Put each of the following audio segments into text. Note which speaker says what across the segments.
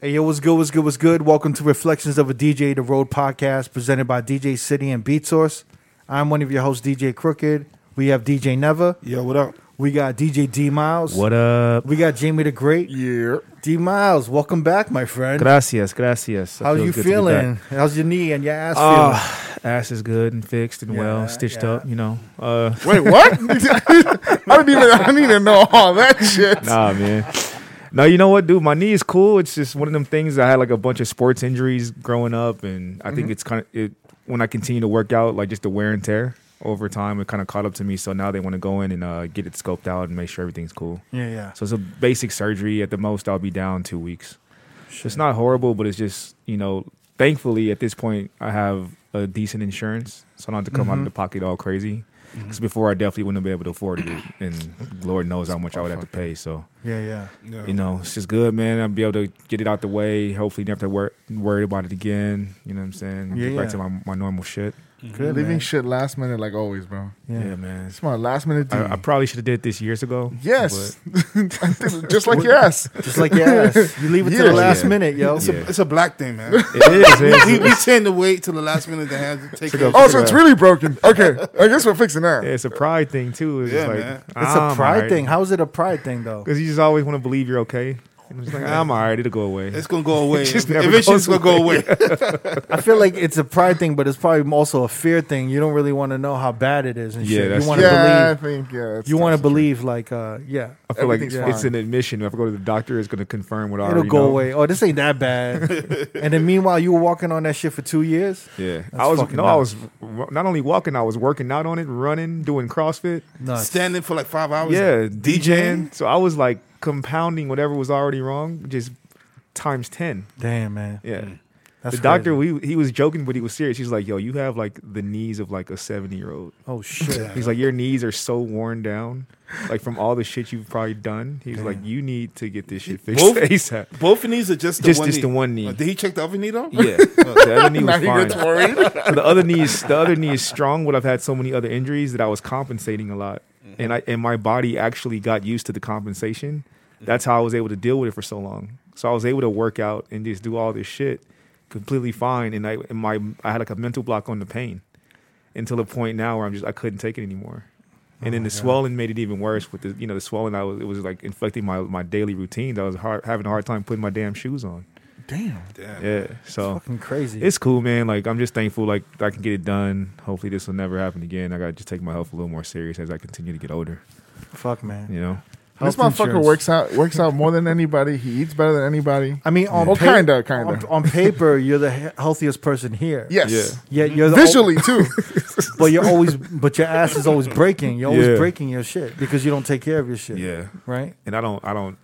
Speaker 1: Hey, yo, what's good? What's good? What's good? Welcome to Reflections of a DJ The Road podcast presented by DJ City and Beat Source. I'm one of your hosts, DJ Crooked. We have DJ Never.
Speaker 2: Yo, what up?
Speaker 1: We got DJ D Miles.
Speaker 3: What up?
Speaker 1: We got Jamie the Great.
Speaker 2: Yeah.
Speaker 1: D Miles, welcome back, my friend.
Speaker 3: Gracias, gracias. I
Speaker 1: How
Speaker 3: feel
Speaker 1: you
Speaker 3: good to be
Speaker 1: feeling?
Speaker 3: back.
Speaker 1: How's your knee and your ass feeling?
Speaker 3: Ah, ass is good and fixed and
Speaker 1: Yeah,
Speaker 3: well, stitched
Speaker 1: yeah.
Speaker 3: up. You know. Uh,
Speaker 2: Wait, what? I didn't even. I didn't even know all that shit.
Speaker 3: nah, man. No, you know what, dude? My knee is cool. It's just one of them things. I had like a bunch of sports injuries growing up, and I think it's kind of it when I continue to work out, like just the wear and tear over time, it kind of caught up to me. So now they want to go in and uh, get it scoped out and make sure everything's cool.
Speaker 1: Yeah, yeah.
Speaker 3: So it's a basic surgery. At the most, I'll be down two weeks. It's not horrible, but it's just you know. Thankfully, at this point, I have a decent insurance, so I don't have to come
Speaker 1: Mm-hmm.
Speaker 3: out of the pocket all crazy. Because before, I definitely wouldn't have been able to afford it, and Lord knows how much I would have to pay. So
Speaker 1: Yeah, yeah.
Speaker 3: you know, it's just good, man. I'll be able to get it out the way. Hopefully, never have to wor- worry about it again. You know what I'm saying?
Speaker 1: Yeah,
Speaker 3: get back
Speaker 1: yeah.
Speaker 3: to my, my normal shit.
Speaker 1: Good,
Speaker 2: Leaving
Speaker 1: man.
Speaker 2: shit last minute, like always, bro.
Speaker 1: Yeah.
Speaker 3: Yeah, man.
Speaker 2: It's my last minute. dude.
Speaker 3: I, I probably should have did this years ago.
Speaker 2: yes, I did it just like yes.
Speaker 1: Just like your ass. You leave it to
Speaker 2: Yeah.
Speaker 1: the last
Speaker 3: Yeah.
Speaker 1: minute, yo.
Speaker 3: Yeah.
Speaker 4: It's a black thing, man.
Speaker 3: but It is. it
Speaker 4: we,
Speaker 3: is.
Speaker 4: we tend to wait till the last minute to have to take care of
Speaker 2: Oh,
Speaker 4: it.
Speaker 2: so it's really broken. Okay, I guess we're fixing that.
Speaker 3: Yeah, it's a pride thing too. It's
Speaker 4: Yeah,
Speaker 3: just like,
Speaker 4: man.
Speaker 1: It's
Speaker 3: Ah,
Speaker 1: a pride thing. How is it a pride thing, though?
Speaker 3: Because you just always want to believe you're okay. And it's like I'm all right. It'll go away.
Speaker 4: It's gonna go away.
Speaker 3: just never
Speaker 4: Eventually, it's
Speaker 3: goes
Speaker 4: gonna go away.
Speaker 1: I feel like it's a pride thing, but it's probably also a fear thing. You don't really want to know how bad it is and
Speaker 3: Yeah,
Speaker 1: shit.
Speaker 3: that's
Speaker 1: you want to
Speaker 2: yeah, I
Speaker 1: believe.
Speaker 2: think yeah. that's-
Speaker 1: You want
Speaker 2: that's
Speaker 1: to believe, like, uh, yeah,
Speaker 3: I feel like it's,
Speaker 2: everything's
Speaker 3: it's
Speaker 2: fine.
Speaker 3: an admission. If I go to the doctor, it's going to confirm what I
Speaker 1: it'll
Speaker 3: already
Speaker 1: go
Speaker 3: know.
Speaker 1: away. Oh, this ain't that bad. and then meanwhile, you were walking on that shit for two years.
Speaker 3: Yeah,
Speaker 1: That's
Speaker 3: I was
Speaker 1: fucking
Speaker 3: no, I
Speaker 1: nuts.
Speaker 3: was r- not only walking, I was working out on it, running, doing CrossFit.
Speaker 1: Nuts.
Speaker 4: Standing for like five hours.
Speaker 3: yeah, DJing. So I was like compounding whatever was already wrong, just times ten.
Speaker 1: Damn, man.
Speaker 3: Yeah.
Speaker 1: Mm. That's
Speaker 3: the doctor,
Speaker 1: crazy.
Speaker 3: we, he was joking, but he was serious. He's like, "Yo, you have like the knees of like a seventy-year-old."
Speaker 1: Oh shit.
Speaker 3: He's like, your knees are so worn down, like from all the shit you've probably done. He's like, you need to get this shit fixed
Speaker 4: Both-
Speaker 3: ASAP.
Speaker 4: Both of these are just the
Speaker 3: Just-
Speaker 4: one
Speaker 3: just
Speaker 4: knee.
Speaker 3: the one knee.
Speaker 4: Uh, did he check the other knee though?
Speaker 3: Yeah, the other knee
Speaker 2: Now
Speaker 3: was
Speaker 2: he
Speaker 3: fine.
Speaker 2: gets worried.
Speaker 3: So the other knee is the other knee is strong, but I've had so many other injuries that I was compensating a lot,
Speaker 2: Mm-hmm.
Speaker 3: and I and my body actually got used to the compensation.
Speaker 2: Mm-hmm.
Speaker 3: That's how I was able to deal with it for so long. So I was able to work out and just do all this shit completely fine, and I and my I had like a mental block on the pain until the point now where I'm just I couldn't take it anymore. And
Speaker 2: Oh
Speaker 3: then the swelling made it even worse with the you know the swelling I was it was like infecting my my daily routines. I was hard, having a hard time putting my damn shoes on.
Speaker 1: Damn.
Speaker 4: Damn.
Speaker 3: Yeah, so
Speaker 1: Fucking crazy.
Speaker 3: it's cool, man. Like I'm just thankful, like I can get it done. Hopefully, this will never happen again. I gotta just take my health a little more serious as I continue to get older.
Speaker 1: fuck, man.
Speaker 3: You know,
Speaker 2: This
Speaker 1: Health
Speaker 2: motherfucker
Speaker 1: insurance.
Speaker 2: works out works out more than anybody. He eats better than anybody.
Speaker 1: I mean, on
Speaker 2: Well,
Speaker 1: pa-
Speaker 2: kinda, kinda.
Speaker 1: On, on paper, you're the he- healthiest person here.
Speaker 2: Yes.
Speaker 3: Yeah.
Speaker 1: Yeah, you're the
Speaker 2: Visually too.
Speaker 1: but you're always, but your ass is always breaking. You're always
Speaker 3: Yeah.
Speaker 1: breaking your shit because you don't take care of your shit.
Speaker 3: yeah.
Speaker 1: Right.
Speaker 3: And I don't, I don't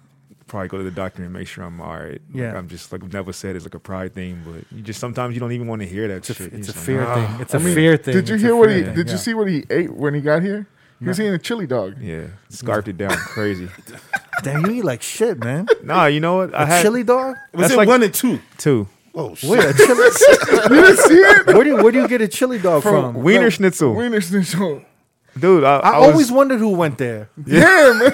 Speaker 3: probably go to the doctor and make sure I'm all right. Like,
Speaker 1: Yeah.
Speaker 3: I'm just like I've never said it's like a pride thing, but you just sometimes you don't even want to hear that
Speaker 1: It's a,
Speaker 3: shit.
Speaker 1: it's
Speaker 3: You're
Speaker 1: a
Speaker 3: just like,
Speaker 1: fear
Speaker 3: "Ah."
Speaker 1: thing. It's a fear thing.
Speaker 2: Did you
Speaker 1: It's a
Speaker 2: hear what
Speaker 1: fear
Speaker 2: he?
Speaker 1: thing,
Speaker 2: Did
Speaker 1: yeah.
Speaker 2: you see what he ate when he got here? He was eating a chili dog.
Speaker 3: Yeah, scarfed it down, crazy.
Speaker 1: Damn, you eat like shit, man.
Speaker 3: Nah, you know what? I
Speaker 1: A
Speaker 3: had
Speaker 1: chili dog?
Speaker 4: Was
Speaker 3: That's
Speaker 4: it
Speaker 3: like-
Speaker 4: one and two?
Speaker 3: two
Speaker 4: Oh shit!
Speaker 1: Wait, a chili? where do you, where do you get a chili dog from?
Speaker 3: wiener schnitzel,
Speaker 2: Wiener schnitzel.
Speaker 3: dude. I,
Speaker 1: Um, I,
Speaker 3: I was,
Speaker 1: always wondered who went there.
Speaker 2: Yeah, man.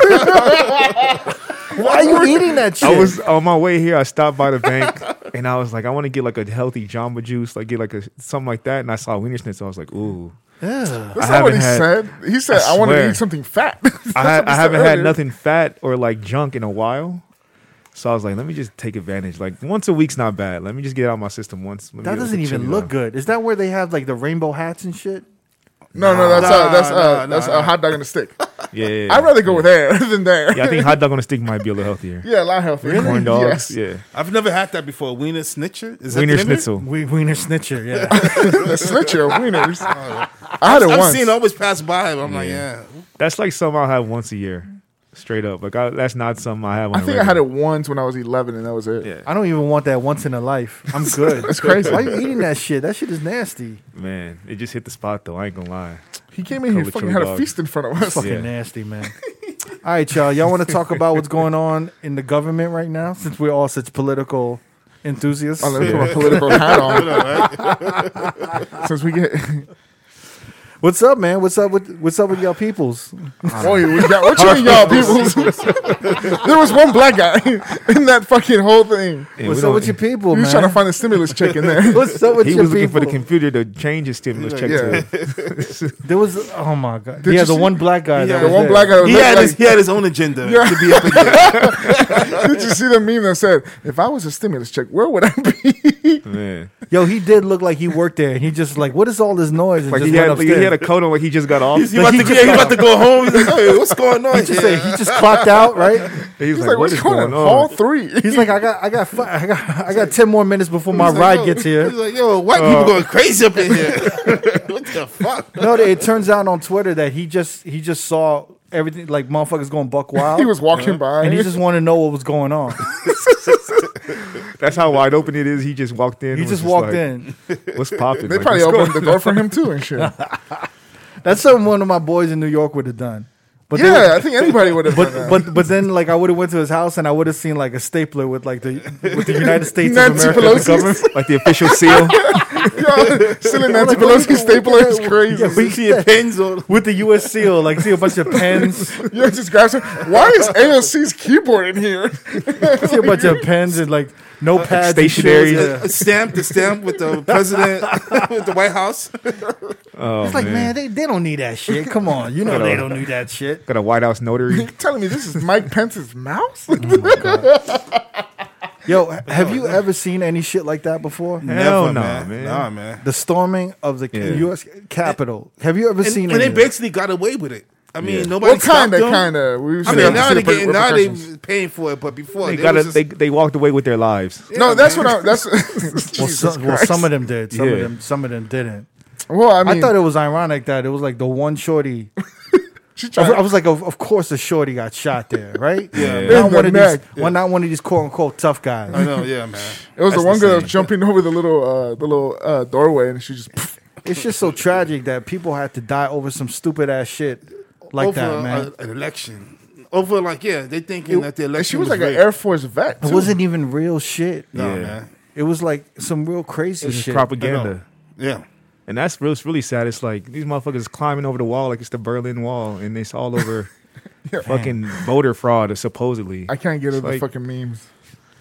Speaker 1: Why are you eating that shit?
Speaker 3: I was on my way here. I stopped by the bank and I was like, I want to get like a healthy Jamba Juice, like get like a something like that. And I saw Wiener Schnitzel. I was like, ooh,
Speaker 1: Ugh.
Speaker 2: That's
Speaker 3: I
Speaker 2: not what he
Speaker 3: haven't
Speaker 2: said. He said, "I, want to
Speaker 3: swear.
Speaker 2: eat something fat." That's
Speaker 3: I,
Speaker 2: what
Speaker 3: had,
Speaker 2: he
Speaker 3: I
Speaker 2: said
Speaker 3: haven't had
Speaker 2: earlier.
Speaker 3: nothing fat or like junk in a while. So I was like, let me just take advantage. Like once a week's not bad. Let me just get it out of my system once. Let me
Speaker 1: that
Speaker 3: get, like,
Speaker 1: doesn't
Speaker 3: a
Speaker 1: even
Speaker 3: chili
Speaker 1: look
Speaker 3: dog.
Speaker 1: good. Is that where they have like the rainbow hats and shit?
Speaker 2: No, no, that's
Speaker 4: Nah,
Speaker 2: a, that's
Speaker 4: nah,
Speaker 2: a, that's
Speaker 4: nah,
Speaker 2: a hot dog on a stick.
Speaker 3: Yeah, yeah, yeah.
Speaker 2: I'd rather go with that than there.
Speaker 3: Yeah, I think hot dog on a stick might be a little healthier.
Speaker 2: yeah, a lot healthier.
Speaker 3: Corn dogs.
Speaker 2: Yes.
Speaker 3: Yeah.
Speaker 4: I've never had that before. Wiener snitcher? Is that
Speaker 3: Wiener
Speaker 4: the name of it?
Speaker 3: Schnitzel.
Speaker 1: We, wiener snitcher, yeah.
Speaker 2: the snitcher of wieners. I had it
Speaker 4: Oh, I've
Speaker 2: once.
Speaker 4: seen it always pass by. but I'm like, yeah.
Speaker 3: That's like something I'll have once a year. Straight up. Like I, that's not something I have on
Speaker 2: I
Speaker 3: a
Speaker 2: think I had
Speaker 3: regular.
Speaker 2: it once when I was 11, and that was it.
Speaker 3: Yeah.
Speaker 1: I don't even want that once in a life. I'm good.
Speaker 2: That's crazy.
Speaker 1: Why are you eating that shit? That shit is nasty.
Speaker 3: Man, it just hit the spot though. I ain't gonna lie.
Speaker 2: He came in here,
Speaker 3: Call it
Speaker 2: fucking
Speaker 3: chili
Speaker 2: had a
Speaker 3: dog.
Speaker 2: feast in front of us.
Speaker 1: Fucking
Speaker 3: Yeah.
Speaker 1: nasty, man. all right, y'all. Y'all want to talk about what's going on in the government right now since we're all such political enthusiasts?
Speaker 2: Oh, let me put my political hat on. Since we get
Speaker 1: What's up, man? What's up with what's up with y'all peoples?
Speaker 2: Oh, yeah, we got, what you mean, y'all people? there was one black guy in that fucking whole thing.
Speaker 3: And we
Speaker 1: What's up
Speaker 3: don't-
Speaker 1: with your people, Oh,
Speaker 2: He
Speaker 1: man?
Speaker 2: was trying to find a stimulus check in there.
Speaker 1: what's up with
Speaker 3: He
Speaker 1: your
Speaker 3: was looking
Speaker 1: people?
Speaker 3: for the computer to change his stimulus check
Speaker 2: Yeah.
Speaker 3: to.
Speaker 1: there was oh my god. yeah,
Speaker 2: Did you
Speaker 1: the
Speaker 2: see-
Speaker 1: one black guy.
Speaker 4: Yeah,
Speaker 1: that
Speaker 4: the
Speaker 1: was
Speaker 2: one
Speaker 1: there.
Speaker 2: black guy. that
Speaker 4: He
Speaker 2: looked
Speaker 4: had
Speaker 2: like-
Speaker 4: his he had his own agenda to be up against.
Speaker 2: Did you see the meme that said, "If I was a stimulus check, where would I be?"
Speaker 3: Man.
Speaker 1: Yo, he did look like he worked there, and he just like, what is all this noise? And
Speaker 3: Like
Speaker 1: just
Speaker 3: he
Speaker 1: went
Speaker 3: had, he
Speaker 1: upstairs.
Speaker 3: had a coat on like he just got off.
Speaker 4: He's about, to, yeah, he about to go home. He's like, "Hey, what's going on?"
Speaker 1: He
Speaker 4: here?"
Speaker 1: just said- he just clocked out, right?
Speaker 3: He was
Speaker 2: He's like,
Speaker 3: like, what
Speaker 2: "What's
Speaker 3: is
Speaker 2: going on?"
Speaker 3: going
Speaker 2: Hall
Speaker 3: on?
Speaker 2: three.
Speaker 1: He's like, I got, I got, fi- I got, I got ten more minutes before my
Speaker 4: He's like,
Speaker 1: ride
Speaker 4: "Yo,"
Speaker 1: gets
Speaker 4: He's
Speaker 1: here.
Speaker 4: like, "Yo, white
Speaker 3: Oh.
Speaker 4: people going crazy up in here. what the fuck?"
Speaker 1: No, it turns out on Twitter that he just, he just saw everything, like motherfuckers going buck wild,
Speaker 2: he was walking by.
Speaker 1: and he just wanted to know what was going on.
Speaker 3: That's how wide open it is. He just walked in. and
Speaker 1: He
Speaker 3: was
Speaker 1: just walked
Speaker 3: like,
Speaker 1: in.
Speaker 3: What's popping?
Speaker 2: they
Speaker 3: Like,
Speaker 2: probably
Speaker 3: what's going-
Speaker 2: opened the door for him too and shit. yeah,
Speaker 1: That's something one of my boys in New York would have done. But they
Speaker 2: I think anybody would have.
Speaker 1: But, but but then like I would have went to his house and I would have seen like a stapler with like the with the United States of
Speaker 2: Nancy
Speaker 1: America
Speaker 2: Pelosi's-
Speaker 1: government.
Speaker 3: like the official seal.
Speaker 2: Yo, still in Nancy Pelosi stapler is crazy.
Speaker 1: Yeah,
Speaker 4: You see a pins on.
Speaker 1: with the U.S. seal, like see a bunch of pens,
Speaker 2: Yo, just grabs him. Why is AOC's keyboard in here?
Speaker 1: see a bunch of pens and like notepads, and shit.
Speaker 3: stationery.
Speaker 1: Yeah.
Speaker 4: A stamp, the stamp with the president, with the White House.
Speaker 3: Oh,
Speaker 1: It's like man, they, they don't need that shit. Come on, you know they don't need that shit.
Speaker 3: Got a White House notary.
Speaker 2: You telling me this is Mike Pence's mouse?
Speaker 1: Yo, have you ever seen any shit like that before?
Speaker 3: Hell nah,
Speaker 4: man.
Speaker 3: man.
Speaker 4: Nah, man.
Speaker 1: The storming of the
Speaker 3: Yeah.
Speaker 1: U.S. Capitol. Have you ever
Speaker 4: And,
Speaker 1: seen
Speaker 4: and they
Speaker 1: any? of
Speaker 4: basically got away with it. I mean,
Speaker 3: Yeah.
Speaker 4: nobody.
Speaker 2: what kind of
Speaker 4: stopped them.
Speaker 2: kind of? We
Speaker 4: I
Speaker 2: still
Speaker 4: mean,
Speaker 2: have to
Speaker 4: now
Speaker 2: see
Speaker 4: they
Speaker 2: the
Speaker 4: get, now
Speaker 2: repercussions.
Speaker 4: they paying for it, but before
Speaker 3: They
Speaker 4: they
Speaker 3: got
Speaker 4: was
Speaker 3: a,
Speaker 4: just-
Speaker 3: they they walked away with their lives.
Speaker 2: No, that's what I. That's Jesus
Speaker 1: that? Well, some, well,
Speaker 2: Christ.
Speaker 1: some of them did. Some of
Speaker 3: Yeah.
Speaker 1: them. Some of them didn't.
Speaker 2: Well, I
Speaker 1: I,
Speaker 2: mean,
Speaker 1: thought it was ironic that it was like the one shorty.
Speaker 2: she tried.
Speaker 1: I, I was like, of, of course, the shorty got shot there, right?
Speaker 4: Yeah.
Speaker 1: Not
Speaker 4: In
Speaker 2: the
Speaker 1: one of
Speaker 2: neck.
Speaker 1: these. Well, not one of these quote unquote tough guys.
Speaker 4: I know, yeah, man.
Speaker 2: It was the
Speaker 4: That's
Speaker 2: one girl that
Speaker 4: insane.
Speaker 2: was jumping over the little uh, the little uh, doorway, and she just pff,
Speaker 1: It's just so tragic that people had to die over some stupid ass shit like
Speaker 4: over uh,
Speaker 1: that, man.
Speaker 4: a- an election. Over like yeah, they thinking that the election
Speaker 2: she was like
Speaker 4: rigged.
Speaker 2: an Air Force vet.
Speaker 1: it
Speaker 2: too.
Speaker 1: wasn't e- even real shit.
Speaker 4: No,
Speaker 3: Yeah.
Speaker 4: man.
Speaker 1: It was like some real crazy
Speaker 3: It's just
Speaker 1: shit.
Speaker 4: I know.
Speaker 3: propaganda.
Speaker 4: Yeah.
Speaker 3: And that's real, it's really sad. It's like these motherfuckers is climbing over the wall like it's the Berlin Wall, and it's all over fucking voter fraud, supposedly.
Speaker 2: I can't get
Speaker 3: It's
Speaker 2: over the
Speaker 3: like-
Speaker 2: fucking memes.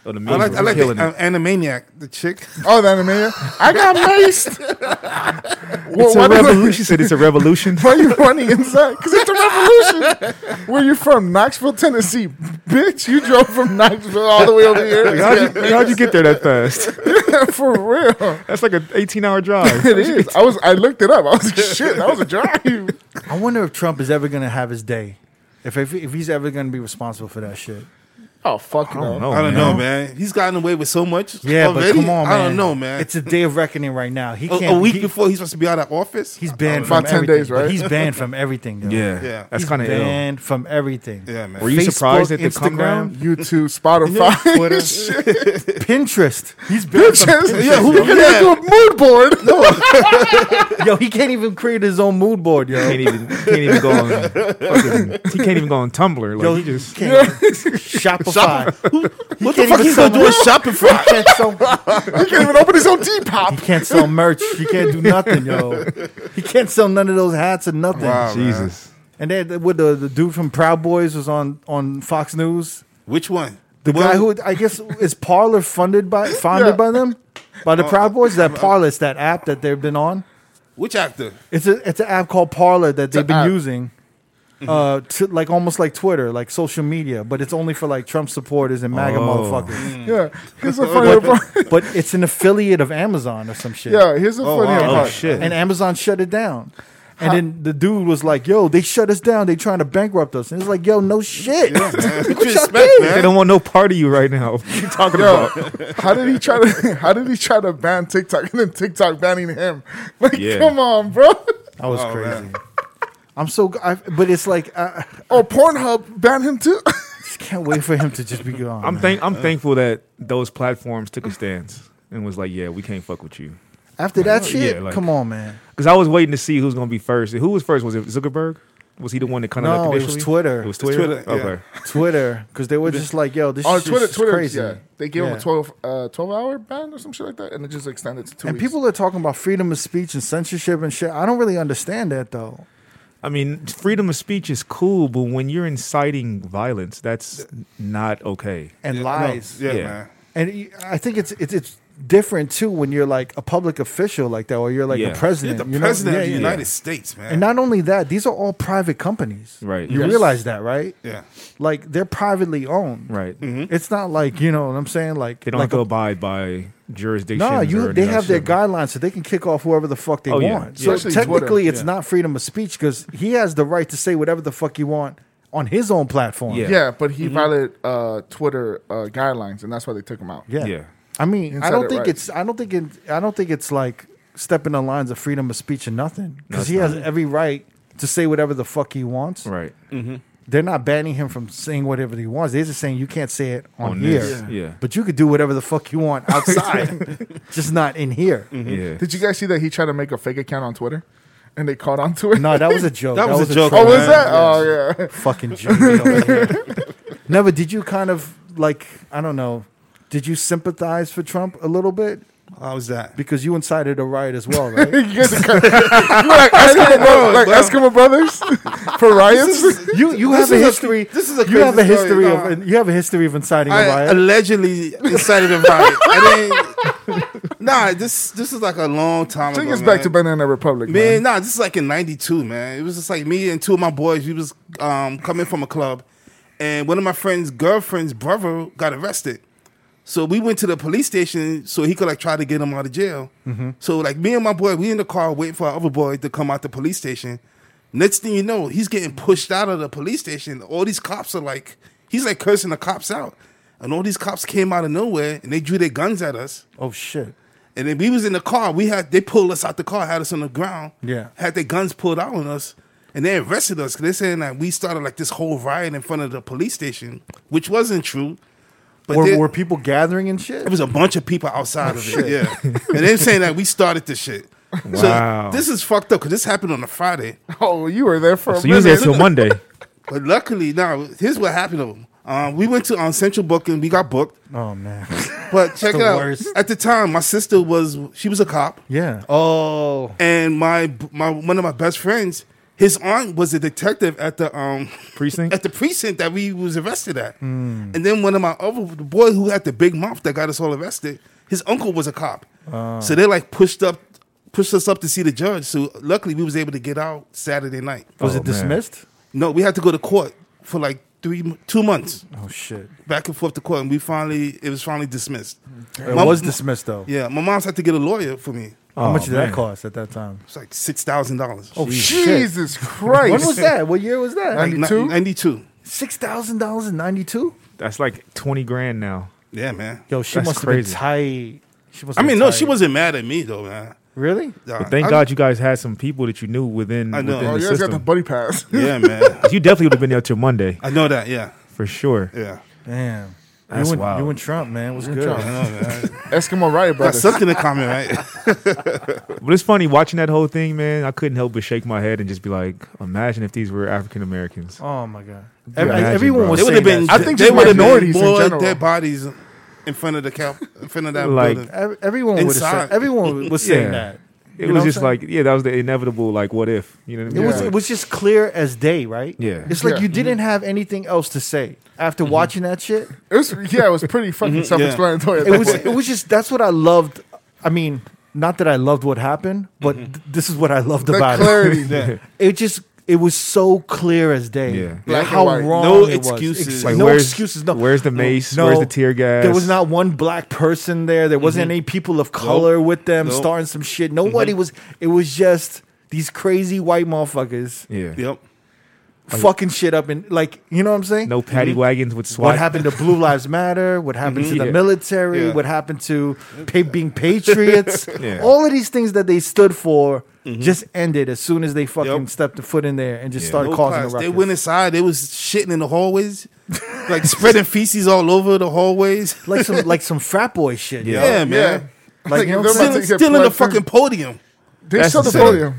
Speaker 3: oh,
Speaker 4: I
Speaker 3: the memes
Speaker 4: like, I
Speaker 3: were
Speaker 4: like the
Speaker 5: uh,
Speaker 3: killing
Speaker 4: um,
Speaker 3: it.
Speaker 4: Animaniac, the chick.
Speaker 2: Oh, the anime! I got maced.
Speaker 3: It's
Speaker 2: well,
Speaker 3: a
Speaker 2: why, do-
Speaker 3: revolution. She said it's a revolution.
Speaker 2: why are you running inside? Because it's a revolution. Where you from? Knoxville, Tennessee, bitch. You drove from Knoxville all the way over here.
Speaker 3: How'd you, how'd you get there that fast?
Speaker 2: For real,
Speaker 3: That's like an 18 hour drive.
Speaker 2: it is. I was. I looked it up. I was like, shit. That was a drive.
Speaker 1: I wonder if Trump is ever gonna have his day. If if, if he's ever gonna be responsible for that shit.
Speaker 2: Oh fuck no.
Speaker 3: know,
Speaker 4: I don't
Speaker 3: man.
Speaker 4: know, man. He's gotten away with so much.
Speaker 1: Yeah,
Speaker 4: already.
Speaker 1: but come on, man.
Speaker 4: I don't know, man.
Speaker 1: It's a day of reckoning right now. He
Speaker 4: a,
Speaker 1: can't.
Speaker 4: a week Oh,
Speaker 1: he-
Speaker 4: before he's supposed to be out of office.
Speaker 1: he's banned from
Speaker 2: About 10
Speaker 1: everything.
Speaker 2: days, right?
Speaker 1: But He's banned from everything. Though.
Speaker 3: Yeah.
Speaker 4: Yeah.
Speaker 3: That's
Speaker 1: He's
Speaker 3: kind of ill.
Speaker 1: banned from everything.
Speaker 4: yeah, man.
Speaker 3: Were you surprised at the
Speaker 1: Instagram,
Speaker 3: come down?
Speaker 2: YouTube, Spotify.
Speaker 1: Twitter, Pinterest. He's banned from Pinterest.
Speaker 2: yeah, who
Speaker 1: yo.
Speaker 2: can do a mood board?
Speaker 1: Yo, he can't even create his own mood board, yo.
Speaker 3: Can't even, can't even go on. Fucking, he can't even go on Tumblr. Like
Speaker 1: Yo,
Speaker 3: he just
Speaker 1: can't. Shopify.
Speaker 4: what the fuck he's gonna do a shopping for?
Speaker 1: He can't, sell,
Speaker 2: He can't even open his own
Speaker 1: he
Speaker 2: Depop.
Speaker 1: can't sell merch. He can't do nothing, yo. He can't sell none of those hats or nothing.
Speaker 4: Wow.
Speaker 3: Jesus.
Speaker 1: And then with the, the dude from Proud Boys was on on Fox News.
Speaker 4: Which one?
Speaker 1: The
Speaker 4: one
Speaker 1: guy who I guess is Parler funded by founded
Speaker 2: Yeah.
Speaker 1: by them by
Speaker 4: Oh,
Speaker 1: the Proud Boys. That Parler, it's that app that they've been on.
Speaker 4: Which actor?
Speaker 1: It's a it's an app called Parler that they've
Speaker 2: an
Speaker 1: been
Speaker 2: app.
Speaker 1: using,
Speaker 3: Mm-hmm.
Speaker 1: uh, to, like almost like Twitter, like social media, but it's only for like Trump supporters and MAGA
Speaker 3: Oh. Mm.
Speaker 1: motherfuckers.
Speaker 2: Yeah, here's a funny part.
Speaker 1: But it's an affiliate of Amazon or some shit.
Speaker 2: Yeah, here's a funny
Speaker 4: wow.
Speaker 2: part.
Speaker 3: Oh, shit.
Speaker 1: And Amazon shut it down. And then the dude was like, "Yo, they shut us down. They trying to bankrupt us." And it's like, "Yo, no shit.
Speaker 4: What you
Speaker 1: y'all
Speaker 4: expect,
Speaker 1: think?
Speaker 3: They
Speaker 4: man?
Speaker 3: don't want no part of you right now. What you talking
Speaker 2: Yo,
Speaker 3: about?
Speaker 1: Oh,
Speaker 2: how did he try to? How did he try to ban TikTok and then TikTok banning him? Like,
Speaker 3: Yeah.
Speaker 2: come on, bro.
Speaker 1: That
Speaker 3: Oh,
Speaker 1: was crazy."
Speaker 4: man.
Speaker 1: I'm so, I, but it's like I,
Speaker 2: Oh, Pornhub banned him too.
Speaker 1: I just can't wait for him to just be gone.
Speaker 3: I'm
Speaker 1: man.
Speaker 3: thank I'm thankful that those platforms took a stance and was like, yeah, we can't fuck with you.
Speaker 1: After that shit,
Speaker 3: Oh, yeah, like-
Speaker 1: come on, man.
Speaker 3: Because I was waiting to see who's gonna be first. Who was first? Was it Zuckerberg? Was he the one that kind of
Speaker 1: No,
Speaker 3: like
Speaker 1: it was
Speaker 3: initially-
Speaker 1: Twitter.
Speaker 3: It was
Speaker 1: It
Speaker 3: Twitter.
Speaker 5: Twitter, yeah.
Speaker 3: Okay.
Speaker 1: Twitter, because they were just like, "Yo, this
Speaker 2: On
Speaker 1: shit's
Speaker 2: Oh, Twitter, Twitter,
Speaker 1: crazy."
Speaker 2: yeah, they gave him
Speaker 1: Yeah.
Speaker 2: a 12, uh, 12 hour ban or some shit like that, and it just extended to two.
Speaker 1: And
Speaker 2: weeks.
Speaker 1: people are talking about freedom of speech and censorship and shit. I don't really understand that though.
Speaker 3: I mean, freedom of speech is cool, but when you're inciting violence, that's not okay.
Speaker 1: And
Speaker 5: Yeah, no,
Speaker 1: lies.
Speaker 5: yeah,
Speaker 3: Yeah.
Speaker 5: man.
Speaker 1: And you- I think it's it's it's different too when you're like a public official like that, or you're like
Speaker 3: Yeah.
Speaker 1: a
Speaker 5: You're
Speaker 1: president.
Speaker 5: the
Speaker 1: you know?
Speaker 5: president
Speaker 1: Yeah,
Speaker 5: of the
Speaker 1: yeah.
Speaker 5: United States, man.
Speaker 1: And not only that, these are all private companies.
Speaker 3: Right.
Speaker 1: You
Speaker 3: Yes.
Speaker 1: realize that, right?
Speaker 5: yeah.
Speaker 1: Like they're privately owned.
Speaker 3: Right.
Speaker 1: It's not like you know what I'm saying. Like
Speaker 3: They don't
Speaker 1: like
Speaker 3: have to
Speaker 1: a-
Speaker 3: abide by jurisdiction.
Speaker 1: No, you. They have their guidelines, so they can kick off whoever the fuck they
Speaker 3: Oh, yeah.
Speaker 1: want.
Speaker 3: Yeah.
Speaker 1: So
Speaker 2: Especially
Speaker 1: technically,
Speaker 2: Twitter,
Speaker 1: it's not freedom of speech because he has the right to say whatever the fuck he want on his own platform.
Speaker 3: Yeah.
Speaker 2: yeah, but
Speaker 1: Mm-hmm.
Speaker 2: he violated uh, Twitter uh, guidelines, and that's why they took him out.
Speaker 1: yeah.
Speaker 3: Yeah.
Speaker 1: I mean,
Speaker 2: Inside
Speaker 1: I don't
Speaker 2: it
Speaker 1: think
Speaker 2: right.
Speaker 1: it's. I don't think it. I don't think it's like stepping the lines of freedom of speech and nothing because
Speaker 3: it's
Speaker 1: he has
Speaker 3: not.
Speaker 1: every right to say whatever the fuck he wants.
Speaker 3: Right.
Speaker 1: They're not banning him from saying whatever he wants. They're just saying you can't say it on,
Speaker 3: On
Speaker 1: here.
Speaker 3: this, Yeah. yeah.
Speaker 1: But you could do whatever the fuck you want outside, just not in here.
Speaker 3: Yeah.
Speaker 2: Did you guys see that he tried to make a fake account on Twitter, and they caught onto it?
Speaker 1: No, that was a joke.
Speaker 5: That was a joke,
Speaker 1: troll.
Speaker 2: oh,
Speaker 5: man.
Speaker 2: was that? Oh, yeah.
Speaker 1: fucking joke. Never did you kind of like I don't know. Did you sympathize for Trump a little bit
Speaker 5: How was that?
Speaker 1: because you incited a riot as well, right?
Speaker 2: You guys are kind of, you were like Eskimo, Brothers, like Eskimo Brothers for riots.
Speaker 1: you you
Speaker 5: This
Speaker 1: have a
Speaker 5: is a-
Speaker 1: history.
Speaker 5: this is a
Speaker 1: you have a
Speaker 5: crazy
Speaker 1: history
Speaker 5: story,
Speaker 1: of you have a history of inciting a
Speaker 5: I
Speaker 1: riot.
Speaker 5: allegedly incited a riot. I didn't- nah, this this is like a long time
Speaker 2: Take
Speaker 5: ago.
Speaker 2: us back to
Speaker 5: man.
Speaker 2: Banana Republic,
Speaker 5: Man,
Speaker 2: man.
Speaker 5: nah, this is like in '92, man. It was just like me and two of my boys. We was um, coming from a club, and one of my friend's girlfriend's brother got arrested. So we went to the police station so he could like try to get him out of jail. So like me and my boy, we in the car waiting for our other boy to come out the police station. Next thing you know, he's getting pushed out of the police station. All these cops are like, he's like cursing the cops out, and all these cops came out of nowhere and they drew their guns at us.
Speaker 1: oh shit!
Speaker 5: And then we was in the car. We had they pulled us out the car, had us on the ground.
Speaker 1: Yeah.
Speaker 5: had their guns pulled out on us, and they arrested us. 'cause They saying that we started like this whole riot in front of the police station, which wasn't true. But
Speaker 1: Were,
Speaker 5: they-
Speaker 1: were people gathering and shit?
Speaker 5: it was a bunch of people
Speaker 1: Oh,
Speaker 5: outside of it. Yeah, and they saying that we started this shit.
Speaker 3: Wow.
Speaker 5: So this is fucked up because this happened on a Friday.
Speaker 2: Oh, you were there for a
Speaker 3: So you was there
Speaker 2: minute.
Speaker 3: till Monday.
Speaker 5: But luckily, now here's what happened to them. Um, we went to um, Central Booking. We got booked.
Speaker 1: oh man,
Speaker 5: But check it
Speaker 1: the
Speaker 5: out.
Speaker 1: worst.
Speaker 5: At the time, my sister was she was a cop.
Speaker 1: yeah. Oh,
Speaker 5: and my my one of my best friends, his aunt was a detective at the um
Speaker 3: Precinct?
Speaker 5: at the precinct that we was arrested at.
Speaker 1: Hmm.
Speaker 5: And then one of my other the boy who had the big mouth that got us all arrested, his uncle was a cop.
Speaker 1: Ah.
Speaker 5: So they like pushed up pushed us up to see the judge. So luckily we was able to get out Saturday night.
Speaker 1: was
Speaker 3: Oh,
Speaker 1: it
Speaker 3: man.
Speaker 1: dismissed?
Speaker 5: No, we had to go to court for like three m- two months
Speaker 1: Oh shit!
Speaker 5: back and forth to court, and we finally it was finally dismissed.
Speaker 1: It
Speaker 5: My-
Speaker 1: was dismissed though.
Speaker 5: Yeah, my mom's had to get a lawyer for me.
Speaker 1: How
Speaker 3: Oh,
Speaker 1: much did that
Speaker 3: man.
Speaker 1: cost at that time?
Speaker 5: It's like six thousand dollars.
Speaker 1: Oh shit!
Speaker 2: Jesus Christ!
Speaker 1: When was that? What year was that?
Speaker 5: Like, ni-
Speaker 2: 92?
Speaker 5: 92.
Speaker 1: Six thousand dollars in ninety two.
Speaker 3: That's like twenty grand now.
Speaker 5: Yeah, man.
Speaker 1: Yo, she
Speaker 3: That's
Speaker 1: must
Speaker 3: crazy.
Speaker 1: have been tight. She must.
Speaker 5: I
Speaker 1: have
Speaker 5: mean,
Speaker 1: been
Speaker 5: no,
Speaker 1: tight.
Speaker 5: she wasn't mad at me though, man.
Speaker 1: really.
Speaker 5: Nah,
Speaker 3: But thank
Speaker 5: I-
Speaker 3: God you guys had some people that you knew within,
Speaker 5: I know.
Speaker 3: within
Speaker 2: Oh,
Speaker 3: the
Speaker 2: you guys got the
Speaker 3: system.
Speaker 2: buddy pass.
Speaker 5: Yeah, man.
Speaker 3: 'Cause you definitely would have been there till Monday
Speaker 5: I know that. Yeah,
Speaker 3: for sure.
Speaker 5: yeah.
Speaker 1: Damn.
Speaker 3: That's
Speaker 1: you and,
Speaker 3: wild.
Speaker 1: You and Trump, man, was good.
Speaker 5: I know, man.
Speaker 2: Eskimo Riot
Speaker 5: Got
Speaker 2: Brothers.
Speaker 5: something to comment, right?
Speaker 3: But it's funny watching that whole thing, man. I couldn't help but shake my head and just be like, imagine if these were African Americans.
Speaker 1: Oh my god.
Speaker 3: Yeah,
Speaker 1: Ev-
Speaker 3: imagine,
Speaker 1: everyone
Speaker 3: bro.
Speaker 1: was.
Speaker 5: They would have been.
Speaker 1: I
Speaker 2: I
Speaker 1: think
Speaker 2: think
Speaker 5: they
Speaker 2: just
Speaker 5: would have been
Speaker 2: minorities in
Speaker 5: more
Speaker 2: general.
Speaker 5: dead bodies in front of the cap, in front of that
Speaker 3: Like-
Speaker 5: building.
Speaker 1: everyone would have said.
Speaker 5: Inside.
Speaker 1: Everyone was saying
Speaker 3: Yeah.
Speaker 1: that.
Speaker 3: It
Speaker 1: You know
Speaker 3: was
Speaker 1: what
Speaker 3: just
Speaker 1: I'm saying?
Speaker 3: like, yeah, that was the inevitable, like, what if? You know what I
Speaker 1: It
Speaker 3: mean?
Speaker 1: was. It was just clear as day, right?
Speaker 3: Yeah. Mm-hmm.
Speaker 1: It's like
Speaker 2: Yeah.
Speaker 1: you didn't have anything else to say after watching that shit.
Speaker 2: It was, yeah, it was pretty fucking self-explanatory. at
Speaker 1: It
Speaker 2: that
Speaker 1: was.
Speaker 2: point.
Speaker 1: It was just. That's what I loved. I mean, not that I loved what happened, but
Speaker 3: Mm-hmm.
Speaker 1: th- this is what I loved
Speaker 2: the
Speaker 1: about
Speaker 2: clarity.
Speaker 1: it. It just. It was so clear as day.
Speaker 3: Yeah.
Speaker 1: Like
Speaker 2: Black and
Speaker 1: how
Speaker 2: white.
Speaker 1: wrong.
Speaker 5: No
Speaker 1: it was.
Speaker 5: excuses.
Speaker 1: Ex-
Speaker 3: Like,
Speaker 1: no
Speaker 3: where's-
Speaker 1: excuses. No.
Speaker 3: Where's the mace?
Speaker 1: No.
Speaker 3: Where's the tear gas?
Speaker 1: There was not one black person there. There wasn't any people of color with them
Speaker 5: Nope.
Speaker 1: starting some shit. Nobody was. It was just these crazy white motherfuckers
Speaker 3: Yeah.
Speaker 5: Yep.
Speaker 1: fucking shit up and like you know what I'm saying.
Speaker 3: No paddy wagons with SWAT.
Speaker 1: Mm-hmm. What happened to Blue Lives Matter? What happened to the
Speaker 3: Yeah.
Speaker 1: military?
Speaker 5: Yeah.
Speaker 1: What happened to pa- being patriots?
Speaker 3: Yeah.
Speaker 1: All of these things that they stood for just ended as soon as they fucking
Speaker 5: Yep.
Speaker 1: stepped a foot in there and just
Speaker 3: Yeah.
Speaker 1: started
Speaker 5: No
Speaker 1: causing a
Speaker 5: class.
Speaker 1: ruckus.
Speaker 5: They went inside. They was shitting in the hallways, like spreading feces all over the hallways.
Speaker 1: like some like some frat boy shit. yo.
Speaker 5: Yeah,
Speaker 2: Yeah.
Speaker 5: man.
Speaker 1: Like, you know
Speaker 2: they're
Speaker 1: what I'm
Speaker 2: about
Speaker 5: Still,
Speaker 2: to get
Speaker 5: still in the
Speaker 2: plugged
Speaker 5: fucking
Speaker 2: in.
Speaker 5: podium.
Speaker 2: They
Speaker 3: That's
Speaker 2: shut the
Speaker 3: insane.
Speaker 2: podium.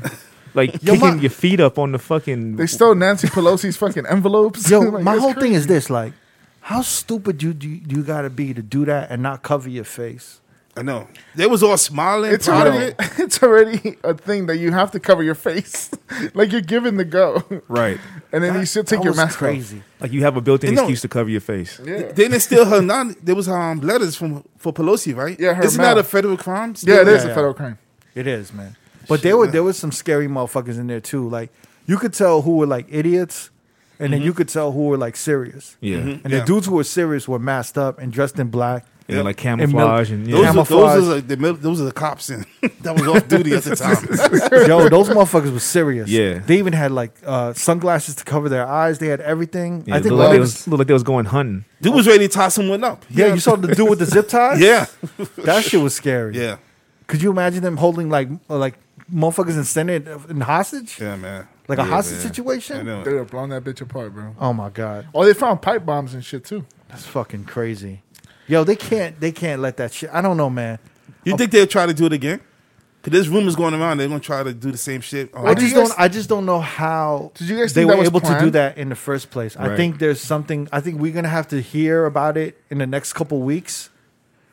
Speaker 3: like
Speaker 1: Yo,
Speaker 3: kicking
Speaker 1: my-
Speaker 3: your feet up on the fucking.
Speaker 2: They stole Nancy Pelosi's fucking envelopes.
Speaker 1: Yo,
Speaker 2: Like,
Speaker 1: my
Speaker 2: it's
Speaker 1: whole
Speaker 2: crazy.
Speaker 1: thing is this: like, how stupid you do you, you got to be to do that and not cover your face?
Speaker 5: I know. They was all smiling.
Speaker 2: It's
Speaker 5: proud of
Speaker 2: already,
Speaker 5: it.
Speaker 2: it's already a thing that you have to cover your face. like you're given the go.
Speaker 3: right.
Speaker 2: And then you should take
Speaker 1: That
Speaker 2: your
Speaker 1: was
Speaker 2: mask
Speaker 1: crazy.
Speaker 3: Like you have a built-in
Speaker 5: You know-
Speaker 3: excuse to cover your face.
Speaker 2: off. Yeah.
Speaker 5: They didn't steal her non. There was um letters from for Pelosi, right?
Speaker 2: Yeah, her
Speaker 5: Isn't that a
Speaker 2: mouth.
Speaker 5: federal crime?
Speaker 2: Yeah, it is
Speaker 1: yeah.
Speaker 2: a federal crime.
Speaker 1: It is, man. But there were there was some scary motherfuckers in there too. Like you could tell who were like idiots, and then you could tell who were like serious.
Speaker 3: Yeah.
Speaker 1: And
Speaker 5: Yeah.
Speaker 1: the dudes who were serious were masked up and dressed in black.
Speaker 3: And like
Speaker 1: mil-
Speaker 3: camouflage and,
Speaker 5: Those
Speaker 3: yeah.
Speaker 5: are,
Speaker 1: Camouflage.
Speaker 5: those, are the, mil- those are the cops in, that was off duty at the time.
Speaker 1: Yo, those motherfuckers were serious.
Speaker 3: Yeah.
Speaker 1: They even had like uh, sunglasses to cover their eyes. They had everything.
Speaker 3: yeah,
Speaker 1: I think
Speaker 3: looked like,
Speaker 1: one
Speaker 3: they
Speaker 1: of
Speaker 3: was, looked like they was going hunting.
Speaker 5: Dude was ready to tie someone up.
Speaker 1: yeah, you saw the dude with the zip tie.
Speaker 5: Yeah.
Speaker 1: that shit was scary.
Speaker 5: Yeah.
Speaker 1: Could you imagine them holding like uh, like motherfuckers in Senate in hostage?
Speaker 5: Yeah, man.
Speaker 1: Like a
Speaker 5: Yeah,
Speaker 1: hostage
Speaker 5: man. I
Speaker 1: situation?
Speaker 5: know.
Speaker 2: They would have blown that bitch apart, bro.
Speaker 1: Oh Mm-hmm. my god.
Speaker 2: Oh, they found pipe bombs and shit too.
Speaker 1: That's fucking crazy. Yo, they can't they can't let that shit. I don't know, man.
Speaker 5: You think they'll try to do it again? Because there's rumors going around they're going to try to do the same shit. on-
Speaker 1: I
Speaker 2: do you
Speaker 1: just
Speaker 2: guys-
Speaker 1: don't I just don't know how
Speaker 2: Did you guys
Speaker 1: they
Speaker 2: think that
Speaker 1: were
Speaker 2: was
Speaker 1: able to do
Speaker 2: planned?
Speaker 1: that in the first place. I
Speaker 3: Right.
Speaker 1: think there's something I think we're going to have to hear about it in the next couple weeks.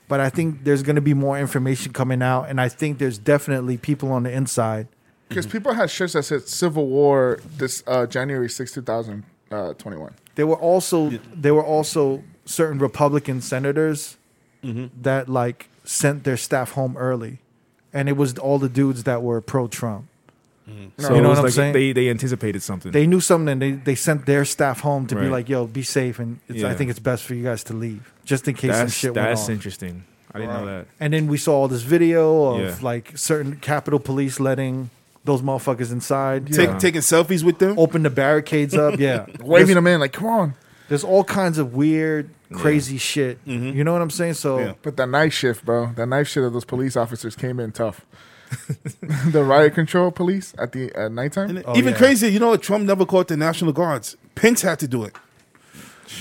Speaker 1: But I think there's going to be more information coming out and I think there's definitely people on the inside.
Speaker 2: Because people had shirts that said Civil War this uh, January 6, 2021.
Speaker 1: There were also there were also certain Republican senators
Speaker 3: Mm-hmm.
Speaker 1: that like sent their staff home early, and it was all the dudes that were pro Trump.
Speaker 3: Mm-hmm. So
Speaker 1: You
Speaker 3: it
Speaker 1: know
Speaker 3: was
Speaker 1: what I'm
Speaker 3: like
Speaker 1: saying?
Speaker 3: They they anticipated something.
Speaker 1: They knew something. And they they sent their staff home to be
Speaker 3: Right.
Speaker 1: like, "Yo, be safe," and it's, I
Speaker 3: Yeah.
Speaker 1: think it's best for you guys to leave just in case some
Speaker 3: that's
Speaker 1: shit
Speaker 3: that's
Speaker 1: went on.
Speaker 3: interesting. I didn't know that.
Speaker 1: And then we saw all this video of
Speaker 3: Yeah.
Speaker 1: like certain Capitol Police letting those motherfuckers inside.
Speaker 5: Take, Taking selfies with them?
Speaker 1: Open the barricades up, yeah.
Speaker 2: Waving
Speaker 1: There's-
Speaker 2: them in, like, come on.
Speaker 1: There's all kinds of weird, crazy shit. You know what I'm saying? So
Speaker 5: Yeah.
Speaker 2: But that knife shift, bro, that knife shift of those police officers came in tough. the riot control police at the at nighttime.
Speaker 5: And Even
Speaker 1: yeah.
Speaker 5: crazier, you know what? Trump never caught the National Guards. Pence had to do it.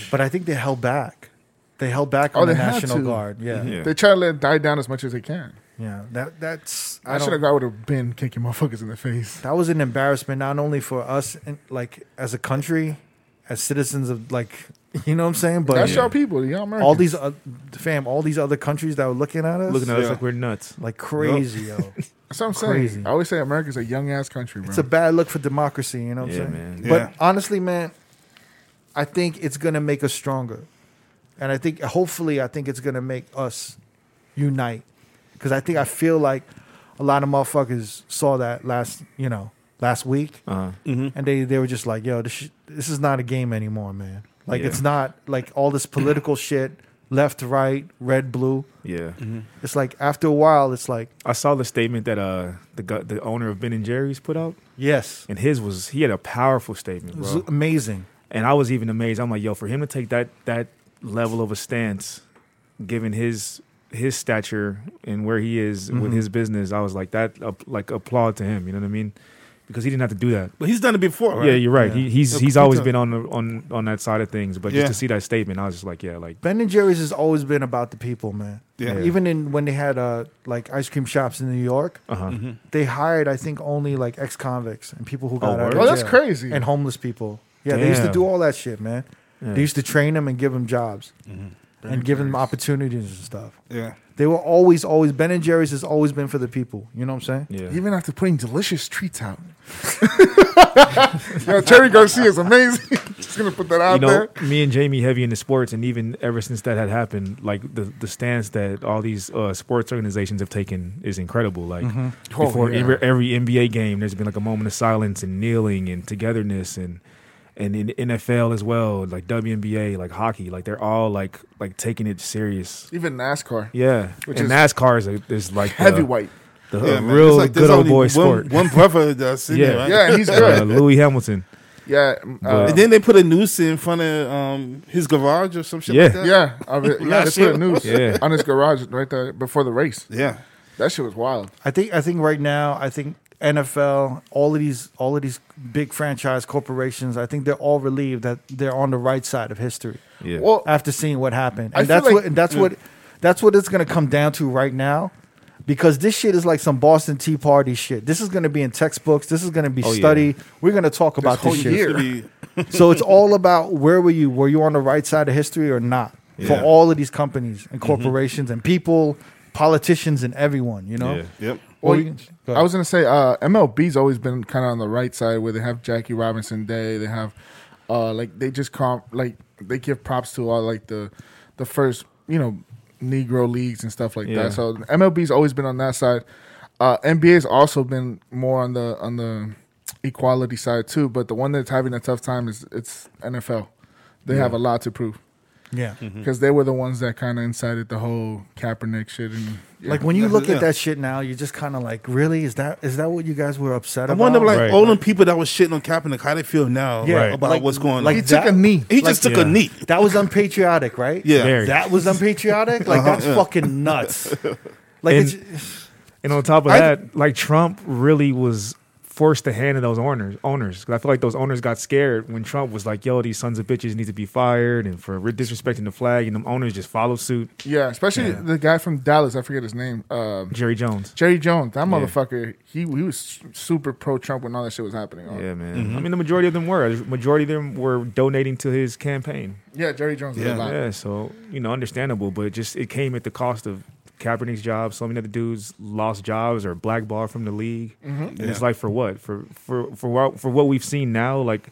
Speaker 1: But I think they held back. They held back on
Speaker 2: Oh,
Speaker 1: the
Speaker 2: they had
Speaker 1: National
Speaker 2: to. Mm-hmm.
Speaker 1: Guard. Yeah. yeah.
Speaker 3: Yeah.
Speaker 2: They try to let it die down as much as they can.
Speaker 1: That that's I
Speaker 2: I should have
Speaker 1: don't,
Speaker 2: got would have been kicking motherfuckers in the face.
Speaker 1: that was an embarrassment not only for us in, like as a country, as citizens of like you know what I'm saying, but
Speaker 2: That's y'all people, y'all Americans.
Speaker 1: all these uh, fam, all these other countries that were looking at us
Speaker 3: Looking at us
Speaker 5: Yeah.
Speaker 3: like we're nuts.
Speaker 1: like crazy, yo.
Speaker 2: That's what I'm
Speaker 1: Crazy.
Speaker 2: saying. I always say America's a young ass country, bro.
Speaker 1: It's a bad look for democracy, you know what
Speaker 3: Yeah,
Speaker 1: I'm saying?
Speaker 3: man.
Speaker 1: But
Speaker 5: Yeah.
Speaker 1: honestly, man, I think it's gonna make us stronger. And I think hopefully I think it's gonna make us unite. Cause I think I feel like a lot of motherfuckers saw that last, you know, last week.
Speaker 3: Uh-huh.
Speaker 5: Mm-hmm.
Speaker 1: And they, they were just like, yo, this, sh- this is not a game anymore, man. Like,
Speaker 3: Yeah.
Speaker 1: it's not like all this political shit, left, right, red, blue.
Speaker 3: Yeah.
Speaker 1: It's like after a while, it's like,
Speaker 3: I saw the statement that uh the gu- the owner of Ben and Jerry's put out,
Speaker 1: yes,
Speaker 3: and his was he had a powerful statement,
Speaker 1: it was
Speaker 3: bro.
Speaker 1: amazing.
Speaker 3: And I was even amazed. I'm like, yo, for him to take that that level of a stance, given his his stature and where he is
Speaker 5: Mm-hmm.
Speaker 3: with his business, I was like that up like applaud to him. You know what I mean? Because he didn't have to do that.
Speaker 5: But he's done it before, right?
Speaker 3: Yeah, you're right.
Speaker 1: Yeah.
Speaker 3: He, he's he's
Speaker 5: Yeah,
Speaker 3: always
Speaker 5: Kuta.
Speaker 3: been on the, on on that side of things, but
Speaker 5: Yeah.
Speaker 3: just to see that statement, I was just like, yeah, like
Speaker 1: Ben and Jerry's has always been about the people, man.
Speaker 5: Yeah.
Speaker 3: Yeah.
Speaker 1: Even in when they had uh like ice cream shops in New York,
Speaker 3: uh huh.
Speaker 5: Mm-hmm.
Speaker 1: they hired I think only like ex convicts and people who got out.
Speaker 3: word?
Speaker 1: of
Speaker 2: Oh, that's
Speaker 1: jail.
Speaker 2: crazy.
Speaker 1: And homeless people. Yeah, they used to
Speaker 3: Damn.
Speaker 1: do all that shit, man.
Speaker 3: Yeah.
Speaker 1: They used to train them and give them jobs and give them opportunities and stuff.
Speaker 5: Yeah.
Speaker 1: They were always, always Ben and Jerry's has always been for the people. You know what I'm saying?
Speaker 3: Yeah.
Speaker 2: Even after putting delicious treats out. Yo, Terry Garcia is amazing. Just gonna put that out
Speaker 3: you know,
Speaker 2: there.
Speaker 3: me and Jamie heavy into sports, and even ever since that had happened, like the, the stance that all these uh, sports organizations have taken is incredible. Like
Speaker 5: Mm-hmm.
Speaker 2: Oh,
Speaker 3: before
Speaker 2: yeah.
Speaker 3: every, every NBA game, there's been like a moment of silence and kneeling and togetherness, and and in NFL as well, like WNBA, like hockey, like they're all like like taking it serious.
Speaker 2: Even NASCAR.
Speaker 3: Yeah,
Speaker 2: Which
Speaker 3: and
Speaker 2: is
Speaker 3: NASCAR is, a, is like the-
Speaker 2: Heavyweight.
Speaker 3: the,
Speaker 5: Yeah, man.
Speaker 3: real
Speaker 5: It's like there's
Speaker 3: good old
Speaker 5: only
Speaker 3: boy
Speaker 5: one,
Speaker 3: sport.
Speaker 5: One brother that's in
Speaker 3: Yeah.
Speaker 5: there, right?
Speaker 2: Yeah, and he's
Speaker 3: uh,
Speaker 2: good.
Speaker 3: Louis Hamilton.
Speaker 2: Yeah. um,
Speaker 3: But-
Speaker 2: uh,
Speaker 5: And then they put a noose in front of um, his garage or some shit
Speaker 3: Yeah.
Speaker 5: like that.
Speaker 2: yeah. Of it. Yeah, they
Speaker 5: Last year.
Speaker 2: put a noose
Speaker 3: Yeah.
Speaker 2: on his garage right there before the race.
Speaker 5: Yeah.
Speaker 2: That shit was wild.
Speaker 1: I think I think right now I think NFL all of these all of these big franchise corporations I think they're all relieved that they're on the right side of history
Speaker 3: Yeah.
Speaker 2: Well,
Speaker 1: after seeing what happened
Speaker 2: I
Speaker 1: and
Speaker 2: feel
Speaker 1: that's
Speaker 2: like-
Speaker 1: what and that's what that's what it's going to come down to right now because this shit is like some Boston Tea Party shit. This is going to be in textbooks. This is going to be
Speaker 3: Oh, yeah.
Speaker 1: studied. We're going to talk about this, shit.
Speaker 5: It's gonna be-
Speaker 1: so it's all about where were you? Were you on the right side of history or not? For
Speaker 3: Yeah.
Speaker 1: all of these companies
Speaker 5: Mm-hmm.
Speaker 1: and corporations and people, politicians and everyone, you know.
Speaker 3: Yeah.
Speaker 5: Yep.
Speaker 1: Or
Speaker 2: Well,
Speaker 1: you- go
Speaker 2: I was gonna say uh, MLB's always been kind of on the right side where they have Jackie Robinson Day. They have uh, like they just comp like they give props to all like the the first you know Negro leagues and stuff like
Speaker 3: Yeah.
Speaker 2: that. So MLB's always been on that side. Uh, NBA's also been more on the on the equality side too. But the one that's having a tough time is it's NFL. They have a lot to prove
Speaker 1: yeah.
Speaker 5: Mm-hmm.
Speaker 2: because they were the ones that kind of incited the whole Kaepernick shit. And
Speaker 1: Like when you
Speaker 5: Yeah.
Speaker 1: look
Speaker 5: Yeah.
Speaker 1: at that shit now, you're just kind of like, really? Is that is that what you guys were upset
Speaker 5: I
Speaker 1: about?
Speaker 5: wonder, like,
Speaker 3: Right.
Speaker 5: all them people that was shitting on Kaepernick, how they feel now
Speaker 1: Yeah. Right.
Speaker 5: about
Speaker 1: Like-
Speaker 5: what's going on.
Speaker 1: like
Speaker 5: he
Speaker 1: He took that- a knee.
Speaker 5: He just took a
Speaker 3: Yeah.
Speaker 5: knee.
Speaker 1: That was unpatriotic, right?
Speaker 5: Yeah. Uh-huh.
Speaker 3: Very.
Speaker 1: That was unpatriotic? Like, that's fucking nuts. Like,
Speaker 3: And-
Speaker 1: it's,
Speaker 3: And on top of
Speaker 5: I-
Speaker 3: that, like Trump really was forced the hand of those owners. Owners, 'Cause I feel like those owners got scared when Trump was like, "Yo, these sons of bitches need to be fired," and for disrespecting the flag, and them owners just followed suit.
Speaker 2: Yeah, especially
Speaker 3: Yeah.
Speaker 2: the guy from Dallas. I forget his name. Um
Speaker 3: Jerry Jones.
Speaker 2: Jerry Jones. That motherfucker. He he was su- super pro Trump when all that shit was happening. Yeah,
Speaker 3: Yeah, man. I mean, the majority of them were. The majority of them were donating to his campaign.
Speaker 2: yeah Jerry Jones did
Speaker 5: Yeah.
Speaker 2: a lot.
Speaker 3: Yeah, so you know, understandable, but it just it came at the cost of Kaepernick's job. So many other dudes lost jobs or blackballed from the league,
Speaker 2: Mm-hmm.
Speaker 3: and it's
Speaker 5: Yeah.
Speaker 3: like for what? For for for what for what we've seen now, like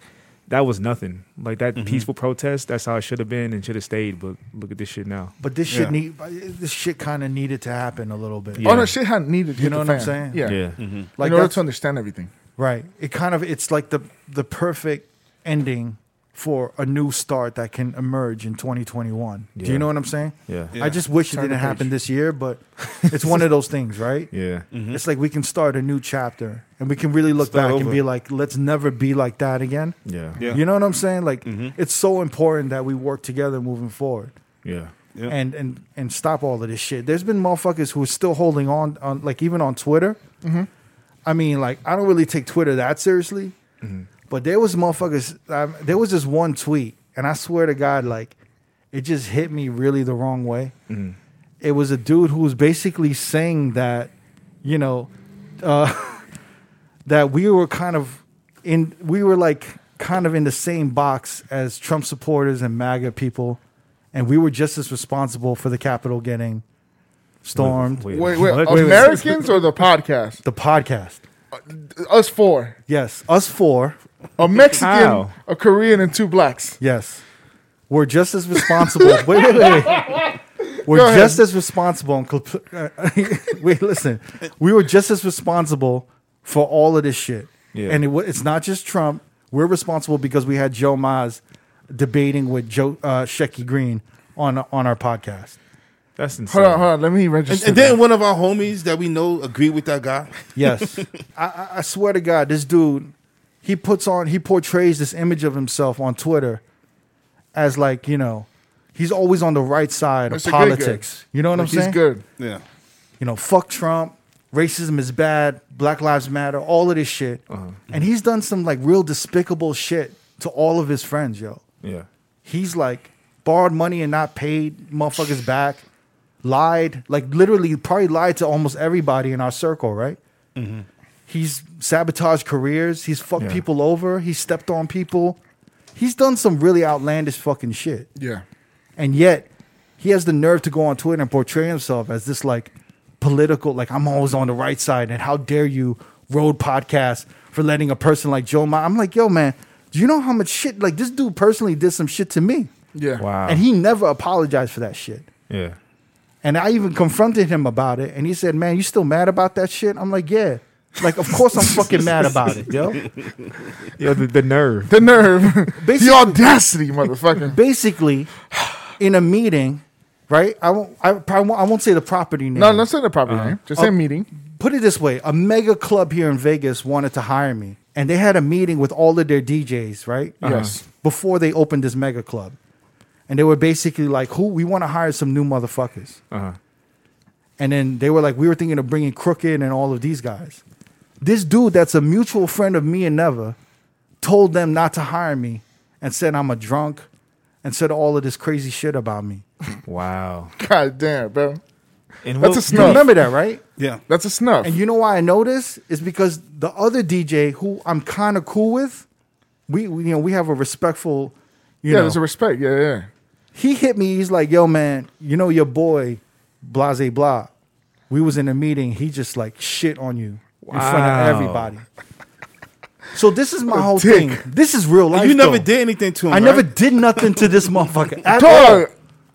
Speaker 3: that was nothing. Like that peaceful protest, that's how it should have been and should have stayed. But look at this shit now.
Speaker 1: but this shit
Speaker 5: Yeah.
Speaker 1: need this shit kind of needed to happen a little bit.
Speaker 3: Yeah.
Speaker 2: Oh no, shit had needed. to
Speaker 1: You
Speaker 2: hit
Speaker 1: know
Speaker 2: the
Speaker 1: what I'm saying?
Speaker 2: fan. Yeah.
Speaker 1: Like
Speaker 2: in order
Speaker 1: that's-
Speaker 2: to understand everything.
Speaker 1: Right. It kind of it's like the the perfect ending for a new start that can emerge in 2021. Do
Speaker 3: Yeah.
Speaker 1: you know what I'm saying?
Speaker 3: yeah,
Speaker 5: Yeah.
Speaker 1: I just wish
Speaker 2: Turn
Speaker 1: it didn't
Speaker 2: the
Speaker 1: happen
Speaker 2: page.
Speaker 1: this year, but it's one of those things, right?
Speaker 3: yeah.
Speaker 1: It's like we can start a new chapter and we can really look
Speaker 5: Mm-hmm. Start
Speaker 1: back and
Speaker 5: over.
Speaker 1: be like, let's never be like that again.
Speaker 3: yeah,
Speaker 5: Yeah. Mm-hmm.
Speaker 1: You know what I'm saying? Like it's so important that we work together moving forward.
Speaker 3: yeah.
Speaker 5: Yeah.
Speaker 1: And, and and stop all of this shit. There's been motherfuckers who are still holding on on like even on Twitter. I mean, like I don't really take Twitter that seriously, but there was motherfuckers. Um, there was this one tweet, and I swear to God, like it just hit me really the wrong way. It was a dude who was basically saying that, you know, uh, that we were kind of in, we were like kind of in the same box as Trump supporters and MAGA people, and we were just as responsible for the Capitol getting stormed.
Speaker 2: Wait, wait,
Speaker 3: what?
Speaker 2: Americans or the podcast? Uh,
Speaker 1: The podcast,
Speaker 2: Us four.
Speaker 1: yes, us four.
Speaker 2: A Mexican,
Speaker 3: How?
Speaker 2: a Korean, and two blacks.
Speaker 1: Yes. We're just as responsible. wait, wait, wait. We're
Speaker 2: Go ahead.
Speaker 1: just as responsible. And compl- wait, listen. We were just as responsible for all of this shit.
Speaker 3: Yeah.
Speaker 1: And it, wa- it's not just Trump. We're responsible because we had Joe Maz debating with Joe uh, Shecky Green on on our podcast.
Speaker 3: That's insane.
Speaker 2: Hold on, hold on. Let me register.
Speaker 5: And, and then one of our homies that we know agree with that guy.
Speaker 1: Yes. I- I, I swear to God, this dude, he puts on, he portrays this image of himself on Twitter as like, you know, he's always on the right side
Speaker 2: That's a
Speaker 1: of
Speaker 2: good guy.
Speaker 1: politics. You know what
Speaker 2: that.
Speaker 1: I'm
Speaker 2: he's
Speaker 1: saying?
Speaker 2: good.
Speaker 5: Yeah.
Speaker 1: You know, fuck Trump, racism is bad, Black Lives Matter, all of this shit.
Speaker 2: Uh-huh.
Speaker 1: And he's done some like real despicable shit to all of his friends, yo.
Speaker 3: Yeah,
Speaker 1: He's like borrowed money and not paid motherfuckers back, lied, like literally probably lied to almost everybody in our circle, right? He's sabotaged careers. He's fucked
Speaker 3: Yeah.
Speaker 1: people over. He stepped on people. He's done some really outlandish fucking shit.
Speaker 2: Yeah.
Speaker 1: And yet, he has the nerve to go on Twitter and portray himself as this like political, like I'm always on the right side, and how dare you road podcast for letting a person like Joe Ma. I'm like, yo, man, do you know how much shit like this dude personally did some shit to me?
Speaker 2: Yeah.
Speaker 3: wow.
Speaker 1: And he never apologized for that shit.
Speaker 3: yeah,
Speaker 1: And I even confronted him about it, and he said, "Man, you still mad about that shit?" I'm like, "Yeah." Like, of course I'm fucking mad about it, yo.
Speaker 3: yo, the, the nerve.
Speaker 2: The nerve. the
Speaker 1: Basically-
Speaker 2: audacity, motherfucker.
Speaker 1: Basically, in a meeting, right? I won't. I probably won't, I won't say the property name.
Speaker 2: No, don't say the
Speaker 1: Uh-huh.
Speaker 2: proper name. Just
Speaker 1: Oh.
Speaker 2: say meeting.
Speaker 1: put it this way a mega club here in Vegas wanted to hire me, and they had a meeting with all of their DJs, right?
Speaker 2: Yes.
Speaker 1: Before they opened this mega club. And they were basically like, who? We want to hire some new motherfuckers.
Speaker 3: Uh-huh.
Speaker 1: And then they were like, we were thinking of bringing Crooked and all of these guys. This dude that's a mutual friend of me and Neva told them not to hire me and said I'm a drunk and said all of this crazy shit about me.
Speaker 3: Wow.
Speaker 2: God damn, bro.
Speaker 3: And
Speaker 2: That's
Speaker 3: what-
Speaker 2: a
Speaker 1: You
Speaker 2: snub.
Speaker 1: remember that, right?
Speaker 5: Yeah.
Speaker 2: That's a snuff.
Speaker 1: And you know why I know this is because the other DJ who I'm kind of cool with, we, we you know we have a respectful, you
Speaker 2: yeah,
Speaker 1: know,
Speaker 2: there's a respect. Yeah, yeah.
Speaker 1: he hit me. He's like, "Yo, man, you know your boy, Blase Blah. We was in a meeting. He just like shit on you in front
Speaker 3: Wow.
Speaker 1: of everybody." So this is my whole
Speaker 2: dick.
Speaker 1: thing. This is real life.
Speaker 5: you never
Speaker 1: though.
Speaker 5: did anything to him.
Speaker 1: I never
Speaker 5: right?
Speaker 1: did nothing to this motherfucker. At all.
Speaker 2: Dog,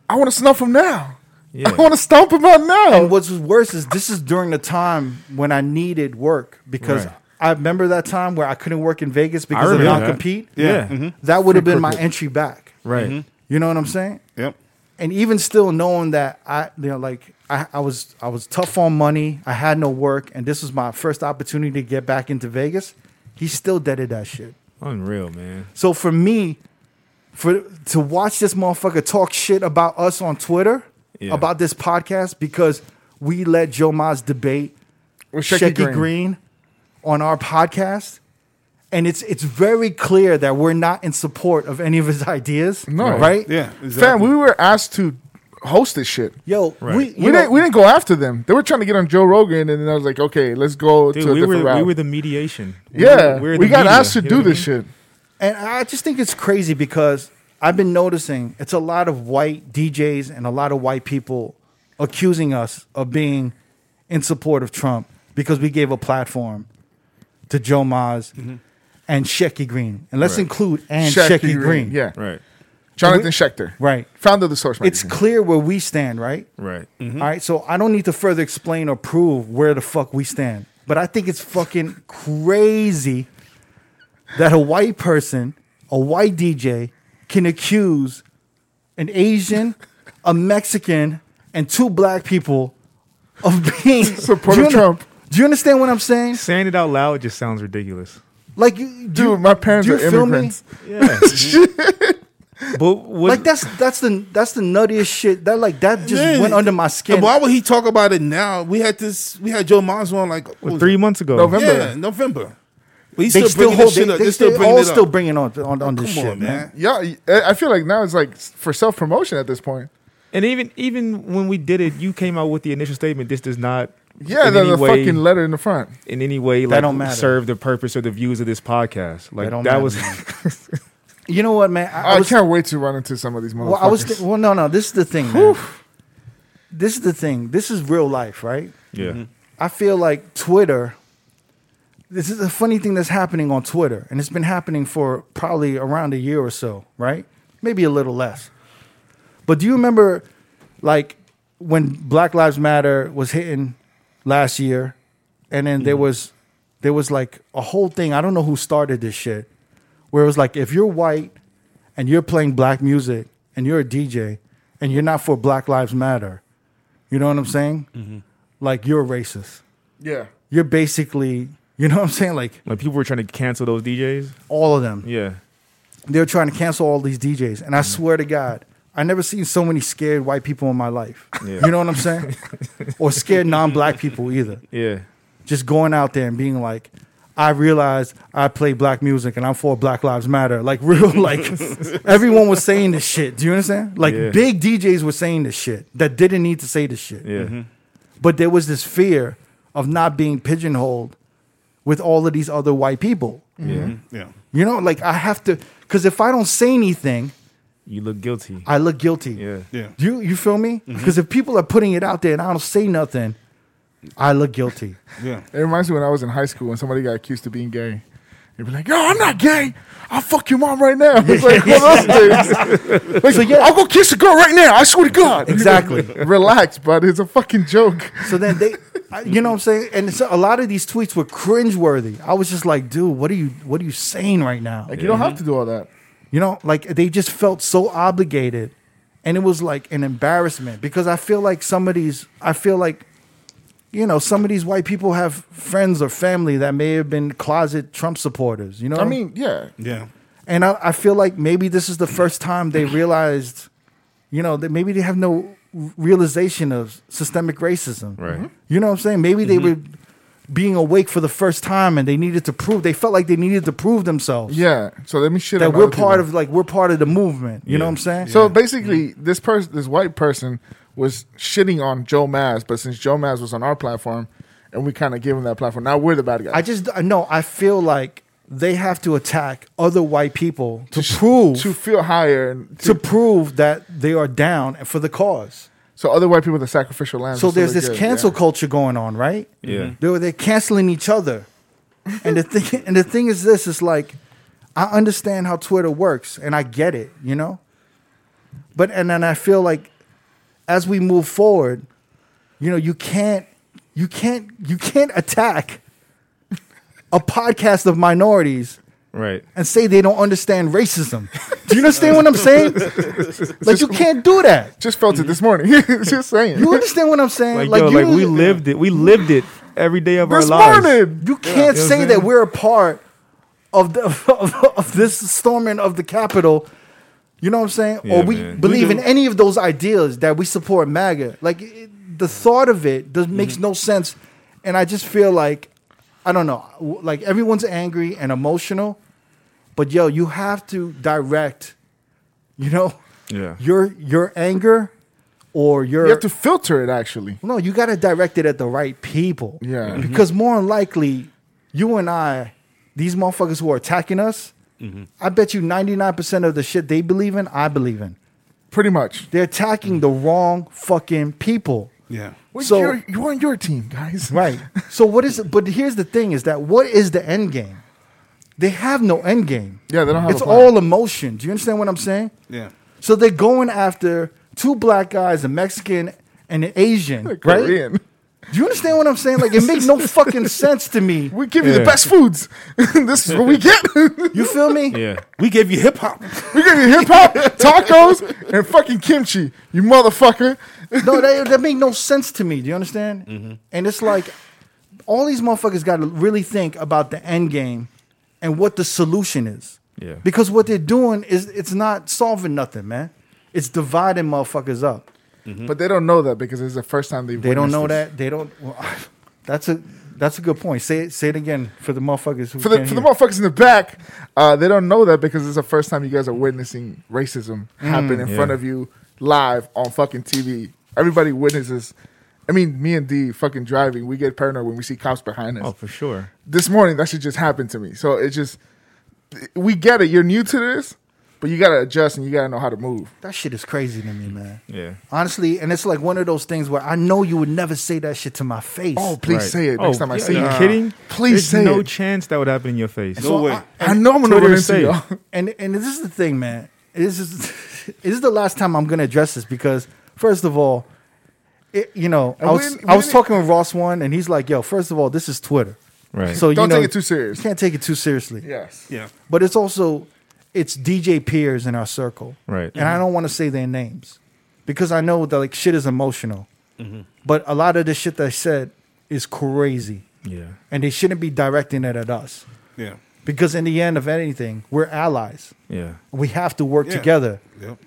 Speaker 2: I want to snuff him now.
Speaker 3: Yeah.
Speaker 2: I want to stomp him out now.
Speaker 1: And what's worse is this is during the time when I needed work because
Speaker 3: Right.
Speaker 1: I remember that time where I couldn't work in Vegas because of
Speaker 3: remember that.
Speaker 1: non compete.
Speaker 3: Yeah. Mm-hmm.
Speaker 1: That would have been my entry back.
Speaker 3: Right.
Speaker 1: You know what I'm saying?
Speaker 5: Yep.
Speaker 1: and even still knowing that I you know like I, I was I was tough on money, I had no work, and this was my first opportunity to get back into Vegas, he still deaded that shit.
Speaker 3: Unreal, man.
Speaker 1: So for me, for to watch this motherfucker talk shit about us on Twitter,
Speaker 3: Yeah.
Speaker 1: about this podcast, because we let Joe Maz debate
Speaker 2: With
Speaker 1: Shecky,
Speaker 2: Shecky
Speaker 1: Green.
Speaker 2: Green.
Speaker 1: on our podcast. And it's it's very clear that we're not in support of any of his ideas.
Speaker 2: No.
Speaker 1: Right?
Speaker 5: Yeah.
Speaker 2: Fam, we were asked to host this shit.
Speaker 1: Yo, we,
Speaker 3: Right.
Speaker 1: you
Speaker 2: we
Speaker 1: know-
Speaker 2: didn't. We didn't go after them. They were trying to get on Joe Rogan, and then I was like, "Okay, let's go
Speaker 3: Dude,
Speaker 2: to a
Speaker 3: we
Speaker 2: different
Speaker 3: were
Speaker 2: route."
Speaker 3: we were the mediation. We
Speaker 2: yeah,
Speaker 3: were-
Speaker 2: we,
Speaker 3: were the
Speaker 2: got
Speaker 3: media,
Speaker 2: asked to
Speaker 3: you
Speaker 2: do
Speaker 3: know what I
Speaker 2: this
Speaker 3: mean?
Speaker 2: shit.
Speaker 1: And I just think it's crazy because I've been noticing it's a lot of white DJs and a lot of white people accusing us of being in support of Trump because we gave a platform to Joe Maz and Shecky Green. And let's include and Mm-hmm. Shecky, Green.
Speaker 2: yeah,
Speaker 3: Right.
Speaker 2: Jonathan Schechter,
Speaker 1: Right.
Speaker 2: founder of the Source
Speaker 1: It's
Speaker 2: Magazine.
Speaker 1: clear where we stand, right?
Speaker 3: Right.
Speaker 2: Mm.
Speaker 1: All right. So I don't need to further explain or prove where the fuck we stand. But I think it's fucking crazy that a white person, a white DJ, can accuse an Asian, a Mexican, and two black people of being
Speaker 2: Support
Speaker 1: Do you
Speaker 2: of Trump.
Speaker 1: Do you understand what I'm saying?
Speaker 3: Saying it out loud just sounds ridiculous.
Speaker 1: Like, you- do you-
Speaker 2: Dude, my parents
Speaker 1: do you
Speaker 2: are
Speaker 1: feel me?
Speaker 2: immigrants.
Speaker 3: Yeah.
Speaker 2: Mm-hmm.
Speaker 3: but what,
Speaker 1: Like that's that's the that's the nuttiest shit. That like that just
Speaker 5: Man,
Speaker 1: went under my skin.
Speaker 5: And why would he talk about it now? We had this. We had Joe Mons on like what was
Speaker 3: three
Speaker 5: it?
Speaker 3: months ago.
Speaker 2: November.
Speaker 5: Yeah, November. But he's
Speaker 1: they
Speaker 5: still,
Speaker 1: still
Speaker 5: bringing this
Speaker 1: hold. They,
Speaker 5: shit
Speaker 1: they,
Speaker 5: up. They're
Speaker 1: still
Speaker 5: still bringing
Speaker 1: all
Speaker 5: it up.
Speaker 1: still bringing on on, on this
Speaker 5: Come
Speaker 1: shit,
Speaker 5: on,
Speaker 1: man.
Speaker 5: man.
Speaker 2: Yeah, I I feel like now it's like s- for self promotion at this point.
Speaker 3: And even even when we did it, you came out with the initial statement. This does not.
Speaker 2: Yeah,
Speaker 3: in
Speaker 2: the,
Speaker 3: any
Speaker 2: the
Speaker 3: way,
Speaker 2: fucking letter in the front.
Speaker 3: in any way like
Speaker 1: don't matter.
Speaker 3: serve the purpose or the views of this podcast. Like
Speaker 1: don't
Speaker 3: that,
Speaker 1: matter,
Speaker 3: was
Speaker 2: Mm-hmm.
Speaker 1: man. Oh, You know what, man?
Speaker 2: I,
Speaker 1: I, I was
Speaker 2: can't wait to run into some of these motherfuckers.
Speaker 1: Well, I was thi- well, no, no. This is the thing. Man. This is the thing. This is real life, right?
Speaker 3: yeah.
Speaker 2: Mm-hmm.
Speaker 1: I feel like Twitter. This is a funny thing that's happening on Twitter, and it's been happening for probably around a year or so, right? Maybe a little less. But do you remember, like, when Black Lives Matter was hitting last year, and then there was there was like a whole thing. I don't know who started this shit, where it was like if you're white and you're playing black music and you're a DJ and you're not for Black Lives Matter, you know what I'm saying? Like you're a racist.
Speaker 2: yeah,
Speaker 1: You're basically, you know what I'm saying? Like
Speaker 3: Like people were trying to cancel those DJs.
Speaker 1: all of them
Speaker 3: Yeah.
Speaker 1: they were trying to cancel all these DJs. And I
Speaker 3: Mm-hmm.
Speaker 1: swear to God, I never seen so many scared white people in my life.
Speaker 3: Yeah.
Speaker 1: You know what I'm saying? or scared non-black people either.
Speaker 3: Yeah.
Speaker 1: Just going out there and being like, I realize I play black music and I'm for Black Lives Matter. Like real, like everyone was saying this shit. Do you understand? Like
Speaker 3: Yeah.
Speaker 1: big DJs were saying this shit that didn't need to say this shit.
Speaker 3: Yeah.
Speaker 2: Mm-hmm.
Speaker 1: But there was this fear of not being pigeonholed with all of these other white people. Mm-hmm.
Speaker 3: Yeah.
Speaker 5: Yeah.
Speaker 1: You know, like I have to, because if I don't say anything,
Speaker 3: You look guilty.
Speaker 1: I look guilty.
Speaker 3: Yeah.
Speaker 5: Yeah.
Speaker 1: Do you you feel me?
Speaker 2: Mm-hmm.
Speaker 1: Because if people are putting it out there and I don't say nothing, I look guilty.
Speaker 5: Yeah.
Speaker 2: it reminds me when I was in high school when somebody got accused of being gay. You'd be like, "Yo, I'm not gay. I'll fuck your mom right now." It's like one of those things. Like, I'll go kiss a girl right now. I swear to God.
Speaker 1: Exactly.
Speaker 2: Relax, bud. It's a fucking joke.
Speaker 1: So then they, I, you know what I'm saying? And it's, a lot of these tweets were cringeworthy. I was just like, dude, what are you what are you saying right now?
Speaker 2: Like, you don't have to do all that.
Speaker 1: You know, like they just felt so obligated. And it was like an embarrassment because I feel like some of these, I feel like, you know, some of these white people have friends or family that may have been closet Trump supporters. You know,
Speaker 2: I mean, yeah.
Speaker 5: Yeah.
Speaker 1: And I, I feel like maybe this is the first time they realized, you know, that maybe they have no realization of systemic racism. Mm-hmm.
Speaker 3: Right.
Speaker 1: You know what I'm saying? Maybe they were being awake for the first time and they needed to prove they felt like they needed to prove themselves
Speaker 2: Yeah. So let me shit
Speaker 1: that
Speaker 2: on
Speaker 1: we're
Speaker 2: other
Speaker 1: part
Speaker 2: people.
Speaker 1: of like we're part of the movement. You know
Speaker 3: Yeah.
Speaker 1: what I'm saying?
Speaker 2: So basically, this person, this white person, was shitting on Joe Maz, but since Joe Maz was on our platform, and we kind of gave him that platform, now we're the bad guys.
Speaker 1: I just no. I feel like they have to attack other white people to prove
Speaker 2: to feel higher, and to,
Speaker 1: to prove that they are down for the cause.
Speaker 2: so other white people the sacrificial lambs.
Speaker 1: So
Speaker 2: are still
Speaker 1: there's
Speaker 2: the
Speaker 1: this
Speaker 2: good,
Speaker 1: cancel
Speaker 2: yeah.
Speaker 1: culture going on, right?
Speaker 3: Yeah.
Speaker 1: They're, they're canceling each other. And the thing and the thing is this is like I understand how Twitter works and I get it, you know? But and then I feel like as we move forward, you know, you can't you can't you can't attack a podcast of minorities
Speaker 3: Right.
Speaker 1: and say they don't understand racism. Do you understand what I'm saying? Like you can't do that.
Speaker 2: Just felt it this morning. just saying.
Speaker 1: You understand what I'm saying?
Speaker 3: Like, yo,
Speaker 1: you,
Speaker 3: like we lived it. We lived it every day of
Speaker 2: this
Speaker 3: our lives.
Speaker 2: morning.
Speaker 1: You can't
Speaker 3: You know what I'm
Speaker 1: say
Speaker 3: saying?
Speaker 1: that we're a part of the of, of this storming of the Capitol. You know what I'm saying?
Speaker 3: Yeah,
Speaker 1: or we
Speaker 3: man.
Speaker 1: believe
Speaker 5: We
Speaker 1: in any of those ideas that we support MAGA. Like it, the thought of it does
Speaker 3: Mm-hmm.
Speaker 1: makes no sense, and I just feel like I don't know. w- Like everyone's angry and emotional, but yo, you have to direct. You know,
Speaker 3: Yeah.
Speaker 1: your your anger or your
Speaker 2: You have to filter it actually.
Speaker 1: no, you got to direct it at the right people.
Speaker 2: Yeah. Mhm.
Speaker 1: Because more than likely, you and I, these motherfuckers who are attacking us, I bet you 99% of the shit they believe in, I believe in.
Speaker 2: Pretty much.
Speaker 1: They're attacking the wrong fucking people.
Speaker 5: Yeah.
Speaker 2: We're
Speaker 1: So-
Speaker 2: your- you're on your team, guys.
Speaker 1: Right. So what is but here's the thing is that what is the end game? They have no end game.
Speaker 2: Yeah, they don't have
Speaker 1: It's
Speaker 2: a plan.
Speaker 1: all emotion. Do you understand what I'm saying?
Speaker 5: Yeah.
Speaker 1: So they're going after two black guys, a Mexican and an Asian, right?
Speaker 2: Korean.
Speaker 1: Do you understand what I'm saying? Like it makes no fucking sense to me.
Speaker 2: We give you the
Speaker 3: Yeah.
Speaker 2: best foods. this is what we get. we
Speaker 1: You feel me?
Speaker 3: Yeah.
Speaker 5: We gave you hip hop.
Speaker 2: give you hip hop, tacos, and fucking kimchi. You motherfucker.
Speaker 1: No, that, that make no sense to me. Do you understand?
Speaker 2: Mm-hmm.
Speaker 1: And it's like all these motherfuckers got to really think about the end game and what the solution is.
Speaker 3: Yeah.
Speaker 1: Because what they're doing is it's not solving nothing, man. It's dividing motherfuckers up.
Speaker 2: But they don't know that because it's the first time they've.
Speaker 1: Mm-hmm. They don't
Speaker 2: witnessed
Speaker 1: know
Speaker 2: this.
Speaker 1: that. They don't. Well, that's a that's a good point. Say it. Say it again for the motherfuckers who
Speaker 2: For the
Speaker 1: can't
Speaker 2: for the
Speaker 1: hear.
Speaker 2: motherfuckers in the back, uh, they don't know that because it's the first time you guys are witnessing racism happen in
Speaker 3: Mm. Yeah.
Speaker 2: front of you live on fucking TV. Everybody witnesses. I mean, me and D fucking driving, we get paranoid when we see cops behind us.
Speaker 3: Oh, for sure.
Speaker 2: This morning, that shit just happened to me. So it just, we get it. You're new to this, but you gotta adjust and you gotta know how to move.
Speaker 1: That shit is crazy to me, man.
Speaker 3: Yeah.
Speaker 1: Honestly, and it's like one of those things where I know you would never say that shit to my face.
Speaker 2: Oh, please
Speaker 3: Right.
Speaker 2: say it next time I
Speaker 3: yeah,
Speaker 2: see
Speaker 3: are
Speaker 2: you.
Speaker 3: you. kidding?
Speaker 2: Please
Speaker 3: There's
Speaker 2: say
Speaker 3: no
Speaker 2: it.
Speaker 3: chance that would happen in your face.
Speaker 5: No way.
Speaker 2: I know I'm gonna
Speaker 3: Twitter
Speaker 2: run
Speaker 3: is
Speaker 2: into
Speaker 3: safe.
Speaker 2: y'all.
Speaker 1: and and this is the thing, man. This is this is the last time I'm gonna address this because first of all, it, you know, I
Speaker 2: And
Speaker 1: was
Speaker 2: when-
Speaker 1: I was
Speaker 2: when it-
Speaker 1: talking with Ross one, and he's like, "Yo, first of all, this is Twitter,
Speaker 3: Right.
Speaker 1: So
Speaker 2: Don't
Speaker 1: you know,
Speaker 2: take it too serious.
Speaker 1: You can't take it too seriously.
Speaker 2: Yes.
Speaker 5: Yeah.
Speaker 1: but it's also it's DJ peers in our circle,
Speaker 3: Right.
Speaker 1: And I don't want to say their names because I know that like shit is emotional, but a lot of the shit they said is crazy,
Speaker 3: Yeah.
Speaker 1: and they shouldn't be directing it at us
Speaker 5: Yeah.
Speaker 1: because in the end of anything, we're allies.
Speaker 3: Yeah.
Speaker 1: We have to work
Speaker 5: Yeah.
Speaker 1: together.
Speaker 5: Yep.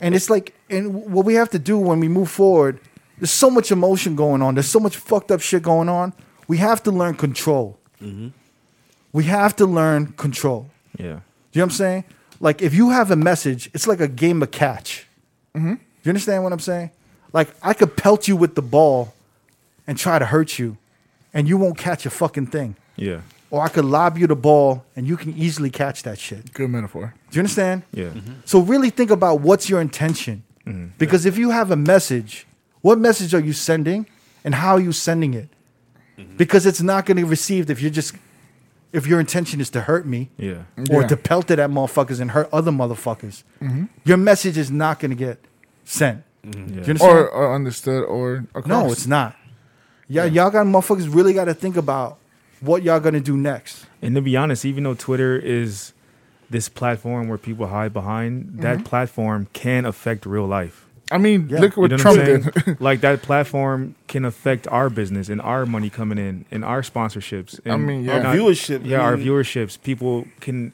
Speaker 1: And it's like, and what we have to do when we move forward, there's so much emotion going on. There's so much fucked up shit going on. We have to learn control. We have to learn control.
Speaker 3: Yeah.
Speaker 1: You know what I'm saying? Like, if you have a message, it's like a game of catch. You understand what I'm saying? Like, I could pelt you with the ball and try to hurt you, and you won't catch a fucking thing.
Speaker 3: Yeah.
Speaker 1: Or I could lob you the ball and you can easily catch that shit. Do
Speaker 2: Good metaphor.
Speaker 1: you understand? Mm-hmm.
Speaker 3: Yeah. Mm-hmm.
Speaker 1: So really think about what's your intention. Because if you have a message, what message are you sending and how are you sending it?
Speaker 3: Mm-hmm.
Speaker 1: Because it's not going to be received if you're just if your intention is to hurt me
Speaker 3: Yeah.
Speaker 1: or
Speaker 2: Yeah. Mm-hmm.
Speaker 1: to pelt it at motherfuckers and hurt other motherfuckers. Your message is not going to get sent. Do you
Speaker 3: Yeah.
Speaker 1: understand?
Speaker 2: Or, or understood or across.
Speaker 1: no, it's not. Yeah, y'all got motherfuckers really got to think about what y'all going to do next.
Speaker 3: And to be honest, even though Twitter is this platform where people hide behind,
Speaker 2: Mm-hmm.
Speaker 3: that platform can affect real life.
Speaker 2: I mean,
Speaker 1: Yeah.
Speaker 2: look at
Speaker 3: You
Speaker 2: what
Speaker 3: know
Speaker 2: Trump
Speaker 3: what I'm
Speaker 2: did.
Speaker 3: saying? like that platform can affect our business and our money coming in and our sponsorships. And
Speaker 2: mean, yeah.
Speaker 5: Our viewership,
Speaker 3: Yeah,
Speaker 5: I
Speaker 3: our
Speaker 5: mean-
Speaker 3: viewerships. People can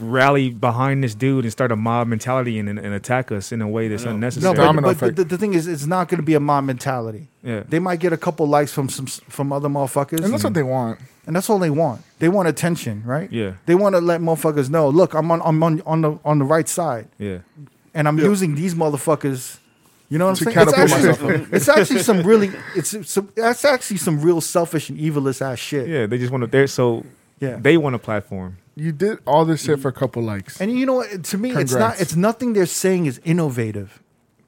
Speaker 3: rally behind this dude and start a mob mentality and, and, and attack us in a way that's
Speaker 1: No,
Speaker 3: unnecessary.
Speaker 1: but,
Speaker 2: Domino
Speaker 1: but the,
Speaker 2: effect.
Speaker 1: the, the thing is, it's not going to be a mob mentality.
Speaker 3: Yeah.
Speaker 1: They might get a couple likes from some from other motherfuckers,
Speaker 2: And that's what they want.
Speaker 1: and that's all they want. They want attention, right?
Speaker 3: Yeah.
Speaker 1: They want to let motherfuckers know, look, I'm on I'm on, on the on the right side,
Speaker 3: yeah.
Speaker 1: and I'm using these motherfuckers. You know what
Speaker 2: To
Speaker 1: I'm saying? It's
Speaker 2: catapult
Speaker 1: actually, it's actually some really it's some that's actually some real selfish and evilist ass shit.
Speaker 3: Yeah, they just want to. They're so.
Speaker 1: Yeah.
Speaker 3: they want a platform.
Speaker 2: You did all this shit for a couple likes.
Speaker 1: And you know what? To me, it's not
Speaker 2: Congrats.
Speaker 1: it's nothing they're saying is innovative.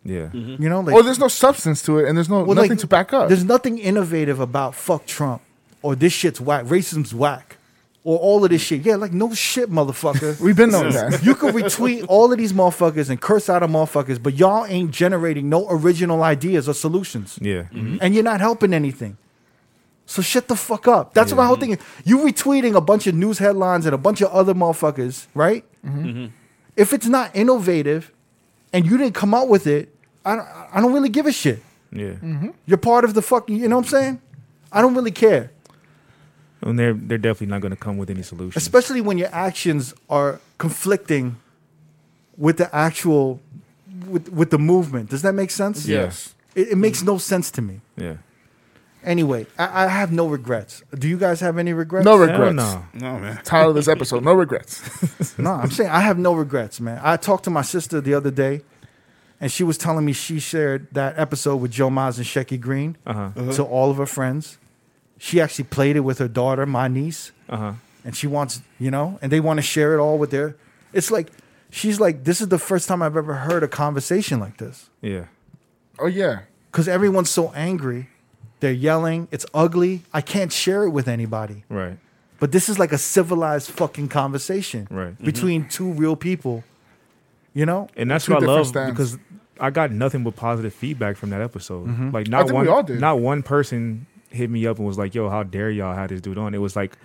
Speaker 3: Yeah,
Speaker 1: You know, like
Speaker 2: or Oh, there's no substance to it, and there's no
Speaker 1: Well,
Speaker 2: nothing
Speaker 1: like,
Speaker 2: to back up.
Speaker 1: There's nothing innovative about fuck Trump or this shit's whack, racism's whack, or all of this shit. Yeah, like no shit, motherfucker.
Speaker 2: We've been on that.
Speaker 1: you could retweet all of these motherfuckers and curse out of motherfuckers, but y'all ain't generating no original ideas or solutions.
Speaker 3: yeah,
Speaker 1: And you're not helping anything. So shut the fuck up. That's my whole thing. is. You retweeting a bunch of news headlines and a bunch of other motherfuckers, right? Mm-hmm. If it's not innovative and you didn't come out with it, I don't, I don't really give a shit.
Speaker 3: yeah.
Speaker 1: You're part of the fucking. You know what I'm saying? I don't really care,
Speaker 3: And they're they're definitely not going to come with any solution.
Speaker 1: especially when your actions are conflicting with the actual with with the movement. Does that make sense?
Speaker 3: Yes.
Speaker 1: It, it makes no sense to me.
Speaker 3: yeah,
Speaker 1: Anyway, I, I have no regrets. Do you guys have any regrets?
Speaker 2: No
Speaker 3: Hell
Speaker 2: regrets.
Speaker 3: no.
Speaker 5: No, man.
Speaker 2: Title of this episode: No regrets.
Speaker 1: no, I'm saying I have no regrets, man. I talked to my sister the other day, and she was telling me she shared that episode with Joe Maz and Shecky Green
Speaker 3: Uh-huh.
Speaker 1: to all of her friends. She actually played it with her daughter, my niece,
Speaker 3: Uh huh.
Speaker 1: and she wants, you know, and they want to share it all with their. It's like she's like, this is the first time I've ever heard a conversation like this
Speaker 3: Yeah.
Speaker 2: Oh yeah,
Speaker 1: because everyone's so angry, they're yelling, it's ugly. I can't share it with anybody.
Speaker 3: Right.
Speaker 1: But this is like a civilized fucking conversation
Speaker 3: Right. Mhm.
Speaker 1: between two real people, you know.
Speaker 3: And that's
Speaker 2: Two
Speaker 3: what I
Speaker 2: different
Speaker 3: love
Speaker 2: stands.
Speaker 3: because I got nothing but positive feedback from that episode. Like
Speaker 2: Mm-hmm. I
Speaker 3: not
Speaker 2: think we
Speaker 3: one,
Speaker 2: all did.
Speaker 3: not one person hit me up and was like, "Yo, how dare y'all have this dude on?" It was like.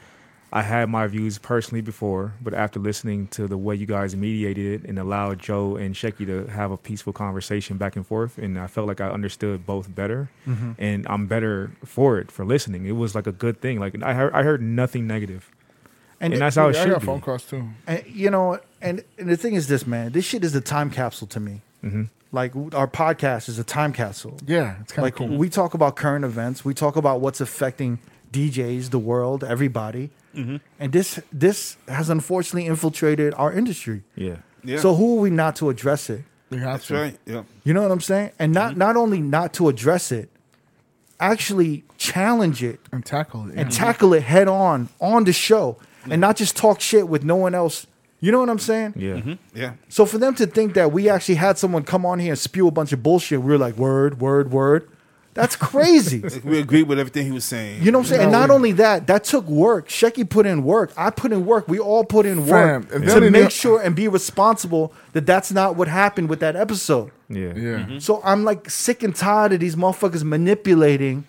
Speaker 3: I had my views personally before, but after listening to the way you guys mediated it and allowed Joe and Shecky to have a peaceful conversation back and forth, and I felt like I understood both better,
Speaker 2: Mm-hmm.
Speaker 3: and I'm better for it for listening. It was like a good thing. Like I heard, I heard nothing negative, and,
Speaker 1: it-
Speaker 3: that's how it
Speaker 2: Yeah, I
Speaker 3: should
Speaker 2: got
Speaker 3: be.
Speaker 2: phone calls too.
Speaker 1: and you know, and, and the thing is this, man, this shit is the time capsule to me.
Speaker 3: Mm-hmm.
Speaker 1: Like our podcast is a time capsule.
Speaker 2: Yeah, it's kind of
Speaker 1: Like
Speaker 2: cool.
Speaker 1: we talk about current events, we talk about what's affecting DJs, the world, everybody,
Speaker 3: Mm-hmm.
Speaker 1: and this this has unfortunately infiltrated our industry.
Speaker 3: Yeah,
Speaker 5: Yeah.
Speaker 1: So who are we not to address it?
Speaker 2: We have
Speaker 5: That's
Speaker 2: to.
Speaker 5: right. Yeah.
Speaker 1: You know what I'm saying? And not
Speaker 3: Mm-hmm.
Speaker 1: not only not to address it, actually challenge it
Speaker 2: and tackle it.
Speaker 1: and
Speaker 2: yeah.
Speaker 1: tackle it head on on the show, and not just talk shit with no one else. You know what I'm saying?
Speaker 3: yeah,
Speaker 5: Yeah.
Speaker 1: So for them to think that we actually had someone come on here and spew a bunch of bullshit, we were like, word, word, word. That's crazy.
Speaker 5: Like, we agree with everything he was saying.
Speaker 1: you know what I'm saying? And not only that, that took work. Shecky put in work. I put in work. We all put in work
Speaker 2: Fam, if
Speaker 1: to
Speaker 2: they
Speaker 1: make
Speaker 2: knew-
Speaker 1: sure and be responsible that that's not what happened with that episode.
Speaker 3: yeah,
Speaker 2: yeah,
Speaker 1: So I'm like sick and tired of these motherfuckers manipulating,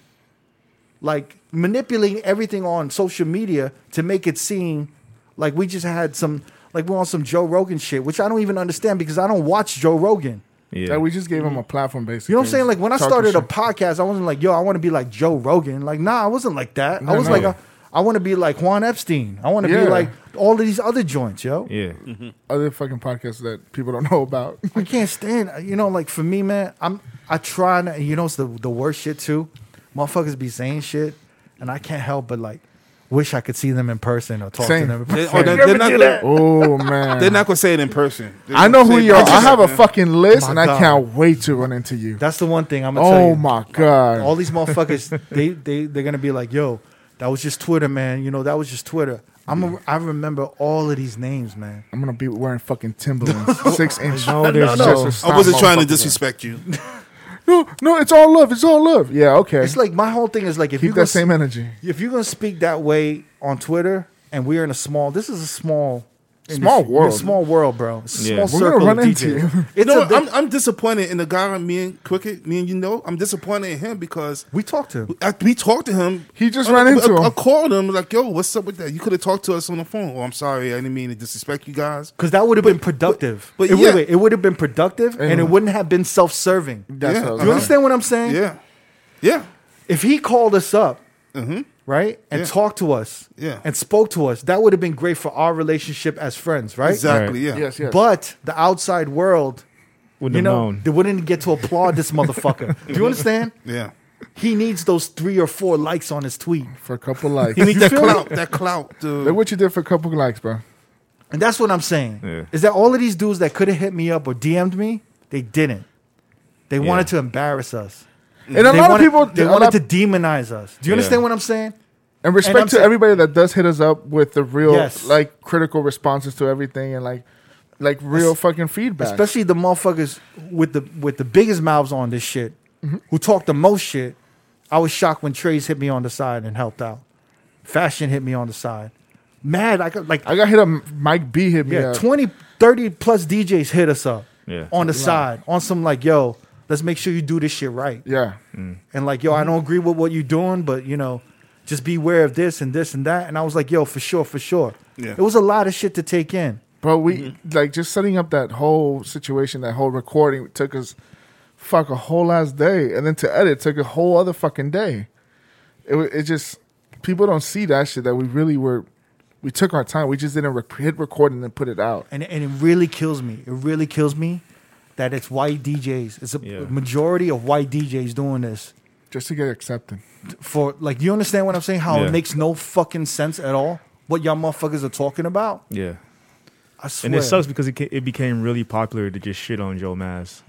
Speaker 1: like manipulating everything on social media to make it seem like we just had some, like we're on some Joe Rogan shit, which I don't even understand because I don't watch Joe Rogan.
Speaker 3: yeah.
Speaker 2: That we just gave him a platform, basically.
Speaker 1: You know what I'm saying? Like when I
Speaker 2: Talking
Speaker 1: started a
Speaker 2: shit.
Speaker 1: podcast, I wasn't like, yo, I want to be like Joe Rogan. Like, nah, I wasn't like that. I was
Speaker 2: no.
Speaker 1: like, uh, I, want to be like Juan Epstein. I want to
Speaker 2: Yeah.
Speaker 1: be like all of these other joints, yo.
Speaker 3: yeah,
Speaker 2: other fucking podcasts that people don't know about.
Speaker 1: I can't stand. You know, like for me, man, I'm I try. Not, you know, it's the the worst shit too. Motherfuckers be saying shit, and I can't help but like wish I could see them in person or talk
Speaker 2: Same.
Speaker 1: to them. in
Speaker 5: They,
Speaker 1: person.
Speaker 5: oh, they're, they're not,
Speaker 2: oh man,
Speaker 5: they're not gonna say it in person. They're
Speaker 2: I
Speaker 5: gonna
Speaker 2: know who
Speaker 5: say it
Speaker 2: you are.
Speaker 5: virtually,
Speaker 2: I have a
Speaker 5: man.
Speaker 2: fucking list,
Speaker 1: My
Speaker 2: and I
Speaker 1: God.
Speaker 2: can't wait to run into you.
Speaker 1: That's the one thing I'm gonna tell
Speaker 2: Oh
Speaker 1: you.
Speaker 2: my god!
Speaker 1: All these motherfuckers, they they they're gonna be like, yo, that was just Twitter, man. You know, that was just Twitter. I'm a, I remember all of these names, man.
Speaker 2: I'm gonna be wearing fucking Timberlands, six inch.
Speaker 3: No, there's
Speaker 2: Just
Speaker 3: no.
Speaker 2: to
Speaker 3: I
Speaker 2: stop
Speaker 5: I wasn't trying to
Speaker 2: motherfuckers.
Speaker 5: disrespect you.
Speaker 2: No, no, it's all love. It's all love. Yeah, okay.
Speaker 1: It's like my whole thing is like if you
Speaker 2: Keep
Speaker 1: gonna
Speaker 2: that
Speaker 1: s-
Speaker 2: same energy.
Speaker 1: if you're gonna speak that way on Twitter, and we're in a small, this is a small,
Speaker 2: Small
Speaker 1: industry.
Speaker 2: world.
Speaker 1: small world, bro. It's a
Speaker 3: Yeah.
Speaker 1: Small
Speaker 3: We're
Speaker 2: gonna
Speaker 1: circle
Speaker 2: run
Speaker 1: of
Speaker 2: into
Speaker 1: DJs.
Speaker 2: you.
Speaker 1: It's
Speaker 5: No,
Speaker 1: a,
Speaker 5: I'm, I'm disappointed in the guy, me and Cricket, me and you know. I'm disappointed in him because
Speaker 1: we talked to him.
Speaker 5: I, we talked to him.
Speaker 2: He just
Speaker 5: I-
Speaker 2: ran
Speaker 5: I-
Speaker 2: into
Speaker 5: I,
Speaker 2: him.
Speaker 5: I called him like, "Yo, what's up with that? You could have talked to us on the phone." Oh, I'm sorry, I didn't mean to disrespect you guys.
Speaker 1: because that would have been productive.
Speaker 5: but
Speaker 1: it,
Speaker 5: yeah.
Speaker 1: wait, wait, it would have been productive, and it
Speaker 2: Anyway.
Speaker 1: wouldn't have been self-serving.
Speaker 2: That's
Speaker 5: Yeah.
Speaker 2: what I was
Speaker 1: You
Speaker 2: like.
Speaker 1: understand what I'm saying?
Speaker 5: Yeah, yeah,
Speaker 1: If he called us up right? And
Speaker 5: Yeah.
Speaker 1: talked to us
Speaker 5: Mm-hmm. Yeah.
Speaker 1: and spoke to us, that would have been great for our relationship as friends, right?
Speaker 5: Exactly. Yeah.
Speaker 2: Yes, yes.
Speaker 1: But the outside world,
Speaker 3: Wouldn't
Speaker 1: you
Speaker 3: have
Speaker 1: know,
Speaker 3: known.
Speaker 1: they wouldn't get to applaud this motherfucker. Do you understand?
Speaker 5: Yeah.
Speaker 1: He needs those three or four likes on his tweet.
Speaker 2: for a couple likes.
Speaker 5: You that
Speaker 1: feel me?
Speaker 5: clout. That clout, dude.
Speaker 2: Look what you did for a couple likes,
Speaker 1: Mm.
Speaker 2: bro.
Speaker 1: And that's what I'm saying.
Speaker 3: Yeah.
Speaker 1: Is that all of these dudes that could have hit me up or DM'd me, they didn't. They
Speaker 3: Yeah.
Speaker 1: wanted to embarrass us.
Speaker 2: And a
Speaker 1: they
Speaker 2: lot
Speaker 1: wanted,
Speaker 2: of people
Speaker 1: they
Speaker 2: a
Speaker 1: wanted
Speaker 2: lot-
Speaker 1: to demonize us. Do you
Speaker 3: Yeah.
Speaker 1: understand what I'm saying?
Speaker 2: and
Speaker 1: and
Speaker 2: respect
Speaker 1: I'm
Speaker 2: to
Speaker 1: saying-
Speaker 2: everybody that does hit us up with the real
Speaker 1: Yes.
Speaker 2: like critical responses to everything and like like real fucking feedback.
Speaker 1: Especially the motherfuckers with the with the biggest mouths on this shit, who talk the most shit. I was shocked when Trace hit me on the side and helped out. Fashion hit me on the side. Mad, I got like
Speaker 2: I got hit up. Mike B hit me
Speaker 1: Yeah,
Speaker 2: up.
Speaker 1: 20, 30 plus DJs hit us up
Speaker 3: Yeah.
Speaker 1: on the side, on some like, yo, let's make sure you do this shit right.
Speaker 2: yeah,
Speaker 1: And like, yo, I don't agree with what you're doing, but you know, just beware of this and this and that. And I was like, yo, for sure, for sure.
Speaker 5: Yeah.
Speaker 1: It was a lot of shit to take in.
Speaker 2: but we like just setting up that whole situation, that whole recording took us fuck a whole last day, and then to edit took a whole other fucking day. It wa- it just people don't see that shit that we really were. We took our time. We just didn't rec- hit record and then put it out.
Speaker 1: And and it really kills me. It really kills me that it's white DJs. It's a
Speaker 3: Yeah.
Speaker 1: majority of white DJs doing this.
Speaker 2: just to get accepted.
Speaker 1: For like, you understand what I'm saying? How
Speaker 3: Yeah.
Speaker 1: it makes no fucking sense at all. What y'all motherfuckers are talking about?
Speaker 3: Yeah.
Speaker 1: I swear.
Speaker 3: And it sucks because it, ca- it became really popular to just shit on Joe Mass.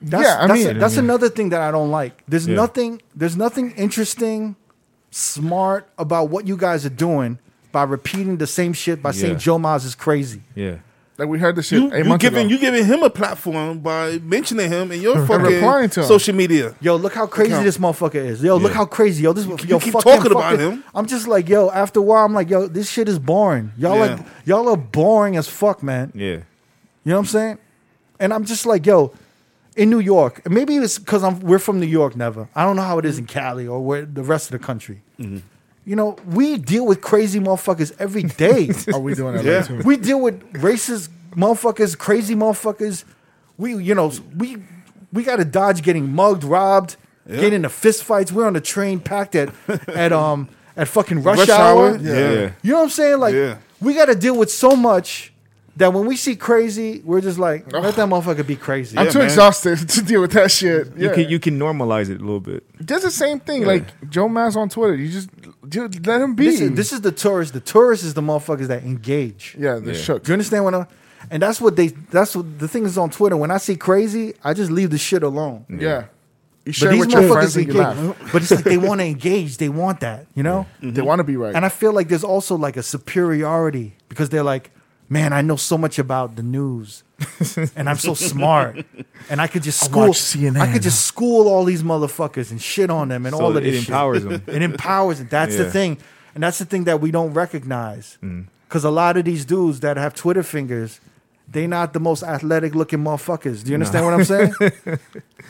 Speaker 1: That's,
Speaker 2: Yeah, I
Speaker 1: that's,
Speaker 2: mean-
Speaker 1: that's
Speaker 3: Yeah.
Speaker 1: another thing that I don't like. There's
Speaker 3: Yeah.
Speaker 1: nothing. There's nothing interesting, smart about what you guys are doing by repeating the same shit by saying
Speaker 3: Yeah.
Speaker 1: Joe Maz is crazy.
Speaker 3: Yeah.
Speaker 2: Like we heard the shit
Speaker 5: You,
Speaker 2: eight
Speaker 5: you
Speaker 2: months
Speaker 5: giving
Speaker 2: ago.
Speaker 5: you giving him a platform by mentioning him in your
Speaker 2: replying
Speaker 5: fucking
Speaker 2: to him.
Speaker 5: social media.
Speaker 1: Yo, look how crazy
Speaker 5: Account.
Speaker 1: this motherfucker is. Yo, look
Speaker 3: Yeah.
Speaker 1: how crazy. Yo, this yo
Speaker 5: keep
Speaker 1: fucking-
Speaker 5: talking about
Speaker 1: fucking-
Speaker 5: him.
Speaker 1: I'm just like, yo. After a while, I'm like, yo, this shit is boring. Y'all
Speaker 5: Yeah.
Speaker 1: like, y'all are boring as fuck, man.
Speaker 3: Yeah.
Speaker 1: You know what I'm saying? And I'm just like, yo, in New York, and maybe it's because I'm we're from New York. Never, I don't know how it is in Cali or where the rest of the country. You know, we deal with crazy motherfuckers every day.
Speaker 2: Are Oh, we doing that
Speaker 5: Yeah.
Speaker 2: too?
Speaker 1: we deal with racist motherfuckers, crazy motherfuckers. We, you know, we we got to dodge getting mugged, robbed, getting into fist fights. We're on the train packed at at um at fucking rush,
Speaker 5: Rush
Speaker 1: hour.
Speaker 5: hour? Yeah.
Speaker 3: Yeah.
Speaker 1: You know what I'm saying? Like
Speaker 5: Yeah.
Speaker 1: we got to deal with so much that when we see crazy, we're just like, let that motherfucker be crazy.
Speaker 2: I'm
Speaker 5: Yeah,
Speaker 2: too
Speaker 5: man.
Speaker 2: exhausted to deal with that shit. Yeah.
Speaker 3: You can you can normalize it a little bit.
Speaker 2: That's the same thing. Like Joe Mass on Twitter. You just, just let him be.
Speaker 1: This is, this is the tourist. The tourist is the motherfuckers that engage.
Speaker 2: yeah, the
Speaker 3: Yeah.
Speaker 2: shook.
Speaker 1: Do you understand what I'm? And that's what they. That's what the thing is on Twitter. When I see crazy, I just leave the shit alone.
Speaker 2: Yeah. You
Speaker 1: But
Speaker 2: share
Speaker 1: these
Speaker 2: with your friends
Speaker 1: motherfuckers
Speaker 2: and you laugh.
Speaker 1: engage. But it's like they want to engage. They want that, you know.
Speaker 2: They want to be right.
Speaker 1: Mm-hmm. And I feel like there's also like a superiority because they're like, man, I know so much about the news, and I'm so smart, and I could just
Speaker 2: I
Speaker 1: school.
Speaker 2: watch CNN.
Speaker 1: I could just school all these motherfuckers and shit on them and
Speaker 3: So
Speaker 1: all of
Speaker 3: it
Speaker 1: this. shit.
Speaker 3: empowers 'em.
Speaker 1: It empowers them. That's the
Speaker 3: Yeah. Mm.
Speaker 1: thing, and that's the thing that we don't recognize because a lot of these dudes that have Twitter fingers. They not the most athletic looking motherfuckers. Do you understand what I'm saying?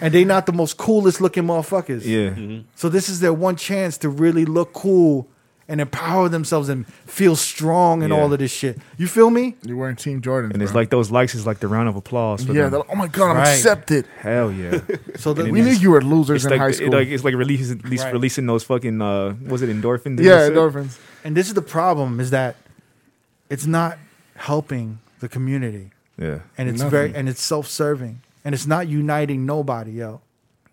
Speaker 1: and they not the most coolest looking motherfuckers.
Speaker 3: Yeah.
Speaker 1: So this is their one chance to really look cool and empower themselves and feel strong and
Speaker 3: Yeah.
Speaker 1: all of this shit. You feel me?
Speaker 2: You're wearing Team Jordan.
Speaker 3: And it's like those likes is like the round of applause for
Speaker 2: yeah, they're
Speaker 3: them.
Speaker 2: like, oh my God, I'm
Speaker 1: Right.
Speaker 2: accepted.
Speaker 3: Hell yeah.
Speaker 1: So the,
Speaker 3: And
Speaker 2: We knew you were
Speaker 3: it's
Speaker 2: losers in
Speaker 3: like,
Speaker 2: high
Speaker 3: it-
Speaker 2: school.
Speaker 3: like it's like releasing at least
Speaker 1: Right.
Speaker 3: releasing those fucking uh was it endorphins? that
Speaker 2: yeah,
Speaker 3: you said?
Speaker 2: endorphins.
Speaker 1: and this is the problem is that it's not helping the community
Speaker 3: Yeah.
Speaker 1: and it's
Speaker 2: Nothing.
Speaker 1: very and it's self-serving and it's not uniting nobody else.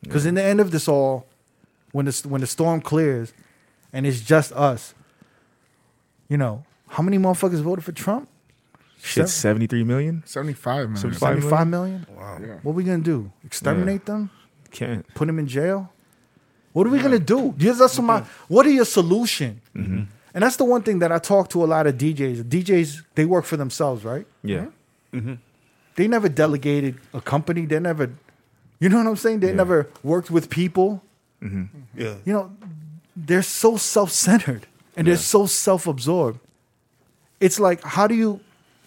Speaker 1: Cuz in the end of this all when the when the storm clears and it's just us you know, how many motherfuckers voted for Trump?
Speaker 3: Shit, seventy three million?
Speaker 2: 75, man.
Speaker 3: 75.
Speaker 1: 75 million?
Speaker 5: Wow.
Speaker 2: Yeah.
Speaker 1: What we going to do? Exterminate them?
Speaker 3: Can't.
Speaker 1: put him in jail? What are we gonna do? Yes, That's my, what are your solution? And that's the one thing that I talk to a lot of DJs. DJs they work for themselves, right?
Speaker 3: Yeah.
Speaker 1: They never delegated a company. They never, you know what I'm saying? They
Speaker 3: Yeah.
Speaker 1: never worked with people.
Speaker 5: Yeah.
Speaker 1: You know, they're so self centered and they're so self absorbed. It's like, how do you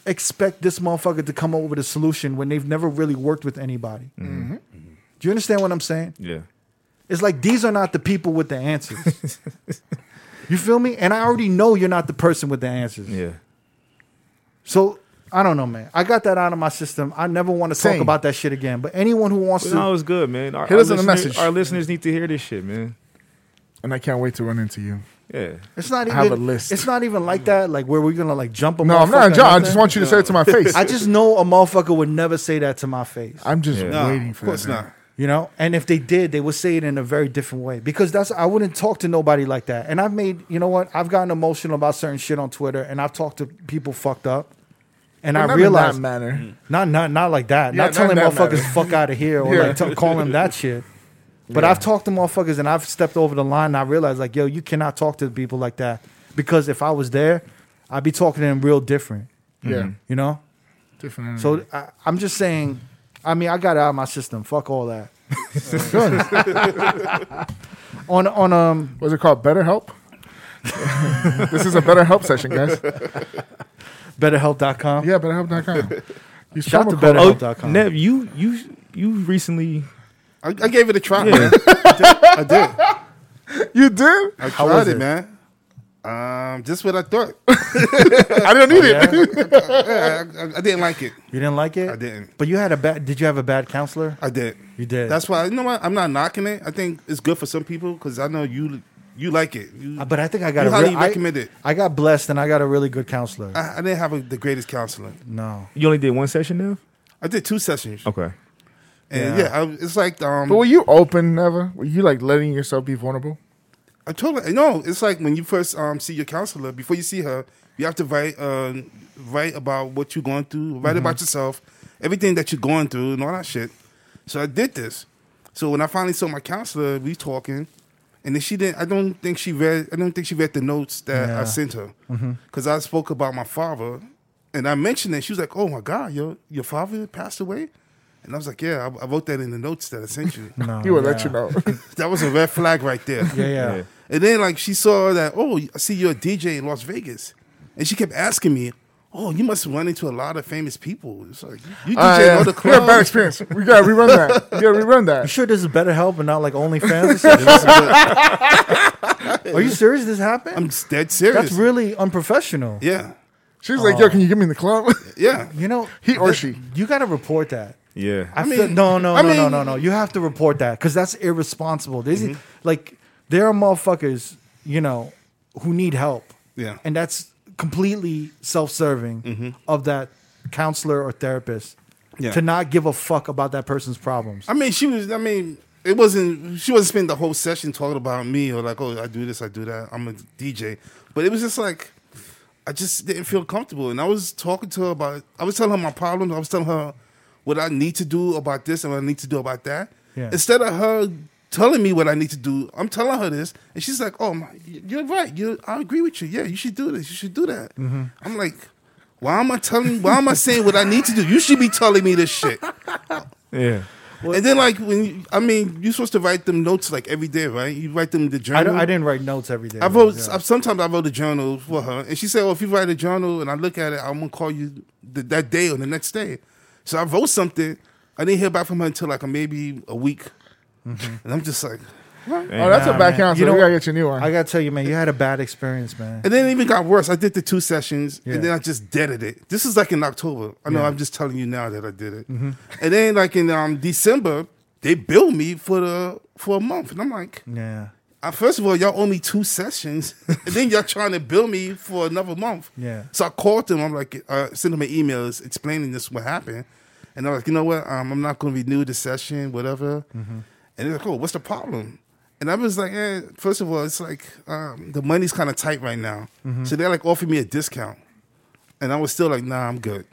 Speaker 1: expect this motherfucker to come up with a solution when they've never really worked with anybody? Mm-hmm. Do you understand what I'm saying?
Speaker 3: Yeah.
Speaker 1: It's like these are not the people with the answers. you feel me? And I already know you're not the person with the answers.
Speaker 3: Yeah.
Speaker 1: So I don't know, man. I got that out of my system. I never want to talk
Speaker 2: Same.
Speaker 1: about that shit again. But anyone who wants
Speaker 3: But
Speaker 1: to,
Speaker 3: no, it's good, man. Our,
Speaker 2: Hit
Speaker 3: our
Speaker 2: us on a
Speaker 3: listeners-
Speaker 2: message.
Speaker 3: Our listeners need to hear this shit, man.
Speaker 2: And I can't wait to run into you.
Speaker 3: Yeah.
Speaker 1: It's not even.
Speaker 2: have a list.
Speaker 1: It's not even like that. Like where we're gonna like jump a.
Speaker 2: No, I'm not a
Speaker 1: motherfucker or
Speaker 2: John. I
Speaker 1: nothing.
Speaker 2: just want you to say it to my face.
Speaker 1: I just know a motherfucker would never say that to my face.
Speaker 2: I'm just
Speaker 3: Yeah.
Speaker 5: No,
Speaker 2: waiting
Speaker 5: of
Speaker 2: for that.
Speaker 5: course not.
Speaker 1: You know, and if they did, they would say it in a very different way because that's I wouldn't talk to nobody like that. And I've made, you know what? I've gotten emotional about certain shit on Twitter, and I've talked to people fucked up, and
Speaker 2: Not
Speaker 1: I
Speaker 2: in
Speaker 1: realized
Speaker 2: that
Speaker 3: Mm.
Speaker 2: manner.
Speaker 1: not not not like that.
Speaker 2: Yeah,
Speaker 1: not telling
Speaker 2: not in that
Speaker 1: motherfuckers fuck out of here or
Speaker 2: Yeah.
Speaker 1: like t- calling that shit. But I've talked to motherfuckers and I've stepped over the line. and I realized like, yo, you cannot talk to people like that because if I was there, I'd be talking to them real different.
Speaker 2: Yeah,
Speaker 1: You know.
Speaker 2: different.
Speaker 5: Mm.
Speaker 2: energy.
Speaker 1: Mm-hmm. So I, I'm just saying. I mean, I got it out of my system. Fuck all that. on on um
Speaker 2: what's it called? Better help. this is a better help session, guys.
Speaker 1: BetterHelp.com.
Speaker 2: Yeah, betterhelp.com. Use
Speaker 1: Shout
Speaker 2: promo
Speaker 1: to
Speaker 2: code-
Speaker 1: Better-
Speaker 3: Oh,
Speaker 1: Help.com.
Speaker 3: Nev, you you you recently
Speaker 5: I, I gave it a try,
Speaker 3: Yeah.
Speaker 5: man. I did. I
Speaker 2: You did?
Speaker 5: did. I
Speaker 1: How
Speaker 5: tried
Speaker 1: was
Speaker 5: it,
Speaker 1: it?
Speaker 5: man. Um, just what I thought.
Speaker 2: I didn't
Speaker 3: Oh,
Speaker 2: need it.
Speaker 5: I, I, I didn't like it.
Speaker 1: You didn't like it?
Speaker 5: I didn't.
Speaker 1: But you had a bad. Did you have a bad counselor?
Speaker 5: I did.
Speaker 1: You did.
Speaker 5: That's why you know what I'm not knocking it. I think it's good for some people because I know you you like it. You,
Speaker 1: Uh, But I think I got.
Speaker 5: You
Speaker 1: a
Speaker 5: highly
Speaker 1: I-
Speaker 5: recommend it. Uh,
Speaker 1: I got blessed and I got a really good counselor.
Speaker 5: I, I didn't have a, the greatest counselor.
Speaker 1: no.
Speaker 3: you only did one session, Nev.
Speaker 5: I did two sessions,
Speaker 3: Okay.
Speaker 5: and
Speaker 1: Oh, Yeah.
Speaker 5: yeah, I, it's like um,
Speaker 2: But were you open, never? Were you like letting yourself be vulnerable?
Speaker 5: I told her, no, it's like when you first um, see your counselor, before you see her, you have to write uh, write about what you're going through, write
Speaker 1: Mm-hmm.
Speaker 5: about yourself, everything that you're going through, and all that shit. So I did this. So when I finally saw my counselor, we talking, and then she didn't. I don't think she read. I don't think she read the notes that
Speaker 1: Yeah. Mm-hmm.
Speaker 5: I sent her because I spoke about my father, and I mentioned it. She was like, "Oh my God, your your father passed away," and I was like, "Yeah, I, I wrote that in the notes that I sent you."
Speaker 1: No.
Speaker 2: He would let
Speaker 1: Oh, yeah.
Speaker 2: you know.
Speaker 5: that was a red flag right there.
Speaker 1: Yeah, yeah.
Speaker 3: Yeah.
Speaker 5: And then like she saw that, oh, I see you're a DJ in Las Vegas. And she kept asking me, Oh, you must run into a lot of famous people. It's like you DJ
Speaker 2: Uh,
Speaker 5: in
Speaker 2: yeah.
Speaker 5: all the
Speaker 2: We had a bad
Speaker 5: clubs.
Speaker 2: experience. We gotta rerun that. We gotta rerun
Speaker 1: You
Speaker 2: that.
Speaker 1: sure this is BetterHelp and not like OnlyFans? or something? Are you serious? This happened?
Speaker 5: I'm s- dead serious.
Speaker 1: That's really unprofessional.
Speaker 5: yeah.
Speaker 2: She was like,
Speaker 1: Oh.
Speaker 2: "Yo, can you give me in the club?"
Speaker 5: Yeah.
Speaker 1: You know,
Speaker 2: He or
Speaker 1: th-
Speaker 2: she.
Speaker 1: You got to report that.
Speaker 3: Yeah.
Speaker 1: I,
Speaker 5: mean-
Speaker 1: feel, no, no,
Speaker 5: I
Speaker 1: no, no,
Speaker 5: mean- Mm-hmm.
Speaker 1: no, no. You have to report that because that's irresponsible. There's, Like there are motherfuckers, you know, who need help.
Speaker 5: Yeah. Mm-hmm.
Speaker 1: and that's completely self-serving of that counselor or therapist
Speaker 5: Yeah.
Speaker 1: to not give a fuck about that person's problems.
Speaker 5: I mean, she was I mean, it wasn't she wasn't spending the whole session talking about me or like, oh, I do this, I do that, I'm a DJ. But it was just like I just didn't feel comfortable. And I was talking to her about I was telling her my problems, I was telling her what I need to do about this and what I need to do about that.
Speaker 1: Yeah.
Speaker 5: Instead of her telling me what I need to do, I'm telling her this, and she's like, "Oh, my, you're right. You, I agree with you. Yeah, you should do this. You should do that." I'm like, "Why am I telling? Why am I saying what I need to do? You should be telling me this shit."
Speaker 3: Yeah.
Speaker 5: and then like when you, I mean, you're supposed to write them notes like every day, right? You write them in the journal.
Speaker 1: I, don't, I didn't write notes every day.
Speaker 5: I wrote
Speaker 1: Yeah.
Speaker 5: I- sometimes I wrote a journal for her, and she said, "Well, if you write a journal and I look at it, I'm gonna call you th- that day or the next day." So I wrote something. I didn't hear back from her until like maybe a week,
Speaker 1: Mm-hmm.
Speaker 5: and I'm just like,
Speaker 2: Oh, that's
Speaker 1: Nah,
Speaker 2: a bad
Speaker 1: man.
Speaker 2: counselor.
Speaker 1: You know-
Speaker 2: we gotta get you a new one.
Speaker 1: I gotta tell you, man, you had a bad experience, man.
Speaker 5: and then it even got worse. I did the two sessions,
Speaker 1: Yeah.
Speaker 5: and then I just deaded it. This is like in October. I know I'm just telling you now that I did it,
Speaker 1: Mm-hmm.
Speaker 5: and then like in um, December they billed me for the for a month, and I'm like,
Speaker 1: Yeah,
Speaker 5: Uh, first of all, y'all owe me two sessions, and then y'all trying to bill me for another month.
Speaker 1: Yeah.
Speaker 5: So I called them. I'm like, uh, sent them an email explaining this what happened, and I'm like, you know what? Um, I'm not going to renew the session, whatever. And they're like, oh, what's the problem? And I was like, eh, first of all, it's like um, the money's kind of tight right now, so they're like offering me a discount, and I was still like, nah, I'm good.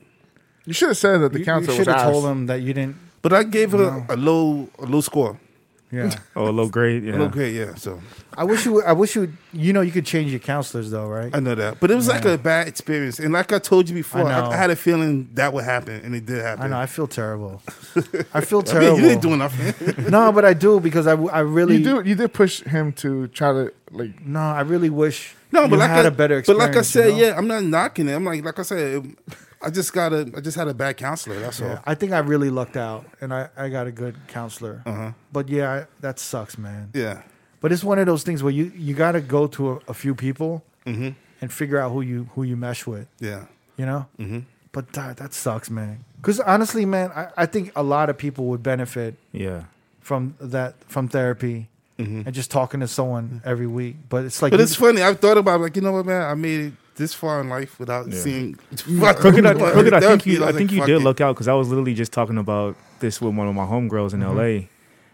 Speaker 2: you should have said that the
Speaker 1: you, you
Speaker 2: counselor
Speaker 1: should
Speaker 2: was
Speaker 1: have
Speaker 2: asked.
Speaker 1: told him that you didn't.
Speaker 5: But I gave her a low, a low score,
Speaker 1: Yeah,
Speaker 3: Oh, low grade.
Speaker 5: a
Speaker 3: Yeah.
Speaker 5: low grade, yeah. So
Speaker 1: I wish you. I wish you. You know, you could change your counselors though, right?
Speaker 5: I know that, but it was like a bad experience, and like I told you before,
Speaker 1: I
Speaker 5: I,
Speaker 1: know.
Speaker 5: I, had a feeling that would happen, and it did happen.
Speaker 1: I know. I feel terrible. I feel
Speaker 5: I mean,
Speaker 1: terrible.
Speaker 5: you didn't do nothing.
Speaker 1: no, but I do because I, w- I really
Speaker 2: You do. You did push him to try to like.
Speaker 1: No, I really wish.
Speaker 5: no,
Speaker 1: you
Speaker 5: but like
Speaker 1: had
Speaker 5: I,
Speaker 1: a better
Speaker 5: but
Speaker 1: experience.
Speaker 5: like I said,
Speaker 1: you know?
Speaker 5: yeah, I'm not knocking it. I'm like, like I said, it- I just got a, I just had a bad counselor. That's all.
Speaker 1: Yeah, I think I really lucked out, and I, I got a good counselor.
Speaker 5: Uh-huh.
Speaker 1: But yeah, I, that sucks, man.
Speaker 5: Yeah,
Speaker 1: But it's one of those things where you you got to go to a, a few people and figure out who you who you mesh with.
Speaker 5: Mm-hmm. yeah,
Speaker 1: You know. Mm-hmm. But that, that sucks, man. Because honestly, man, I, I think a lot of people would benefit
Speaker 3: Yeah.
Speaker 1: from that from therapy and just talking to someone every week. But it's like
Speaker 5: Mm-hmm. But
Speaker 1: you-
Speaker 5: it's funny. I've thought about it, like you know what, man. I made it this far in life without seeing.
Speaker 1: Mm-hmm.
Speaker 3: Crooked, I, Crooked, I think
Speaker 5: Therapy,
Speaker 3: you,
Speaker 5: was
Speaker 3: I think
Speaker 5: like,
Speaker 3: you
Speaker 5: fuck
Speaker 3: did
Speaker 5: it.
Speaker 3: look out because I was literally just talking about this with one of my homegirls in L.A.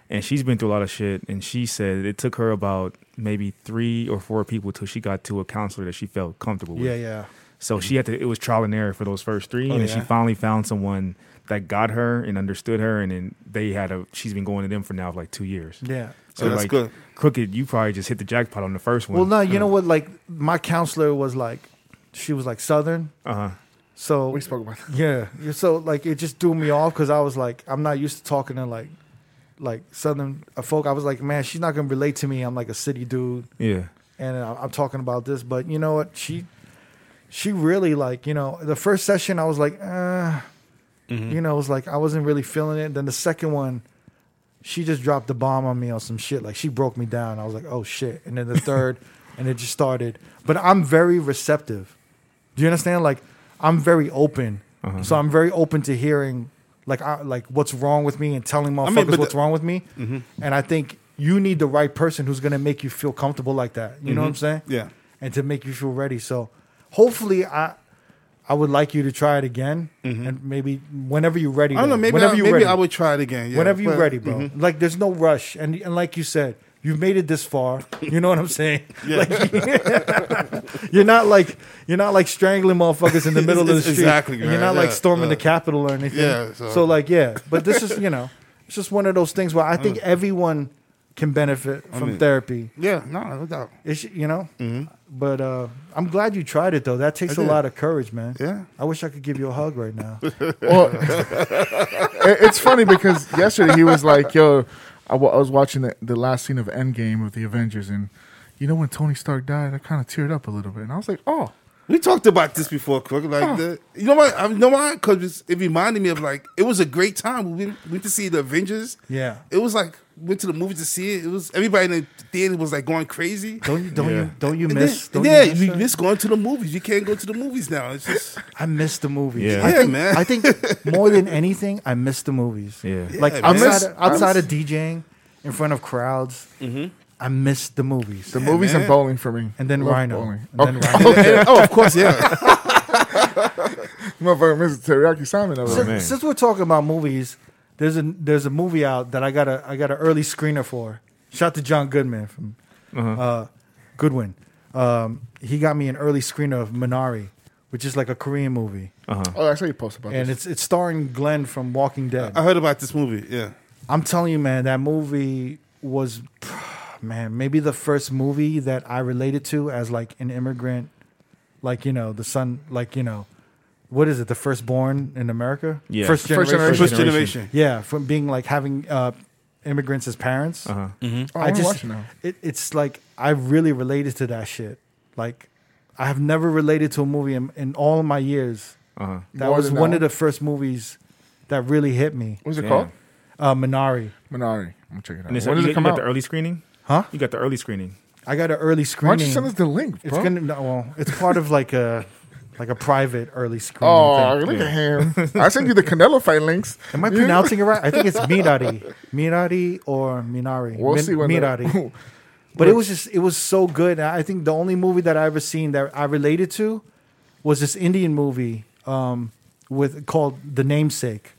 Speaker 3: and she's been through a lot of shit. And she said it took her about maybe three or four people till she got to a counselor that she felt comfortable with.
Speaker 1: yeah, yeah.
Speaker 3: So she had to. It was trial and error for those first three, and then she
Speaker 1: yeah.
Speaker 3: finally found someone that got her and understood her, and then they had a. She's been going to them for now like two years.
Speaker 1: Yeah.
Speaker 3: So
Speaker 5: Oh, that's
Speaker 3: like,
Speaker 5: good.
Speaker 3: crooked, you probably just hit the jackpot on the first one.
Speaker 1: Well, no, you know what? Like my counselor was like, she was like Southern,
Speaker 3: Uh huh.
Speaker 1: so
Speaker 2: We spoke about that.
Speaker 1: yeah. So like it just threw me off because I was like, I'm not used to talking to like like Southern uh, folk. I was like, man, she's not gonna relate to me. I'm like a city dude.
Speaker 3: Yeah.
Speaker 1: and I- I'm talking about this, but you know what? She she really like you know the first session I was like, uh,
Speaker 5: Mm-hmm.
Speaker 1: you know, it was like I wasn't really feeling it. Then the second one, she just dropped the bomb on me on some shit. Like she broke me down. I was like, oh shit. And then the third, and it just started. But I'm very receptive. Do you understand? Like I'm very open,
Speaker 5: Uh-huh.
Speaker 1: so I'm very open to hearing like I, like what's wrong with me and telling motherfuckers
Speaker 5: mean, but
Speaker 1: what's
Speaker 5: the-
Speaker 1: wrong with me.
Speaker 5: Mm-hmm.
Speaker 1: And I think you need the right person who's gonna make you feel comfortable like that. You know what I'm saying?
Speaker 5: Mm-hmm. Yeah.
Speaker 1: And to make you feel ready. So hopefully I. I would like you to try it again, and maybe whenever you're ready.
Speaker 5: Mm-hmm. I don't know.
Speaker 1: then.
Speaker 5: Maybe
Speaker 1: whenever
Speaker 5: I,
Speaker 1: you're
Speaker 5: maybe
Speaker 1: ready.
Speaker 5: I would try it again. yeah. mm-hmm.
Speaker 1: Whenever you're
Speaker 5: But-
Speaker 1: ready, bro. Like, there's no rush, and and like you said, you've made it this far. You know what I'm saying? Like, you're not like you're not like strangling motherfuckers in the middle of the
Speaker 5: It's-
Speaker 1: street.
Speaker 5: it's exactly,
Speaker 1: And you're
Speaker 5: man,
Speaker 1: not like
Speaker 5: yeah,
Speaker 1: storming the
Speaker 5: yeah.
Speaker 1: Capitol or anything.
Speaker 5: Yeah,
Speaker 1: So.
Speaker 5: so-
Speaker 1: like, yeah. But this is you know, it's just one of those things where I think
Speaker 5: Mm.
Speaker 1: everyone can benefit from therapy.
Speaker 5: Yeah. No, no doubt.
Speaker 1: It's, you know. But uh, I'm glad you tried it though. That takes a
Speaker 5: Mm-hmm. did.
Speaker 1: lot of courage, man.
Speaker 5: Yeah.
Speaker 1: I wish I could give you a hug right now.
Speaker 2: Well, it- it's funny because yesterday he was like, "Yo, I wa- I was watching the, the last scene of Endgame of the Avengers, and you know when Tony Stark died, I kind of teared up a little bit, and I was like, oh."
Speaker 5: We talked about this before, Crook. Like the, you know what? I, you know why? Because it reminded me of like it was a great time. We went, went to see the Avengers.
Speaker 1: Yeah.
Speaker 5: It was like went to the movies to see it. It was everybody in the theater was like going crazy.
Speaker 1: Don't you don't
Speaker 3: Yeah.
Speaker 1: you don't you
Speaker 5: And
Speaker 1: miss?
Speaker 5: then-
Speaker 1: Don't
Speaker 5: yeah,
Speaker 1: you miss
Speaker 5: you
Speaker 1: that?
Speaker 5: miss going to the movies. You can't go to the movies now. It's just
Speaker 1: I miss the movies.
Speaker 3: Yeah.
Speaker 1: I
Speaker 5: Yeah,
Speaker 1: think,
Speaker 5: man.
Speaker 1: I think more than anything, I miss the movies.
Speaker 3: Yeah.
Speaker 1: Like
Speaker 5: Yeah,
Speaker 1: outside,
Speaker 5: man.
Speaker 1: of, outside of DJing, in front of crowds, I miss Mm-hmm. the movies.
Speaker 2: The movies and
Speaker 5: man.
Speaker 2: bowling for me,
Speaker 1: and then
Speaker 2: Love
Speaker 1: Rhino.
Speaker 2: bowling.
Speaker 1: And then Rhino.
Speaker 5: oh, of course, yeah.
Speaker 2: Motherfucker, Mr. Teriyaki Simon over
Speaker 3: Sir.
Speaker 2: there.
Speaker 3: Oh, man.
Speaker 1: Since, since we're talking about movies, there's a there's a movie out that I got a I got an early screener for. Shout to John Goodman from
Speaker 3: Uh-huh.
Speaker 1: uh, Goodwin. Um, he got me an early screener of Minari, which is like a Korean movie,
Speaker 2: Oh, I saw you post about
Speaker 1: and
Speaker 2: this.
Speaker 1: it's it's starring Glenn from Walking Dead.
Speaker 5: I heard about this movie. Yeah,
Speaker 1: I'm telling you, man, that movie was, man, maybe the first movie that I related to as like an immigrant, like you know, the son, like you know, what is it, the firstborn in America,
Speaker 3: Yeah.
Speaker 1: first
Speaker 3: First
Speaker 1: generation,
Speaker 2: generation.
Speaker 5: first
Speaker 3: generation.
Speaker 5: generation.
Speaker 1: yeah, from being like having uh, immigrants as parents.
Speaker 3: Uh huh.
Speaker 2: Oh,
Speaker 1: I
Speaker 2: I'm
Speaker 1: just,
Speaker 2: watching now.
Speaker 1: it, it's like I really related to that shit. Like, I have never related to a movie in, in all of my years.
Speaker 3: Uh huh.
Speaker 1: That
Speaker 2: More
Speaker 1: was
Speaker 2: than that
Speaker 1: one
Speaker 2: one?
Speaker 1: of the first movies that really hit me.
Speaker 2: What's it
Speaker 3: Damn.
Speaker 2: called?
Speaker 1: Uh, Minari,
Speaker 2: Minari. I'm gonna check it out.
Speaker 3: And it's,
Speaker 2: When does
Speaker 3: you,
Speaker 2: it come
Speaker 3: you
Speaker 2: out?
Speaker 3: got the early screening.
Speaker 1: huh?
Speaker 3: You got the early screening.
Speaker 1: I got an early
Speaker 2: Why
Speaker 1: screening.
Speaker 2: don't you send us the link,
Speaker 1: It's
Speaker 2: bro?
Speaker 1: gonna no, well, it's part of like a like a private early screening.
Speaker 2: oh,
Speaker 1: thing.
Speaker 2: look at him. I sent you the Canelo fight links.
Speaker 1: am I pronouncing it right? I think it's Mirari, Mirari or Minari.
Speaker 2: We'll
Speaker 1: Min-
Speaker 2: see when the-
Speaker 1: Mirari. but it was just it was so good. And I think the only movie that I ever seen that I related to was this Indian movie um, with called The Namesake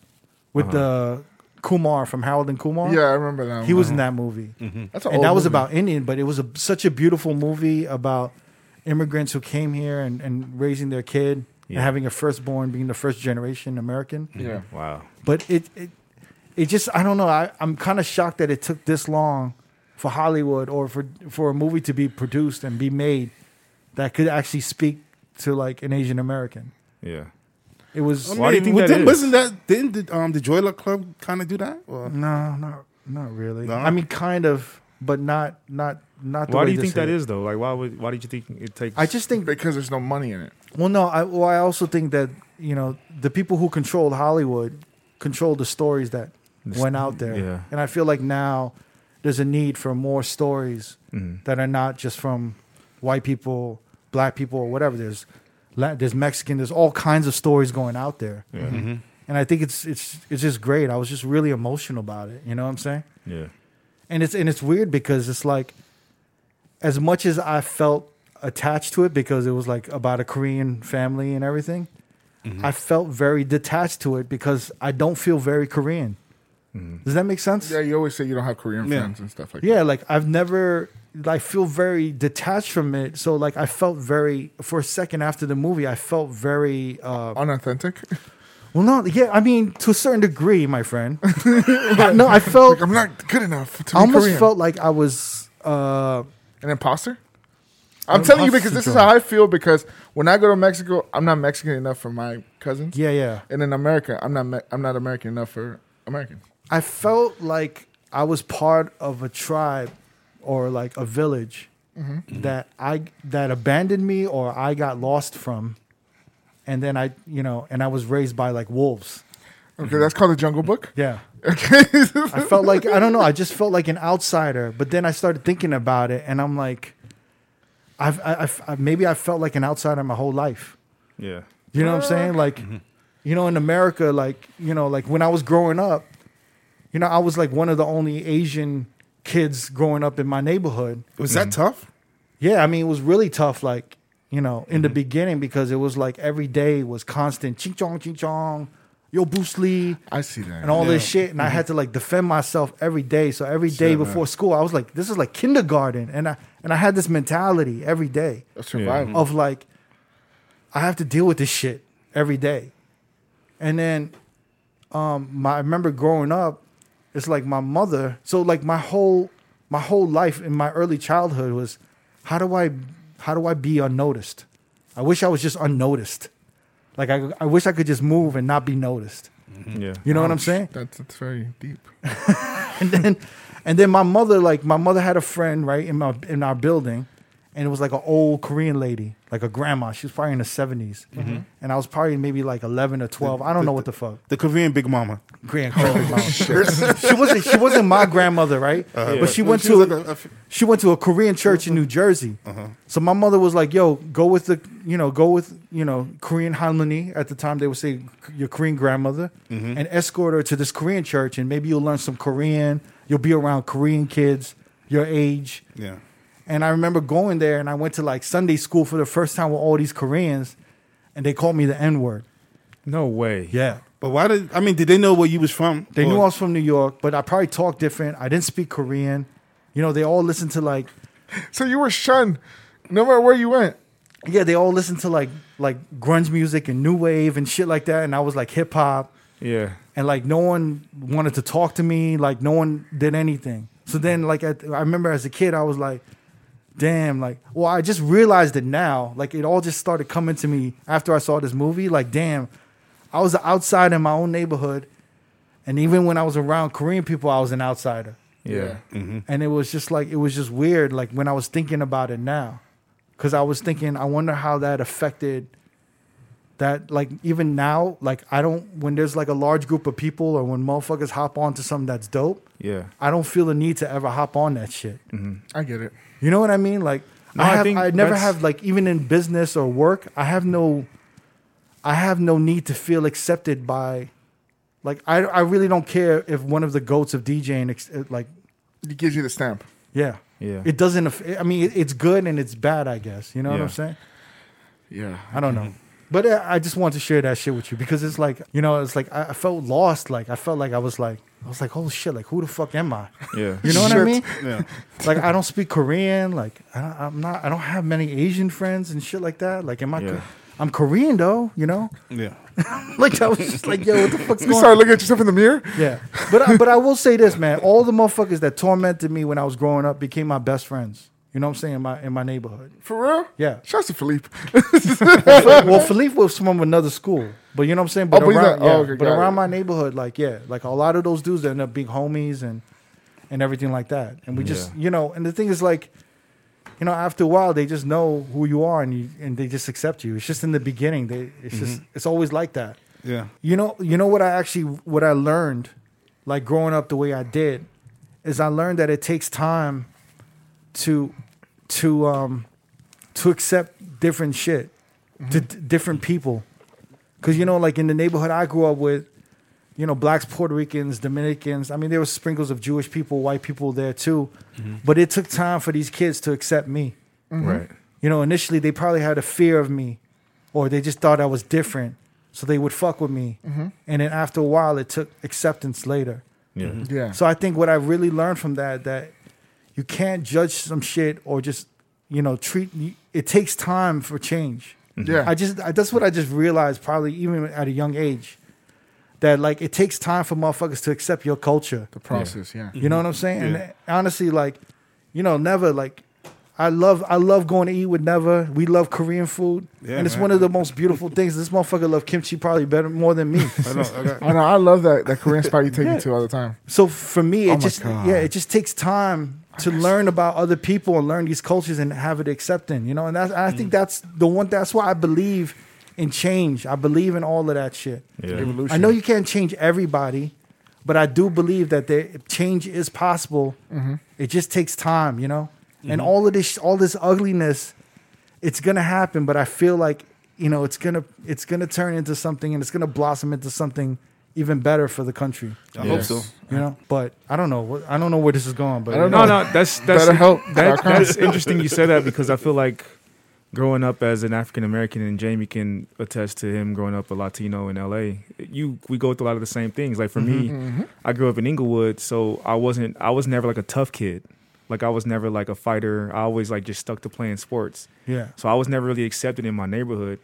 Speaker 1: with the Kumar from Harold and Kumar.
Speaker 2: Uh-huh. Yeah, I remember that.
Speaker 1: he
Speaker 2: one.
Speaker 1: was in that movie.
Speaker 3: Mm-hmm.
Speaker 2: That's an
Speaker 1: and
Speaker 2: old
Speaker 1: that was
Speaker 2: movie.
Speaker 1: about Indian, but it was a, such a beautiful movie about immigrants who came here and, and raising their kid
Speaker 3: Yeah.
Speaker 1: and having a firstborn being the first generation American.
Speaker 2: Yeah.
Speaker 3: Wow.
Speaker 1: But it, it it just I don't know. I, I'm kind of shocked that it took this long for Hollywood or for for a movie to be produced and be made that could actually speak to like an Asian American.
Speaker 3: Yeah.
Speaker 1: It was
Speaker 3: Why do you think
Speaker 5: Well,
Speaker 3: that
Speaker 5: then,
Speaker 3: is?
Speaker 5: Wasn't that didn't the, um, the Joy Luck Club kind of do that? Or?
Speaker 1: no, not not really.
Speaker 5: No?
Speaker 1: I mean, kind of, but not not not. The
Speaker 3: Why
Speaker 1: way
Speaker 3: do you
Speaker 1: this
Speaker 3: think that
Speaker 1: hit.
Speaker 3: is though? Like, why would? Why did you think it takes?
Speaker 1: I just think
Speaker 2: Because there's no money in it.
Speaker 1: Well, no, I well, I also think that you know the people who controlled Hollywood controlled the stories that
Speaker 3: The
Speaker 1: went
Speaker 3: st-
Speaker 1: out there,
Speaker 3: yeah.
Speaker 1: and I feel like now there's a need for more stories
Speaker 3: Mm-hmm.
Speaker 1: that are not just from white people, black people, or whatever. There's La- there's Mexican, there's all kinds of stories going out there,
Speaker 3: Yeah.
Speaker 1: and I think it's it's it's just great. I was just really emotional about it. You know what I'm saying?
Speaker 3: Yeah.
Speaker 1: and it's and it's weird because it's like as much as I felt attached to it because it was like about a Korean family and everything, I felt very detached to it because I don't feel very Korean. Does that make sense?
Speaker 2: Yeah, you always say you don't have Korean
Speaker 5: Yeah.
Speaker 2: friends and stuff like that.
Speaker 1: yeah like i've never like feel very detached from it so like i felt very for a second after the movie i felt very uh
Speaker 2: Unauthentic.
Speaker 1: well no yeah i mean to a certain degree my friend no i felt
Speaker 2: Like I'm not good enough to be
Speaker 1: i almost
Speaker 2: Korean.
Speaker 1: felt like i was uh
Speaker 2: an imposter. I'm telling you
Speaker 1: imposter
Speaker 2: because this is
Speaker 1: syndrome.
Speaker 2: how I feel. Because when I go to Mexico, I'm not Mexican enough for my cousins.
Speaker 1: yeah yeah
Speaker 2: And in America, I'm not Me- I'm not American enough for Americans.
Speaker 1: i felt like i was part of a tribe or like a village that i that abandoned me or i got lost from and then i you know and i was raised by like wolves
Speaker 2: Okay, that's called the Jungle Book.
Speaker 1: Mm-hmm. Yeah. I felt like I don't know. I just felt like an outsider. But then I started thinking about it, and I'm like, I've, I- I've, I maybe I felt like an outsider my whole life.
Speaker 3: Yeah.
Speaker 1: You know what I'm saying? Like, you know, in America, like you know, like when I was growing up, you know, I was like one of the only Asian kids growing up in my neighborhood.
Speaker 5: Was that
Speaker 1: Mm-hmm.
Speaker 5: tough?
Speaker 1: Yeah, I mean, it was really tough. Like, you know, in the beginning because it was like every day was constant ching chong ching chong, yo Bruce Lee
Speaker 2: I see that.
Speaker 1: and all this shit. And I had to like defend myself every day. So every day before school, I was like, this is like kindergarten. And I and I had this mentality every day
Speaker 2: That's survival.
Speaker 1: of like, I have to deal with this shit every day. And then um my I remember growing up, it's like my mother, so like my whole my whole life in my early childhood was how do I how do I be unnoticed? I wish I was just unnoticed. Like I, I wish I could just move and not be noticed.
Speaker 3: Yeah.
Speaker 1: You know what I'm saying?
Speaker 2: That's, that's very deep.
Speaker 1: and then and then my mother like my mother had a friend right in my in our building and it was like an old korean lady like a grandma she was probably in her 70s and i was probably maybe like 11 or 12 i don't know what the fuck
Speaker 5: Mm-hmm. The Oh, Korean Big Mama.
Speaker 1: grand grandma. she wasn't she wasn't my grandmother right but she went
Speaker 5: Uh-huh. She
Speaker 1: to
Speaker 5: was like a- a-
Speaker 1: she went to a korean church in new jersey so my mother was like yo go with the you know go with you know korean harmony at the time they would say your korean grandmother and escort her to this korean church and maybe you'll learn some korean you'll be around korean kids your age
Speaker 5: Yeah.
Speaker 1: and I remember going there and I went to like Sunday school for the first time with all these Koreans and they called me the N word.
Speaker 3: No way.
Speaker 1: Yeah.
Speaker 5: But why did I mean? Did they know where you was from?
Speaker 1: They knew I
Speaker 5: Or-
Speaker 1: was from New York, but I probably talked different. I didn't speak Korean. You know, they all listened to like
Speaker 2: So you were shunned, no matter where you went.
Speaker 1: yeah, they all listened to like like grunge music and new wave and shit like that. And I was like hip hop
Speaker 3: Yeah.
Speaker 1: and like no one wanted to talk to me. Like no one did anything. So then like at, I remember as a kid, I was like, damn, like well, I just realized it now. Like it all just started coming to me after I saw this movie. Like, damn, I was outside in my own neighborhood. And even when I was around Korean people, I was an outsider.
Speaker 3: Yeah.
Speaker 1: and it was just like it was just weird like when i was thinking about it now because i was thinking i wonder how that affected that like even now like i don't when there's like a large group of people or when motherfuckers hop onto something that's dope
Speaker 3: Yeah. Mm.
Speaker 1: i don't feel the need to ever hop on that shit
Speaker 2: I get it.
Speaker 1: you know what i mean like
Speaker 3: No,
Speaker 1: i
Speaker 3: I
Speaker 1: have
Speaker 3: think
Speaker 1: i never
Speaker 3: that's-
Speaker 1: have like even in business or work i have no i have no need to feel accepted by like i, I really don't care if one of the goats of djing ex- like
Speaker 2: It gives you the stamp.
Speaker 1: yeah.
Speaker 3: Yeah.
Speaker 1: It doesn't, aff- I mean, it- it's good and it's bad, I guess. You know what
Speaker 3: Yeah. Mm-hmm.
Speaker 1: I'm saying?
Speaker 2: Yeah.
Speaker 1: I don't know. But uh, I just want to share that shit with you because it's like, you know, it's like I, I felt lost. Like, I felt like I was like, I was like, oh shit, like, who the fuck am I?
Speaker 3: Yeah.
Speaker 1: You know what I
Speaker 2: Shit.
Speaker 1: mean?
Speaker 5: Yeah.
Speaker 1: Like, I don't speak Korean. Like, I, don't- I'm not, I don't have many Asian friends and shit like that. Like, am I,
Speaker 3: Yeah.
Speaker 1: I'm Korean though, you know?
Speaker 5: Yeah.
Speaker 1: Like, I was just like, yo, what the fuck's
Speaker 2: You
Speaker 1: going on?
Speaker 2: started looking at yourself in the mirror.
Speaker 1: Yeah, but I, but I will say this, man. All the motherfuckers that tormented me when I was growing up became my best friends. You know what I'm saying? In my in my neighborhood.
Speaker 2: For real?
Speaker 1: Yeah.
Speaker 2: Shouts to Philippe.
Speaker 1: well, Philippe was from another school, but you know what I'm saying. But
Speaker 2: Oh, but he's
Speaker 1: around,
Speaker 2: not- oh,
Speaker 1: yeah,
Speaker 2: okay,
Speaker 1: but
Speaker 2: got
Speaker 1: around
Speaker 2: it.
Speaker 1: my neighborhood, like yeah, like a lot of those dudes that end up being homies and and everything like that. And we just you know, and the thing is like. You know, after a while, they just know who you are, and you, and they just accept you. It's just in the beginning; they, it's just
Speaker 2: Mm-hmm.
Speaker 1: it's always like that.
Speaker 5: Yeah.
Speaker 1: You know, you know what I actually what I learned, like growing up the way I did, is I learned that it takes time to to um to accept different shit to d- different people. Cause you know, like in the neighborhood I grew up with, you know, blacks, Puerto Ricans, Dominicans. I mean, there were sprinkles of Jewish people, white people there too. But it took time for these kids to accept me.
Speaker 3: Right.
Speaker 1: You know, initially they probably had a fear of me, or they just thought I was different, so they would fuck with me.
Speaker 2: Mm-hmm.
Speaker 1: And then after a while, it took acceptance later.
Speaker 6: Yeah.
Speaker 2: Yeah.
Speaker 1: So I think what I really learned from that that you can't judge some shit or just you know treat. It takes time for change.
Speaker 2: yeah.
Speaker 1: I just I, that's what I just realized probably even at a young age that like it takes time for motherfuckers to accept your culture.
Speaker 2: the process, Mm-hmm. yeah.
Speaker 1: You know what I'm saying? And honestly, like, you know, never like I love I love going to eat with Never. We love Korean food,
Speaker 5: Yeah,
Speaker 1: and it's
Speaker 5: man.
Speaker 1: one of the most beautiful things. This motherfucker love kimchi probably better more than me.
Speaker 5: I know, I got-
Speaker 2: I know. I love that that Korean spot you take me to all the time.
Speaker 1: so for me,
Speaker 2: Oh
Speaker 1: it
Speaker 2: my
Speaker 1: just
Speaker 2: God.
Speaker 1: yeah, it just takes time to learn about other people and learn these cultures and have it accepting. You know, and that's I
Speaker 2: Mm.
Speaker 1: think that's the one. That's why I believe in change. I believe in all of that shit.
Speaker 6: Yeah.
Speaker 2: Oh,
Speaker 1: I know you can't change everybody, but I do believe that the change is possible.
Speaker 2: Mm-hmm.
Speaker 1: It just takes time, you know. And all of this, all this ugliness, it's gonna happen. But I feel like you know, it's gonna, it's gonna turn into something, and it's gonna blossom into something even better for the country.
Speaker 5: I
Speaker 6: Yes.
Speaker 5: hope so.
Speaker 1: You know, but I don't know. what- I don't know where this is going. But
Speaker 2: I don't
Speaker 3: No,
Speaker 2: know.
Speaker 3: no, that's that's
Speaker 2: BetterHelp.com.
Speaker 3: That, that's interesting you said that because I feel like growing up as an African American and Jamie can attest to him growing up a Latino in LA. You we go through a lot of the same things. Like for
Speaker 2: Mm-hmm,
Speaker 3: me, I grew up in Inglewood, so I wasn't I was never like a tough kid. Like I was never like a fighter. I always like just stuck to playing sports.
Speaker 1: Yeah.
Speaker 3: So I was never really accepted in my neighborhood.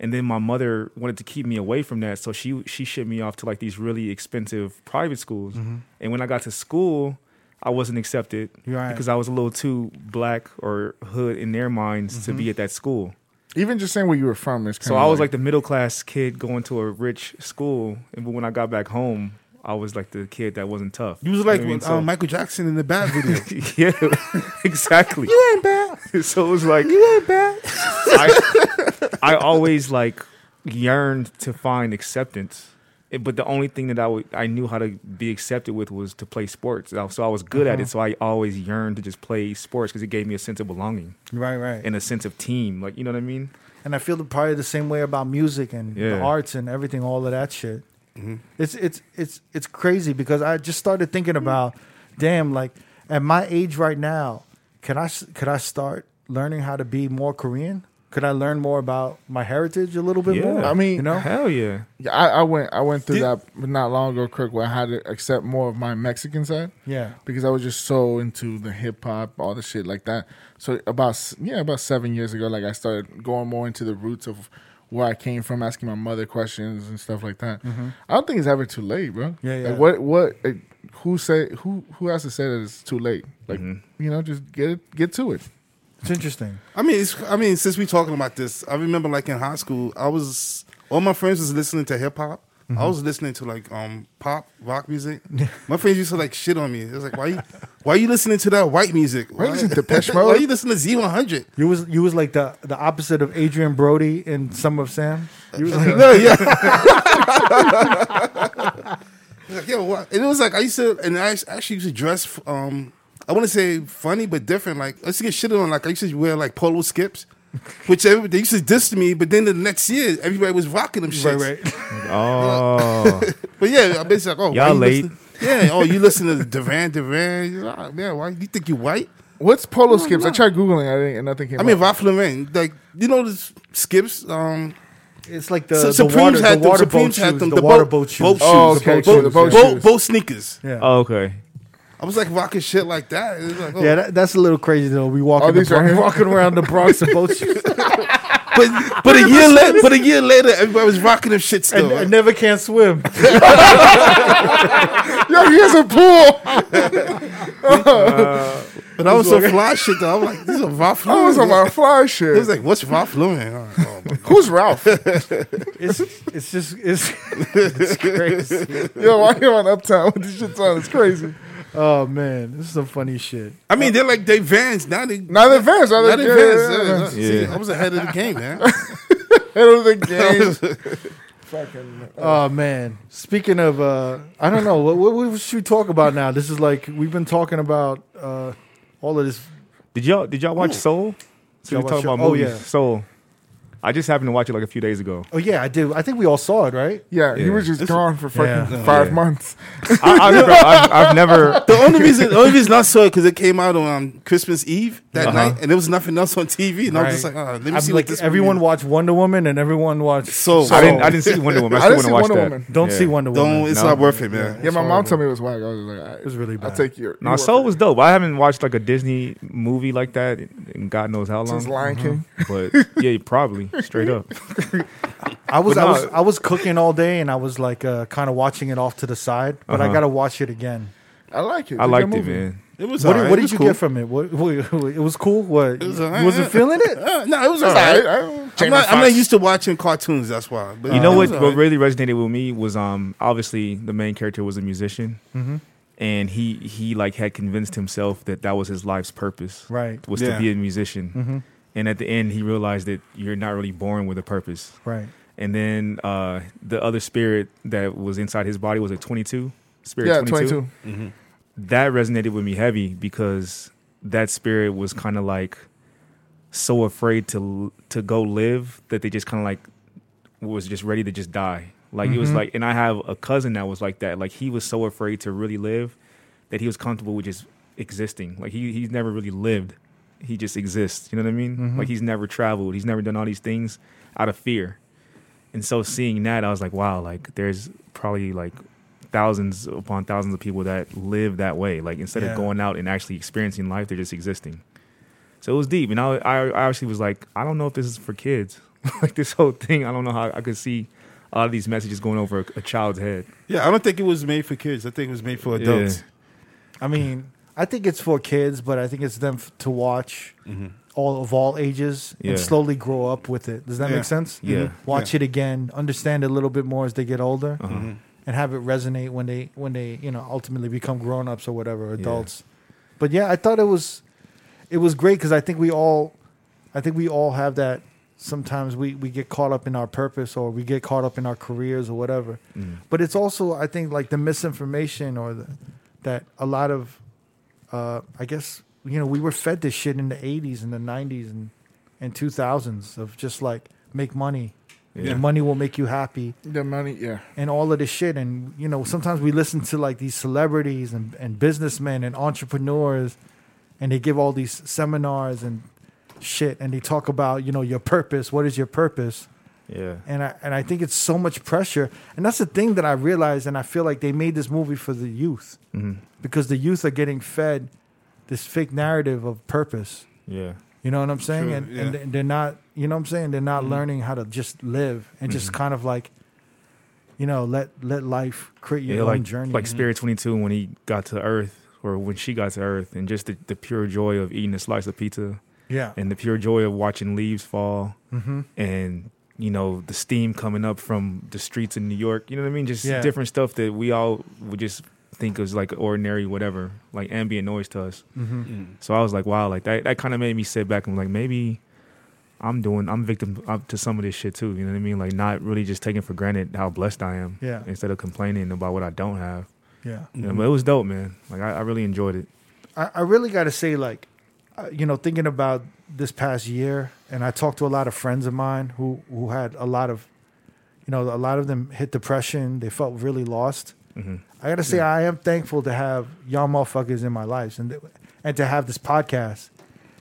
Speaker 3: And then my mother wanted to keep me away from that, so she she shipped me off to like these really expensive private schools.
Speaker 5: Mm-hmm.
Speaker 3: And when I got to school, I wasn't accepted
Speaker 1: Right.
Speaker 3: because I was a little too black or hood in their minds to
Speaker 5: Mm-hmm.
Speaker 3: be at that school.
Speaker 2: Even just saying where you were from is kind
Speaker 3: So I was like the middle class kid going to a rich school, and when I got back home, I was like the kid that wasn't tough.
Speaker 5: You was like
Speaker 3: You know what I
Speaker 5: uh,
Speaker 3: mean?
Speaker 5: Michael Jackson in the Bat video.
Speaker 3: yeah, exactly.
Speaker 5: you ain't bad.
Speaker 3: so it was like
Speaker 5: You ain't bad.
Speaker 3: I, I always like yearned to find acceptance. It- But the only thing that I would- I knew how to be accepted with was to play sports. Uh, So I was good at it. So I always yearned to just play sports because it gave me a sense of belonging
Speaker 1: right, right.
Speaker 3: and a sense of team. Like you know what I mean?
Speaker 1: and I feel the, probably the same way about music and the
Speaker 3: Yeah.
Speaker 1: arts and everything, all of that shit. It's it's it's it's crazy because I just started thinking
Speaker 3: Mm.
Speaker 1: about, damn, like at my age right now, can I s- could I start learning how to be more Korean? Could I learn more about my heritage a little bit
Speaker 3: Yeah.
Speaker 1: more?
Speaker 3: I
Speaker 2: mean,
Speaker 1: you know,
Speaker 3: Hell yeah!
Speaker 2: Yeah, I, I went I went through
Speaker 5: Did-
Speaker 2: that not long ago, Kirk, where I had to accept more of my Mexican side.
Speaker 1: Yeah.
Speaker 2: Because I was just so into the hip hop, all the shit like that. So about s- yeah, about seven years ago, like I started going more into the roots of where I came from, asking my mother questions and stuff like that. I don't think it's ever too late, bro.
Speaker 1: Yeah, yeah.
Speaker 2: Like, what what like, who say who who has to say that it's too late? Like you know, just get it get to it.
Speaker 1: it's interesting.
Speaker 5: I mean, it's, I mean, since we talking about this, I remember like in high school, I was all my friends was listening to hip hop. I was listening to like um pop rock music. My friends used to like shit on me. It was like, why you why you listening to that white music? Why,
Speaker 2: you listening to Depeche
Speaker 5: why
Speaker 2: Mode?
Speaker 5: you listening to Z one hundred?
Speaker 1: You was you was like the the opposite of Adrian Brody in Some of Sam. You was like,
Speaker 5: No, yeah. like, yo, what? And it was like I used to, and I act- actually used to dress. Um, I want to say funny but different. Like I used to get shit on. Like I used to wear like polo skips, which every, they used to diss me. But then the next year, everybody was rocking them shit.
Speaker 1: right, right.
Speaker 3: Oh,
Speaker 5: But yeah, I basically like, oh, why
Speaker 3: Y'all
Speaker 5: you
Speaker 3: late.
Speaker 5: listen- Yeah. Oh, you listen to Duran Duran? You're like, "Ah, man, why you think you white?
Speaker 2: What's polo skips? I tried googling, I didn't, and nothing came.
Speaker 5: I mean,
Speaker 2: up.
Speaker 5: Ralph Lauren, like you know, the skips. Um,
Speaker 1: It's like the, the
Speaker 5: Su-
Speaker 1: water, the water boat
Speaker 5: Supremes
Speaker 1: shoes, the,
Speaker 5: bo-
Speaker 1: water boat shoes.
Speaker 5: Boat shoes.
Speaker 2: Oh, okay,
Speaker 5: Boat-
Speaker 2: true, the boat
Speaker 5: boat-
Speaker 2: shoes.
Speaker 5: boat sneakers.
Speaker 1: Yeah,
Speaker 3: oh okay.
Speaker 5: I was like rocking shit like that. It was like, oh.
Speaker 1: yeah, that, that's a little crazy though. We walking,
Speaker 2: Oh,
Speaker 1: the
Speaker 2: these right
Speaker 1: Bronx-
Speaker 2: here?
Speaker 1: walking around the Bronx in boat shoes.
Speaker 5: but but a year later, but a year later, everybody was rocking them shit still.
Speaker 1: and, and never can swim.
Speaker 2: yo, he has a pool.
Speaker 5: but I was so fly shit though. I'm like, these are Ralph Lauren.
Speaker 2: I was on my fly shit.
Speaker 5: It was like, what's Ralph Lauren? I'm like, oh, my-
Speaker 2: Who's Ralph?
Speaker 1: It's it's just it's, it's crazy.
Speaker 2: Yo, why you on Uptown with this shit on? It's crazy.
Speaker 1: Oh man, this is some funny shit.
Speaker 5: I mean, they're like they vans now. They
Speaker 2: Not advanced. Not
Speaker 5: not in vans.
Speaker 2: advanced. Yeah, yeah,
Speaker 5: Yeah, yeah. See,
Speaker 3: Yeah.
Speaker 5: I was ahead of the game, man.
Speaker 2: yeah. Head of the game. Fucking.
Speaker 1: Oh man. Speaking of, uh, I don't know what, what what should we talk about now. This is like we've been talking about uh, all of this.
Speaker 3: Did y'all did y'all watch Soul? So
Speaker 1: Y'all
Speaker 3: we
Speaker 1: watch
Speaker 3: talking about
Speaker 1: Soul? Oh,
Speaker 3: movies.
Speaker 1: yeah.
Speaker 3: Soul. I just happened to watch it like a few days ago.
Speaker 1: Oh yeah, I do. I think we all saw it, right?
Speaker 2: Yeah, he
Speaker 3: Yeah.
Speaker 2: was just gone for fucking
Speaker 1: Yeah.
Speaker 2: five
Speaker 3: Yeah.
Speaker 2: months.
Speaker 3: I, I remember, I've, I've never.
Speaker 5: The only reason, the only reason I saw it because it came out on um, Christmas Eve that
Speaker 3: Uh-huh.
Speaker 5: night, and there was nothing else on TV, and I was just like, oh, let me
Speaker 1: I'm
Speaker 5: see
Speaker 1: like
Speaker 5: what this
Speaker 1: everyone
Speaker 5: movie is.
Speaker 1: watched Wonder Woman and everyone watched.
Speaker 5: So,
Speaker 3: I didn't. I didn't see Wonder Woman. I
Speaker 2: I
Speaker 3: still
Speaker 2: didn't
Speaker 3: want to
Speaker 2: see
Speaker 3: watch
Speaker 2: Wonder
Speaker 3: that.
Speaker 2: Woman.
Speaker 1: don't
Speaker 3: Yeah.
Speaker 1: see Wonder Woman.
Speaker 5: don't. It's
Speaker 3: No.
Speaker 5: not worth it, man.
Speaker 2: Yeah, my mom
Speaker 1: horrible.
Speaker 2: told me it was whack. I was like, all right, it
Speaker 1: was really bad.
Speaker 2: I'll take your.
Speaker 3: No,
Speaker 2: your
Speaker 3: Soul
Speaker 2: word.
Speaker 3: was dope. I haven't watched like a Disney movie like that in God knows how long. Mm-hmm.
Speaker 2: Since Lion King.
Speaker 3: But yeah, probably straight up.
Speaker 1: I was,
Speaker 3: But
Speaker 1: I
Speaker 3: no.
Speaker 1: was I was cooking all day and I was like uh, kind of watching it off to the side, but I
Speaker 3: Uh-huh.
Speaker 1: gotta watch it again.
Speaker 2: I like it.
Speaker 3: I
Speaker 2: It's a
Speaker 3: liked
Speaker 2: good
Speaker 3: it,
Speaker 2: movie.
Speaker 3: man.
Speaker 5: It was
Speaker 1: What
Speaker 5: all
Speaker 1: did,
Speaker 5: right.
Speaker 1: what
Speaker 5: It
Speaker 1: did
Speaker 5: was
Speaker 1: you
Speaker 5: cool.
Speaker 1: get from it? What, what- what- it was cool. What
Speaker 5: was all right,
Speaker 1: you wasn't
Speaker 5: yeah.
Speaker 1: feeling it?
Speaker 5: Uh, no, it was
Speaker 2: All
Speaker 5: alright.
Speaker 2: right, I-
Speaker 5: I'm not, I'm not used to watching cartoons. That's why. But
Speaker 3: You know
Speaker 5: Uh, it
Speaker 3: what?
Speaker 5: was all
Speaker 3: What
Speaker 5: right.
Speaker 3: really resonated with me was um obviously the main character was a musician,
Speaker 5: Mm-hmm.
Speaker 3: and he he like had convinced himself that that was his life's purpose.
Speaker 1: Right.
Speaker 3: was
Speaker 5: Yeah. Mm-hmm.
Speaker 3: to be a musician, and at the end he realized that you're not really born with a purpose.
Speaker 1: Right.
Speaker 3: And then uh the other spirit that was inside his body was a 22 spirit.
Speaker 2: Yeah,
Speaker 3: 22.
Speaker 2: 22.
Speaker 3: that resonated with me heavy because that spirit was kind of like so afraid to to go live that they just kind of like was just ready to just die. Like it was like, and I have a cousin that was like that. Like he was so afraid to really live that he was comfortable with just existing. Like he he's never really lived. He just exists. You know what I mean? Like he's never traveled. He's never done all these things out of fear. And so seeing that, I was like, wow, like there's probably like thousands upon thousands of people that live that way. Like instead
Speaker 1: Yeah.
Speaker 3: of going out and actually experiencing life, they're just existing. So it was deep. And I, I, I actually was like, I don't know if this is for kids. like this whole thing, I don't know how I could see a lot of these messages going over a, a child's head.
Speaker 5: Yeah, I don't think it was made for kids. I think it was made for adults.
Speaker 1: I mean, I think it's for kids, but I think it's them f- to watch
Speaker 5: Mm-hmm.
Speaker 1: all of all ages
Speaker 3: Yeah.
Speaker 1: and slowly grow up with it. Does that
Speaker 5: Yeah.
Speaker 1: make sense?
Speaker 3: Yeah.
Speaker 1: Watch it again, understand it a little bit more as they get older,
Speaker 3: Uh-huh.
Speaker 5: Uh-huh.
Speaker 1: and have it resonate when they when they you know ultimately become grown ups or whatever adults. But yeah, I thought it was it was great because I think we all I think we all have that. Sometimes we, we get caught up in our purpose or we get caught up in our careers or whatever. But it's also I think like the misinformation or the, that a lot of uh, I guess you know we were fed this shit in the '80s and the '90s and and 2000s of just like make money
Speaker 3: Yeah.
Speaker 1: and money will make you happy
Speaker 2: The money, yeah.
Speaker 1: and all of this shit. And you know, sometimes we listen to like these celebrities and, and businessmen and entrepreneurs, and they give all these seminars and shit, and they talk about you know your purpose. What is your purpose?
Speaker 3: Yeah.
Speaker 1: And I and I think it's so much pressure. And that's the thing that I realized, and I feel like they made this movie for the youth because the youth are getting fed this fake narrative of purpose.
Speaker 3: Yeah.
Speaker 1: You know what I'm saying?
Speaker 5: True,
Speaker 1: and,
Speaker 5: yeah.
Speaker 1: and they're not, you know what I'm saying? They're not learning how to just live and just kind of like, you know, let let life create your
Speaker 3: yeah
Speaker 1: own
Speaker 3: like
Speaker 1: journey.
Speaker 3: like Spirit 22 when he got to Earth or when she got to Earth and just the, the pure joy of eating a slice of pizza.
Speaker 1: yeah. Mm-hmm.
Speaker 3: and the pure joy of watching leaves fall and you know the steam coming up from the streets in new york you know what i mean just
Speaker 1: Yeah.
Speaker 3: different stuff that we all would just think is like ordinary whatever like ambient noise to us
Speaker 1: Mm-hmm.
Speaker 3: so i was like wow like that, that kind of made me sit back and like maybe i'm doing i'm victim up to some of this shit too you know what i mean like not really just taking for granted how blessed i am
Speaker 1: Yeah. Mm-hmm.
Speaker 3: instead of complaining about what i don't have
Speaker 1: yeah.
Speaker 3: You know,
Speaker 5: Mm.
Speaker 3: but it was dope man like I, I really enjoyed it
Speaker 1: I, I really got to say, like, uh, you know, thinking about this past year, and I talked to a lot of friends of mine who who had a lot of, you know, a lot of them hit depression. They felt really lost. I got to say, I am thankful to have y'all motherfuckers in my life, and th- and to have this podcast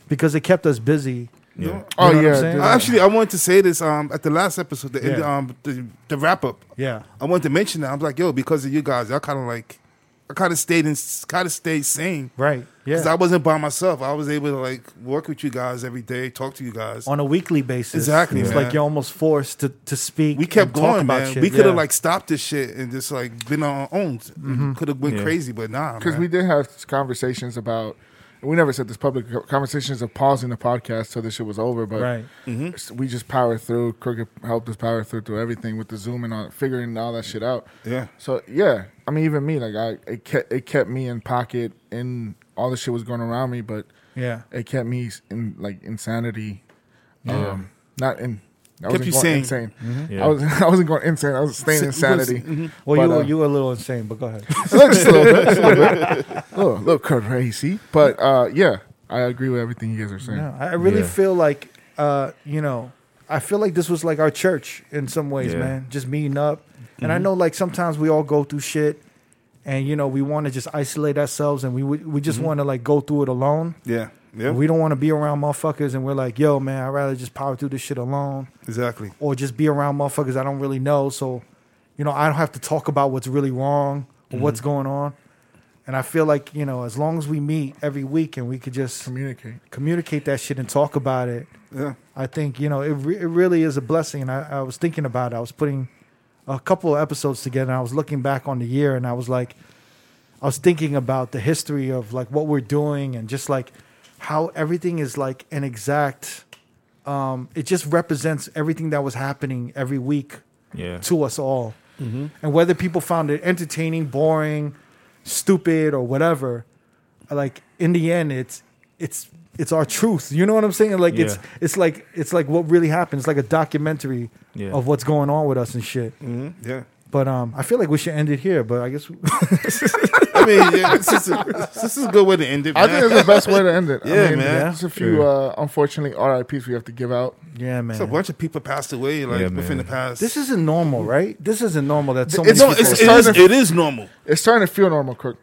Speaker 1: because it kept us busy.
Speaker 3: yeah
Speaker 2: Oh,
Speaker 1: know what I'm
Speaker 2: yeah.
Speaker 1: saying?
Speaker 2: dude.
Speaker 5: I Actually, I wanted to say this um, at the last episode, the, end
Speaker 1: Yeah.
Speaker 5: um, the, the wrap up.
Speaker 1: Yeah.
Speaker 5: I wanted to mention that. I'm like, yo, because of you guys, I kind of like, I kind of stayed in, kind of stayed sane.
Speaker 1: Right.
Speaker 5: Because I
Speaker 1: Yeah.
Speaker 5: wasn't by myself. I was able to like work with you guys every day, talk to you guys.
Speaker 1: On a weekly basis.
Speaker 5: Exactly,
Speaker 1: It's
Speaker 5: man.
Speaker 1: like you're almost forced to, to speak.
Speaker 5: we kept
Speaker 1: and talk
Speaker 5: going,
Speaker 1: about
Speaker 5: man.
Speaker 1: shit.
Speaker 5: We could have
Speaker 1: Yeah.
Speaker 5: like stopped this shit and just like been on our own. Could have went
Speaker 3: Yeah.
Speaker 5: crazy, but nah.
Speaker 2: because
Speaker 5: man.
Speaker 2: we did have conversations about and we never said this public conversations of pausing the podcast till this shit was over but
Speaker 1: Right.
Speaker 2: we just powered through crooked helped us power through through everything with the zoom and all figuring all that shit out
Speaker 5: Yeah.
Speaker 2: so yeah i mean even me like i it kept it kept me in pocket and all the shit was going around me but
Speaker 1: Yeah.
Speaker 2: it kept me in like insanity um not in I
Speaker 5: Kept
Speaker 2: wasn't
Speaker 5: you
Speaker 2: going
Speaker 5: sane. Mm-hmm.
Speaker 2: insane.
Speaker 3: Yeah.
Speaker 2: I was I wasn't going insane. I was staying insanity.
Speaker 1: Well,
Speaker 2: But,
Speaker 1: you, were,
Speaker 2: uh,
Speaker 1: you were a little insane, but go ahead.
Speaker 2: just a little bit, just a little bit. A little, a little crazy. But uh, yeah, I agree with everything you guys are saying.
Speaker 1: No, I I really
Speaker 3: Yeah.
Speaker 1: feel like uh, you know, I, I feel like this was like our church in some ways,
Speaker 3: Yeah.
Speaker 1: man. Just meeting up. And I know like sometimes we all go through shit and you know, we want to just isolate ourselves and we we we just want to like go through it alone.
Speaker 5: Yeah. Yeah.
Speaker 1: We don't want to be around motherfuckers and we're like, yo, man, I'd rather just power through this shit alone
Speaker 5: exactly.
Speaker 1: or just be around motherfuckers I don't really know. So, you know, I don't have to talk about what's really wrong or what's going on. And I feel like, you know, as long as we meet every week and we could just
Speaker 2: Communicate.
Speaker 1: communicate that shit and talk about it,
Speaker 5: Yeah.
Speaker 1: I think, you know, it, re- it really is a blessing. And I, I was thinking about it. I was putting a couple of episodes together and I was looking back on the year and I was like, I was thinking about the history of like what we're doing and just like how everything is like an exact, um, it just represents everything that was happening every week
Speaker 3: Yeah.
Speaker 1: to us all.
Speaker 2: Mm-hmm.
Speaker 1: And whether people found it entertaining, boring, stupid, or whatever, like in the end, it's it's it's our truth. You know what I'm saying? Like it's
Speaker 3: Yeah.
Speaker 1: it's like it's like what really happened. It's like a documentary
Speaker 3: Yeah.
Speaker 1: of what's going on with us and shit.
Speaker 2: Mm.
Speaker 5: Yeah.
Speaker 1: But um, I feel like we should end it here. But I guess
Speaker 5: I mean, yeah, this, is a, this is a good way to end it.
Speaker 2: I
Speaker 5: Man.
Speaker 2: think that's the best way to end it.
Speaker 5: Yeah,
Speaker 2: I mean,
Speaker 5: man.
Speaker 2: There's a few, uh, unfortunately, RIPs we have to give out.
Speaker 1: yeah, man,
Speaker 5: It's a bunch of people passed away like
Speaker 3: Yeah,
Speaker 5: within the
Speaker 3: man.
Speaker 5: past.
Speaker 1: this isn't normal, right? This isn't normal. That so many
Speaker 2: It's-
Speaker 5: no,
Speaker 1: people.
Speaker 5: it's,
Speaker 2: It's
Speaker 5: it, is,
Speaker 2: starting to-
Speaker 5: it is normal.
Speaker 2: It's starting to feel normal, Kirk.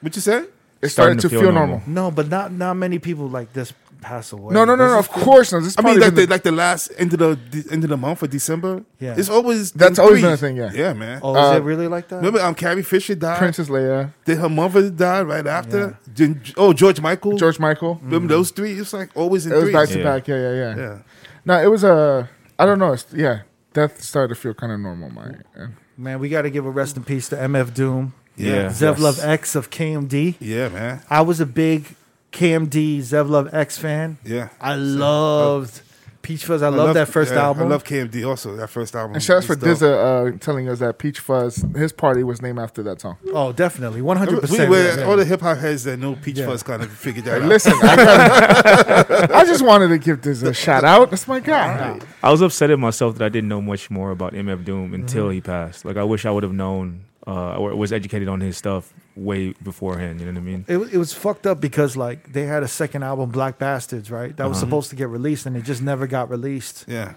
Speaker 5: What you said?
Speaker 2: It's starting, to, feel, normal.
Speaker 1: no, but not not many people like this pass away.
Speaker 2: No, no, no,
Speaker 1: This
Speaker 2: no.
Speaker 1: is-
Speaker 2: Of course not. This is
Speaker 5: I mean,
Speaker 2: probably
Speaker 5: like the,
Speaker 2: been
Speaker 5: like the last end of the, the end of the month of December.
Speaker 1: Yeah.
Speaker 5: it's always
Speaker 2: That's
Speaker 5: them
Speaker 2: always
Speaker 5: threes.
Speaker 2: been a thing, yeah.
Speaker 5: yeah, man.
Speaker 1: Oh, is
Speaker 2: uh,
Speaker 1: it really like that?
Speaker 5: Remember, um, Carrie Fisher died.
Speaker 2: Princess Leia,
Speaker 5: Then her mother died right after. Then- oh, George Michael.
Speaker 2: George Michael.
Speaker 5: Remember those three? It's like always in
Speaker 2: Mm-hmm. It was
Speaker 5: threes.
Speaker 2: back
Speaker 3: Yeah.
Speaker 2: to back. Yeah, yeah, yeah.
Speaker 5: Mm-hmm. yeah.
Speaker 2: No, it was Uh, I don't know. It's, yeah, death started to feel kind of normal, man.
Speaker 5: Mm-hmm.
Speaker 1: Man, we got to give a rest in peace to MF Doom.
Speaker 5: Yeah.
Speaker 1: Zevlov X of KMD.
Speaker 5: Yeah, man.
Speaker 1: I was a big KMD Zevlov X fan.
Speaker 5: Yeah.
Speaker 1: I loved Peach Fuzz. I, love that first
Speaker 5: yeah,
Speaker 1: album.
Speaker 5: I love KMD also. That first album.
Speaker 2: And shout out for
Speaker 5: It's dope.
Speaker 2: Dizza uh, telling us that Peach Fuzz, his party was named after that song.
Speaker 1: oh, definitely. 100%.
Speaker 5: We were
Speaker 1: yeah.
Speaker 5: all the hip hop heads that know Peach
Speaker 1: Yeah.
Speaker 5: Fuzz kind of figured that out.
Speaker 2: Listen, I, gotta- I just wanted to give Dizza a shout out. That's my guy.
Speaker 3: I was upset at myself that I didn't know much more about MF Doom until
Speaker 1: Mm-hmm.
Speaker 3: he passed. Like I wish I would have known uh, or was educated on his stuff way beforehand. You know what I mean?
Speaker 1: it, wa- it was fucked up because like they had a second album, Black Bastards, right? That was supposed to get released and it just never got released.
Speaker 5: Yeah.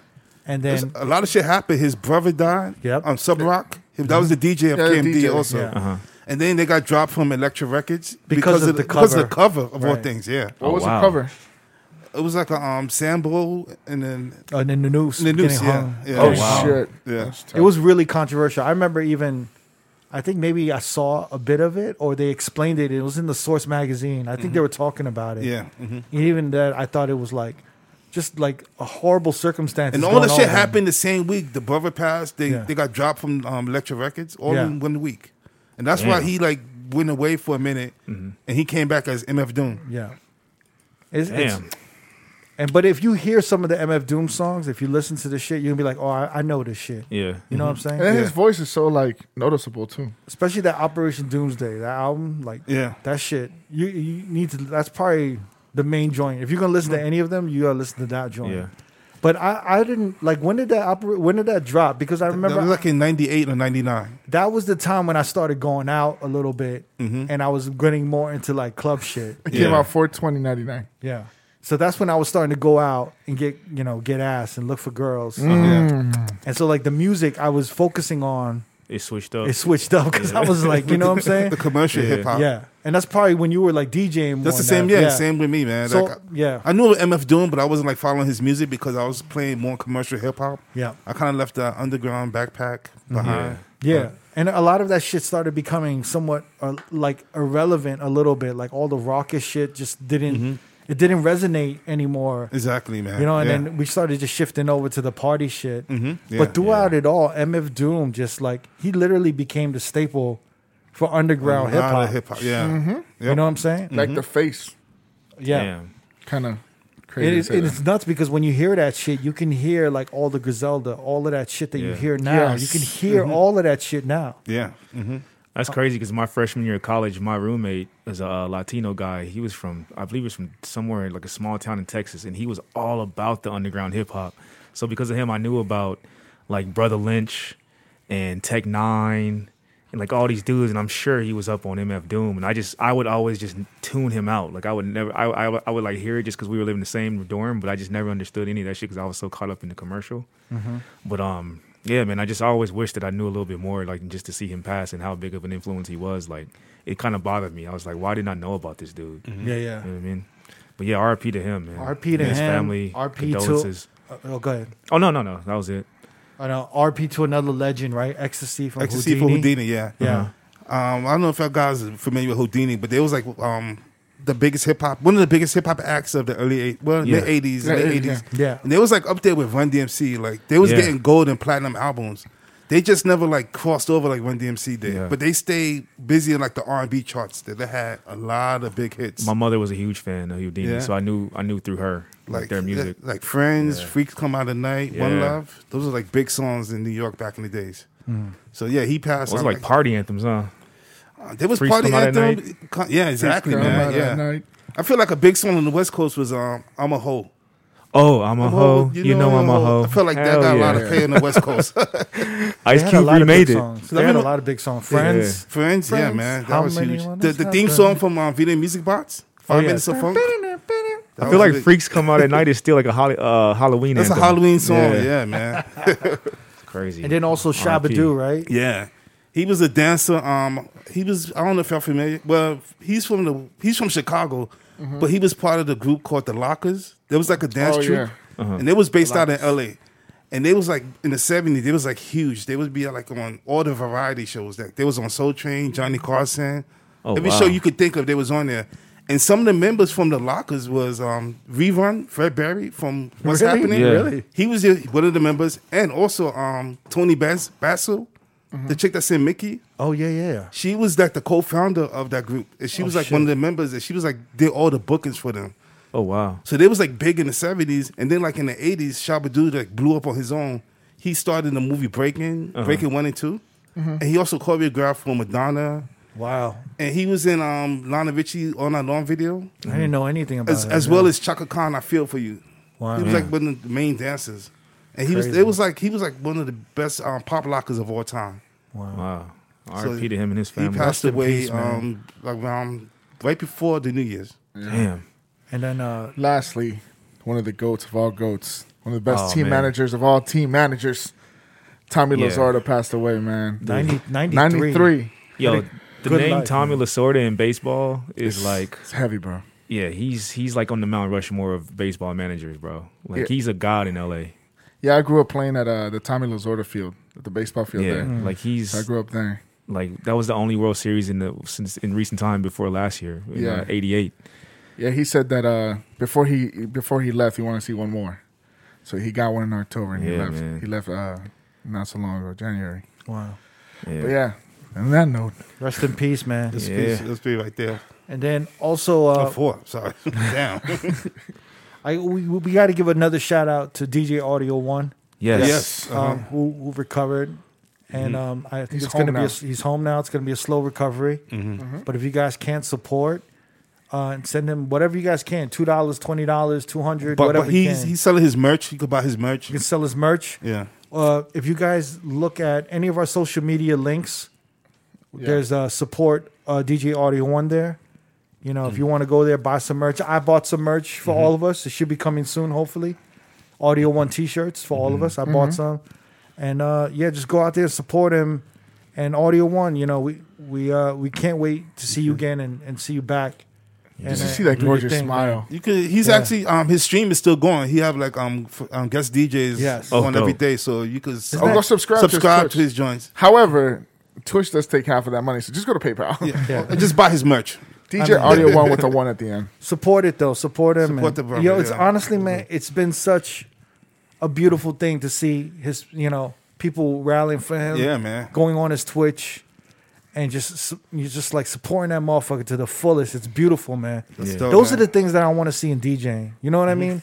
Speaker 1: And
Speaker 5: There's
Speaker 1: then
Speaker 5: a lot of shit happened. His brother died
Speaker 1: Yep.
Speaker 5: on Sub Rock. Him- That was the DJ of
Speaker 2: Yeah,
Speaker 5: KMD
Speaker 2: DJ,
Speaker 5: also.
Speaker 1: yeah.
Speaker 3: Uh-huh.
Speaker 5: And then they got dropped from Elektra Records
Speaker 1: Because of the
Speaker 5: because of the cover of all
Speaker 1: Right.
Speaker 5: things. Yeah,
Speaker 2: What
Speaker 3: Oh,
Speaker 2: was
Speaker 3: wow.
Speaker 2: the cover?
Speaker 5: it was like a um sample and then
Speaker 1: uh, in the news,
Speaker 5: in the news.
Speaker 1: getting
Speaker 5: Yeah,
Speaker 1: hung.
Speaker 5: yeah.
Speaker 2: Oh,
Speaker 3: wow.
Speaker 2: shit.
Speaker 5: Yeah.
Speaker 2: That's tough.
Speaker 1: It was really controversial. I remember even, I think maybe I saw a bit of it or they explained it. It was in the Source magazine. I think they were talking about it.
Speaker 5: yeah. Mhm.
Speaker 1: And even that, I thought it was like just like a horrible circumstance.
Speaker 5: And all that shit happened the same week. The brother passed. They
Speaker 1: Yeah.
Speaker 5: they got dropped from um, Elektra Records all
Speaker 1: Yeah.
Speaker 5: in one week, and that's why
Speaker 3: Damn.
Speaker 5: he like went away for a minute,
Speaker 1: Mm-hmm.
Speaker 5: and he came back as MF Doom.
Speaker 1: Yeah. It's, it's-
Speaker 3: Damn.
Speaker 1: and but if you hear some of the MF Doom songs, if you listen to this shit, you'll be like, oh, I, I know this shit. You
Speaker 3: Yeah.
Speaker 1: know what I'm
Speaker 5: Mm-hmm.
Speaker 1: saying?
Speaker 2: And then his voice is so like noticeable too.
Speaker 1: Especially that Operation Doomsday, that album, like
Speaker 5: Yeah.
Speaker 1: that shit. You you need to. That's probably the main joint. If you're gonna
Speaker 5: Mm-hmm.
Speaker 1: listen to any of them, you gotta listen to that joint.
Speaker 3: Yeah.
Speaker 1: But I, I didn't like when did that opera, when did that drop? Because I remember
Speaker 5: that was like in '98 or '99.
Speaker 1: that was the time when I started going out a little bit Mm-hmm. and I was getting more into like club shit.
Speaker 2: It came
Speaker 3: Yeah.
Speaker 2: out four twenty ninety nine.
Speaker 1: Yeah. So that's when I was starting to go out and get, you know, get ass and look for girls.
Speaker 5: Mm-hmm. Uh-huh.
Speaker 2: Mm.
Speaker 1: And so like the music I was focusing on,
Speaker 3: It switched up.
Speaker 1: it switched up because I was like, you know what I'm saying?
Speaker 5: The commercial
Speaker 3: Yeah.
Speaker 5: hip hop.
Speaker 1: Yeah. And that's probably when you were like DJing. more
Speaker 5: Uh-huh. That's the
Speaker 1: and that-
Speaker 5: same, yeah, Same with me, man.
Speaker 1: So,
Speaker 5: like,
Speaker 1: yeah.
Speaker 5: I knew MF Doom, but I wasn't like following his music because I was playing more commercial hip hop.
Speaker 1: Yeah.
Speaker 5: I kind of left that underground backpack
Speaker 1: uh-huh.
Speaker 5: behind. Uh-huh.
Speaker 1: Yeah. And a lot of that shit started becoming somewhat uh, like irrelevant a little bit. Like all the raucous shit just didn't,
Speaker 5: Mm-hmm.
Speaker 1: it didn't resonate anymore.
Speaker 5: Exactly, man.
Speaker 1: You know, and
Speaker 5: Yeah. Mm-hmm.
Speaker 1: then we started just shifting over to the party shit.
Speaker 5: Yeah.
Speaker 1: but throughout it all, MF Doom just like he literally became the staple for underground hip
Speaker 5: A lot
Speaker 1: hop.
Speaker 5: of hip hop. Yeah.
Speaker 1: Mm-hmm. You know what I'm saying?
Speaker 5: Mm.
Speaker 2: Like the face,
Speaker 1: Yeah.
Speaker 3: Damn.
Speaker 2: kind of crazy.
Speaker 1: It
Speaker 2: to
Speaker 1: is,
Speaker 2: say
Speaker 1: it
Speaker 2: that.
Speaker 1: is nuts because when you hear that shit, you can hear like all the Griselda, all of that shit that you
Speaker 3: Yeah.
Speaker 1: hear now.
Speaker 2: Yes.
Speaker 1: You can hear
Speaker 5: Mm-hmm.
Speaker 1: all of that shit now.
Speaker 5: Yeah. Mhm.
Speaker 3: That's crazy because my freshman year of college, my roommate is a uh, Latino guy. He was from, I believe he was from somewhere in, like a small town in Texas, and he was all about the underground hip hop. So because of him, I knew about like Brother Lynch and Tech Nine and like all these dudes, and I'm sure he was up on MF Doom, and I just I would always just tune him out. Like I would never, I I, I would like hear it just because we were living in the same dorm, but I just never understood any of that shit because I was so caught up in the commercial. But um, yeah, man, I just always wish that I knew a little bit more, like just to see him pass and how big of an influence he was. Like it kind of bothered me. I was like, why didn't I know about this dude?
Speaker 5: Mm-hmm.
Speaker 1: Yeah, yeah.
Speaker 3: You know what I mean? But yeah, RP to him, man.
Speaker 1: RP to
Speaker 3: And his
Speaker 1: him,
Speaker 3: family.
Speaker 1: RP to-
Speaker 3: condolences.
Speaker 1: Uh, oh, go ahead.
Speaker 3: Oh no, no, no, that was it.
Speaker 1: I know RP to another legend, right? Ecstasy from
Speaker 5: Ecstasy
Speaker 1: Houdini.
Speaker 5: for Houdini, yeah.
Speaker 1: Yeah.
Speaker 3: Uh-huh.
Speaker 5: Um, I don't know if y'all guys are familiar with Houdini, but they was like um, the biggest hip hop, one of the biggest hip hop acts of the early eight, well,
Speaker 3: Yeah.
Speaker 5: mid eighties,
Speaker 2: Yeah,
Speaker 5: late
Speaker 2: yeah,
Speaker 5: eighties.
Speaker 1: yeah. Yeah.
Speaker 5: and they was like up there with Run DMC. Like they was
Speaker 3: Yeah.
Speaker 5: getting gold and platinum albums. They just never like crossed over like Run DMC did,
Speaker 3: Yeah.
Speaker 5: but they stayed busy in like the R and B charts. That they had a lot of big hits,
Speaker 3: My mother was a huge fan of Houdini,
Speaker 5: Yeah.
Speaker 3: so I knew I knew through her like, their music.
Speaker 5: yeah, like Friends, Freaks Come Out at Night, One
Speaker 3: Yeah. Hmm.
Speaker 5: Love. Those are like big songs in New York back in the days. So yeah, he passed.
Speaker 3: Those
Speaker 5: I'm
Speaker 3: are like party anthems, huh?
Speaker 5: Uh, There was
Speaker 3: Freaks
Speaker 5: party
Speaker 3: Come Out at
Speaker 5: anthem. Co- Yeah, exactly,
Speaker 2: Come
Speaker 5: man.
Speaker 2: out
Speaker 5: Yeah.
Speaker 2: at night.
Speaker 5: I feel like a big song on the West Coast was um, "I'm a Hoe."
Speaker 3: Oh, I'm a hoe. You, know, I'm a hoe.
Speaker 5: I feel like
Speaker 3: Hell
Speaker 5: that got a lot
Speaker 3: yeah.
Speaker 5: of play on the West Coast.
Speaker 1: They
Speaker 3: Ice
Speaker 1: had a
Speaker 3: Cube
Speaker 1: lot of big
Speaker 3: remade it.
Speaker 1: songs.
Speaker 5: They
Speaker 1: They had a
Speaker 5: had a-
Speaker 1: lot of big songs. Friends.
Speaker 5: Friends, yeah,
Speaker 1: Friends.
Speaker 5: man, that
Speaker 1: How
Speaker 5: was
Speaker 1: many
Speaker 5: huge.
Speaker 1: ones
Speaker 5: The, the
Speaker 1: have
Speaker 5: theme
Speaker 1: been?
Speaker 5: song from um, Video Music Box, Five
Speaker 3: Oh,
Speaker 1: yeah.
Speaker 5: Minutes of Funk. That
Speaker 3: I
Speaker 5: was
Speaker 3: feel like
Speaker 5: big.
Speaker 3: Freaks Come Out at Night is still like a Hol- uh, Halloween.
Speaker 5: That's a
Speaker 3: anthem.
Speaker 5: Halloween song,
Speaker 3: Yeah.
Speaker 5: yeah, man.
Speaker 3: Crazy.
Speaker 1: And then also
Speaker 3: R.I.P.
Speaker 1: Shabadoo, right?
Speaker 5: yeah, he was a dancer. Um, he was. I don't know if y'all familiar. Well, he's from the. He's from Chicago, but he was part of the group called the Lockers. There was like a dance
Speaker 2: Oh,
Speaker 5: troupe,
Speaker 2: yeah.
Speaker 5: and they was based out in L.A. And they was like in the '70s. They was like huge. They would be uh, like on all the variety shows. Like they was on Soul Train, Johnny Carson.
Speaker 3: Oh,
Speaker 5: Every
Speaker 3: wow.
Speaker 5: show you could think of, they was on there. And some of the members from the Lockers was um, Rerun, Fred Berry from What's
Speaker 1: Really?
Speaker 5: Happening.
Speaker 3: Yeah.
Speaker 1: Really?
Speaker 5: He was the- one of the members, and also um, Tony Bass, Basso, the chick that's in Mickey.
Speaker 1: Oh yeah, yeah.
Speaker 5: She was like the co-founder of that group, and she was like one of the members, and she was like did all the bookings for them.
Speaker 3: Oh wow.
Speaker 5: So they was like big in the seventies, and then like in the eighties, Shabadoo like blew up on his own. He started the movie Breaking, Breaking One and 2 and he also choreographed for Madonna,
Speaker 1: Wow.
Speaker 5: and he was in um, Lana Richie on that long video,
Speaker 1: I didn't know anything about
Speaker 5: as
Speaker 1: it.
Speaker 5: as well as Chaka Khan. I feel for you.
Speaker 1: Wow.
Speaker 5: He was
Speaker 1: Yeah.
Speaker 5: like one of the main dancers, and he was.
Speaker 1: Crazy.
Speaker 5: It was like he was like one of the best um, pop lockers of all time.
Speaker 3: Wow.
Speaker 5: So
Speaker 3: R.I.P. to him and his
Speaker 5: He
Speaker 3: family.
Speaker 5: passed
Speaker 1: in
Speaker 5: away
Speaker 1: peace, man.
Speaker 5: um, like around right before the New Year's.
Speaker 3: Damn.
Speaker 1: and then uh,
Speaker 2: Lastly, one of the goats of all goats, one of the best
Speaker 3: Oh,
Speaker 2: team
Speaker 3: man.
Speaker 2: managers of all team managers, Tommy
Speaker 3: Yeah.
Speaker 2: Lazardo passed away, man.
Speaker 1: 90, 93.
Speaker 2: 93.
Speaker 3: Yo, the
Speaker 1: Good
Speaker 3: name
Speaker 1: life,
Speaker 3: Tommy Lasorda in baseball is like
Speaker 2: It's heavy, bro.
Speaker 3: Yeah, he's he's like on the Mount Rushmore of baseball managers, bro. Like
Speaker 2: Yeah.
Speaker 3: he's a god in LA.
Speaker 2: Yeah, I grew up playing at uh, the Tommy Lazardo field, at the baseball
Speaker 3: Yeah, Mm.
Speaker 2: field there.
Speaker 3: like
Speaker 2: So I
Speaker 3: he's
Speaker 2: grew up there.
Speaker 3: like that was the only World Series in the since in recent time before last year. In, uh,
Speaker 2: Yeah.
Speaker 3: '88.
Speaker 2: Yeah, he said that uh, before he before he left, he wanted to see one more. So he got one in October, and he
Speaker 3: Yeah,
Speaker 2: left.
Speaker 3: man.
Speaker 2: He left uh, not so long ago, January.
Speaker 1: Wow.
Speaker 3: Yeah.
Speaker 2: But yeah, on that note,
Speaker 1: Rest in peace, man.
Speaker 5: This
Speaker 3: Yeah.
Speaker 5: piece, this piece right there.
Speaker 1: And then also uh,
Speaker 5: Oh, four. Sorry, damn.
Speaker 1: I we, we got to give another shout out to DJ Audio One,
Speaker 3: Yes.
Speaker 5: Yes. Uh-huh. Mm-hmm.
Speaker 1: um, who, who recovered, and um, I think
Speaker 2: He's
Speaker 1: it's going to
Speaker 2: home
Speaker 1: be a,
Speaker 2: now.
Speaker 1: he's home now. It's going to be a slow recovery,
Speaker 5: Mm-hmm.
Speaker 1: but if you guys can't support. Uh, and send him whatever you guys can two dollars twenty dollars two hundred
Speaker 5: but,
Speaker 1: whatever
Speaker 5: but
Speaker 1: you
Speaker 5: he's
Speaker 1: can.
Speaker 5: he's selling his merch. You could buy his merch.
Speaker 1: you can sell his merch
Speaker 5: Yeah.
Speaker 1: uh, if you guys look at any of our social media links, there's uh, support uh, DJ Audio One there. You know, if you want to go there, buy some merch. I bought some merch
Speaker 2: Mm-hmm.
Speaker 1: for all of us. It should be coming soon, hopefully. Audio One T-shirts for
Speaker 2: Mm-hmm.
Speaker 1: all of us. I bought some, and uh, yeah, just go out there support him and Audio One. You know, we we uh, we can't wait to see you again and, and see you back. And, uh,
Speaker 2: just to Mm-hmm. see that
Speaker 1: do your
Speaker 2: gorgeous
Speaker 1: thing, man.
Speaker 2: smile.
Speaker 5: You could. He's
Speaker 1: Yeah.
Speaker 5: actually. Um, his stream is still going. He have like um, f- um guest DJs
Speaker 1: Yes.
Speaker 3: Oh,
Speaker 5: on every
Speaker 3: dope.
Speaker 5: day, so you could
Speaker 2: Oh, go subscribe.
Speaker 5: subscribe
Speaker 2: to
Speaker 5: to his joints.
Speaker 2: However, Twitch does take half of that money, so just go to PayPal.
Speaker 5: Yeah.
Speaker 1: Yeah.
Speaker 5: And just buy his merch.
Speaker 2: DJ Audio One with the one at the end.
Speaker 1: Support it though. Support him.
Speaker 5: Support
Speaker 1: and-
Speaker 5: the brother,
Speaker 1: Yo, it's
Speaker 5: yeah.
Speaker 1: honestly, man, it's been such a beautiful thing to see his, you know, people rallying for him.
Speaker 5: Yeah, man.
Speaker 1: Going on his Twitch and just su- you're just like supporting that motherfucker to the fullest. It's beautiful, man.
Speaker 5: That's dope,
Speaker 1: Those
Speaker 5: Oh, man.
Speaker 1: are the things that I want to see in DJing. You know what I mean?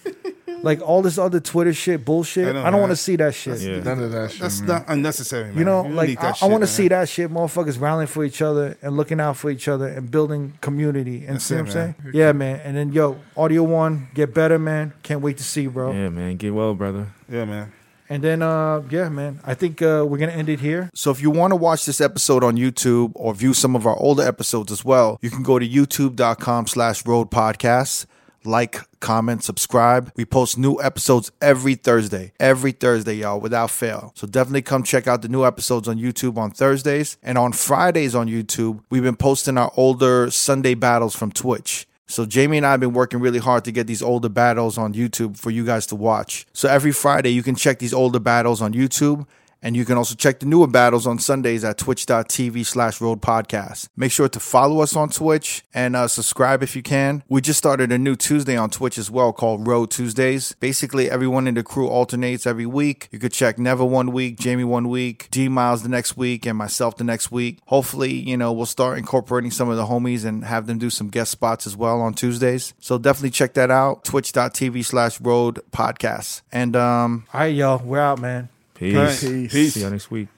Speaker 1: like all this other Twitter shit, bullshit. I
Speaker 5: I
Speaker 1: don't,
Speaker 5: know,
Speaker 1: want to
Speaker 5: man.
Speaker 1: see that shit.
Speaker 3: Yeah.
Speaker 2: None of that shit.
Speaker 5: That's
Speaker 2: man.
Speaker 5: not unnecessary, man.
Speaker 1: Mm-hmm. You know,
Speaker 5: don't
Speaker 1: like
Speaker 5: need
Speaker 1: I,
Speaker 5: that
Speaker 1: I want to
Speaker 5: shit,
Speaker 1: see
Speaker 5: man.
Speaker 1: that shit, motherfuckers rallying for each other and looking out for each other and building community. And see
Speaker 5: it,
Speaker 1: what I'm
Speaker 5: man.
Speaker 1: saying? Yeah, man. And then yo, Audio One, get better, man. Can't wait to see, you, bro.
Speaker 3: Yeah, man. Get well, brother.
Speaker 5: Yeah, man.
Speaker 1: And then, uh, yeah, man, I think uh, we're gonna end it here.
Speaker 6: So if you want to watch this episode on YouTube or view some of our older episodes as well, you can go to youtube.com slash road podcasts. Like, comment, subscribe. We post new episodes every Thursday. Every Thursday, y'all, without fail. So definitely come check out the new episodes on YouTube on Thursdays. And on Fridays on YouTube, we've been posting our older Sunday battles from Twitch. So Jamie and I have been working really hard to get these older battles on YouTube for you guys to watch. So every Friday, you can check these older battles on YouTube. And you can also check the newer battles on Sundays at twitch.tv slash road podcast. Make sure to follow us on Twitch and uh, subscribe if you can. We just started a new Tuesday on Twitch as well called Road Tuesdays. Basically, everyone in the crew alternates every week. You could check Never one week, Jamie one week, D Miles the next week, and myself the next week. Hopefully, you know, we'll start incorporating some of the homies and have them do some guest spots as well on Tuesdays. So definitely check that out twitch.tv slash road podcast. And um,
Speaker 1: All right, y'all, we're out, man.
Speaker 3: Peace.
Speaker 2: Peace.
Speaker 3: See you next week.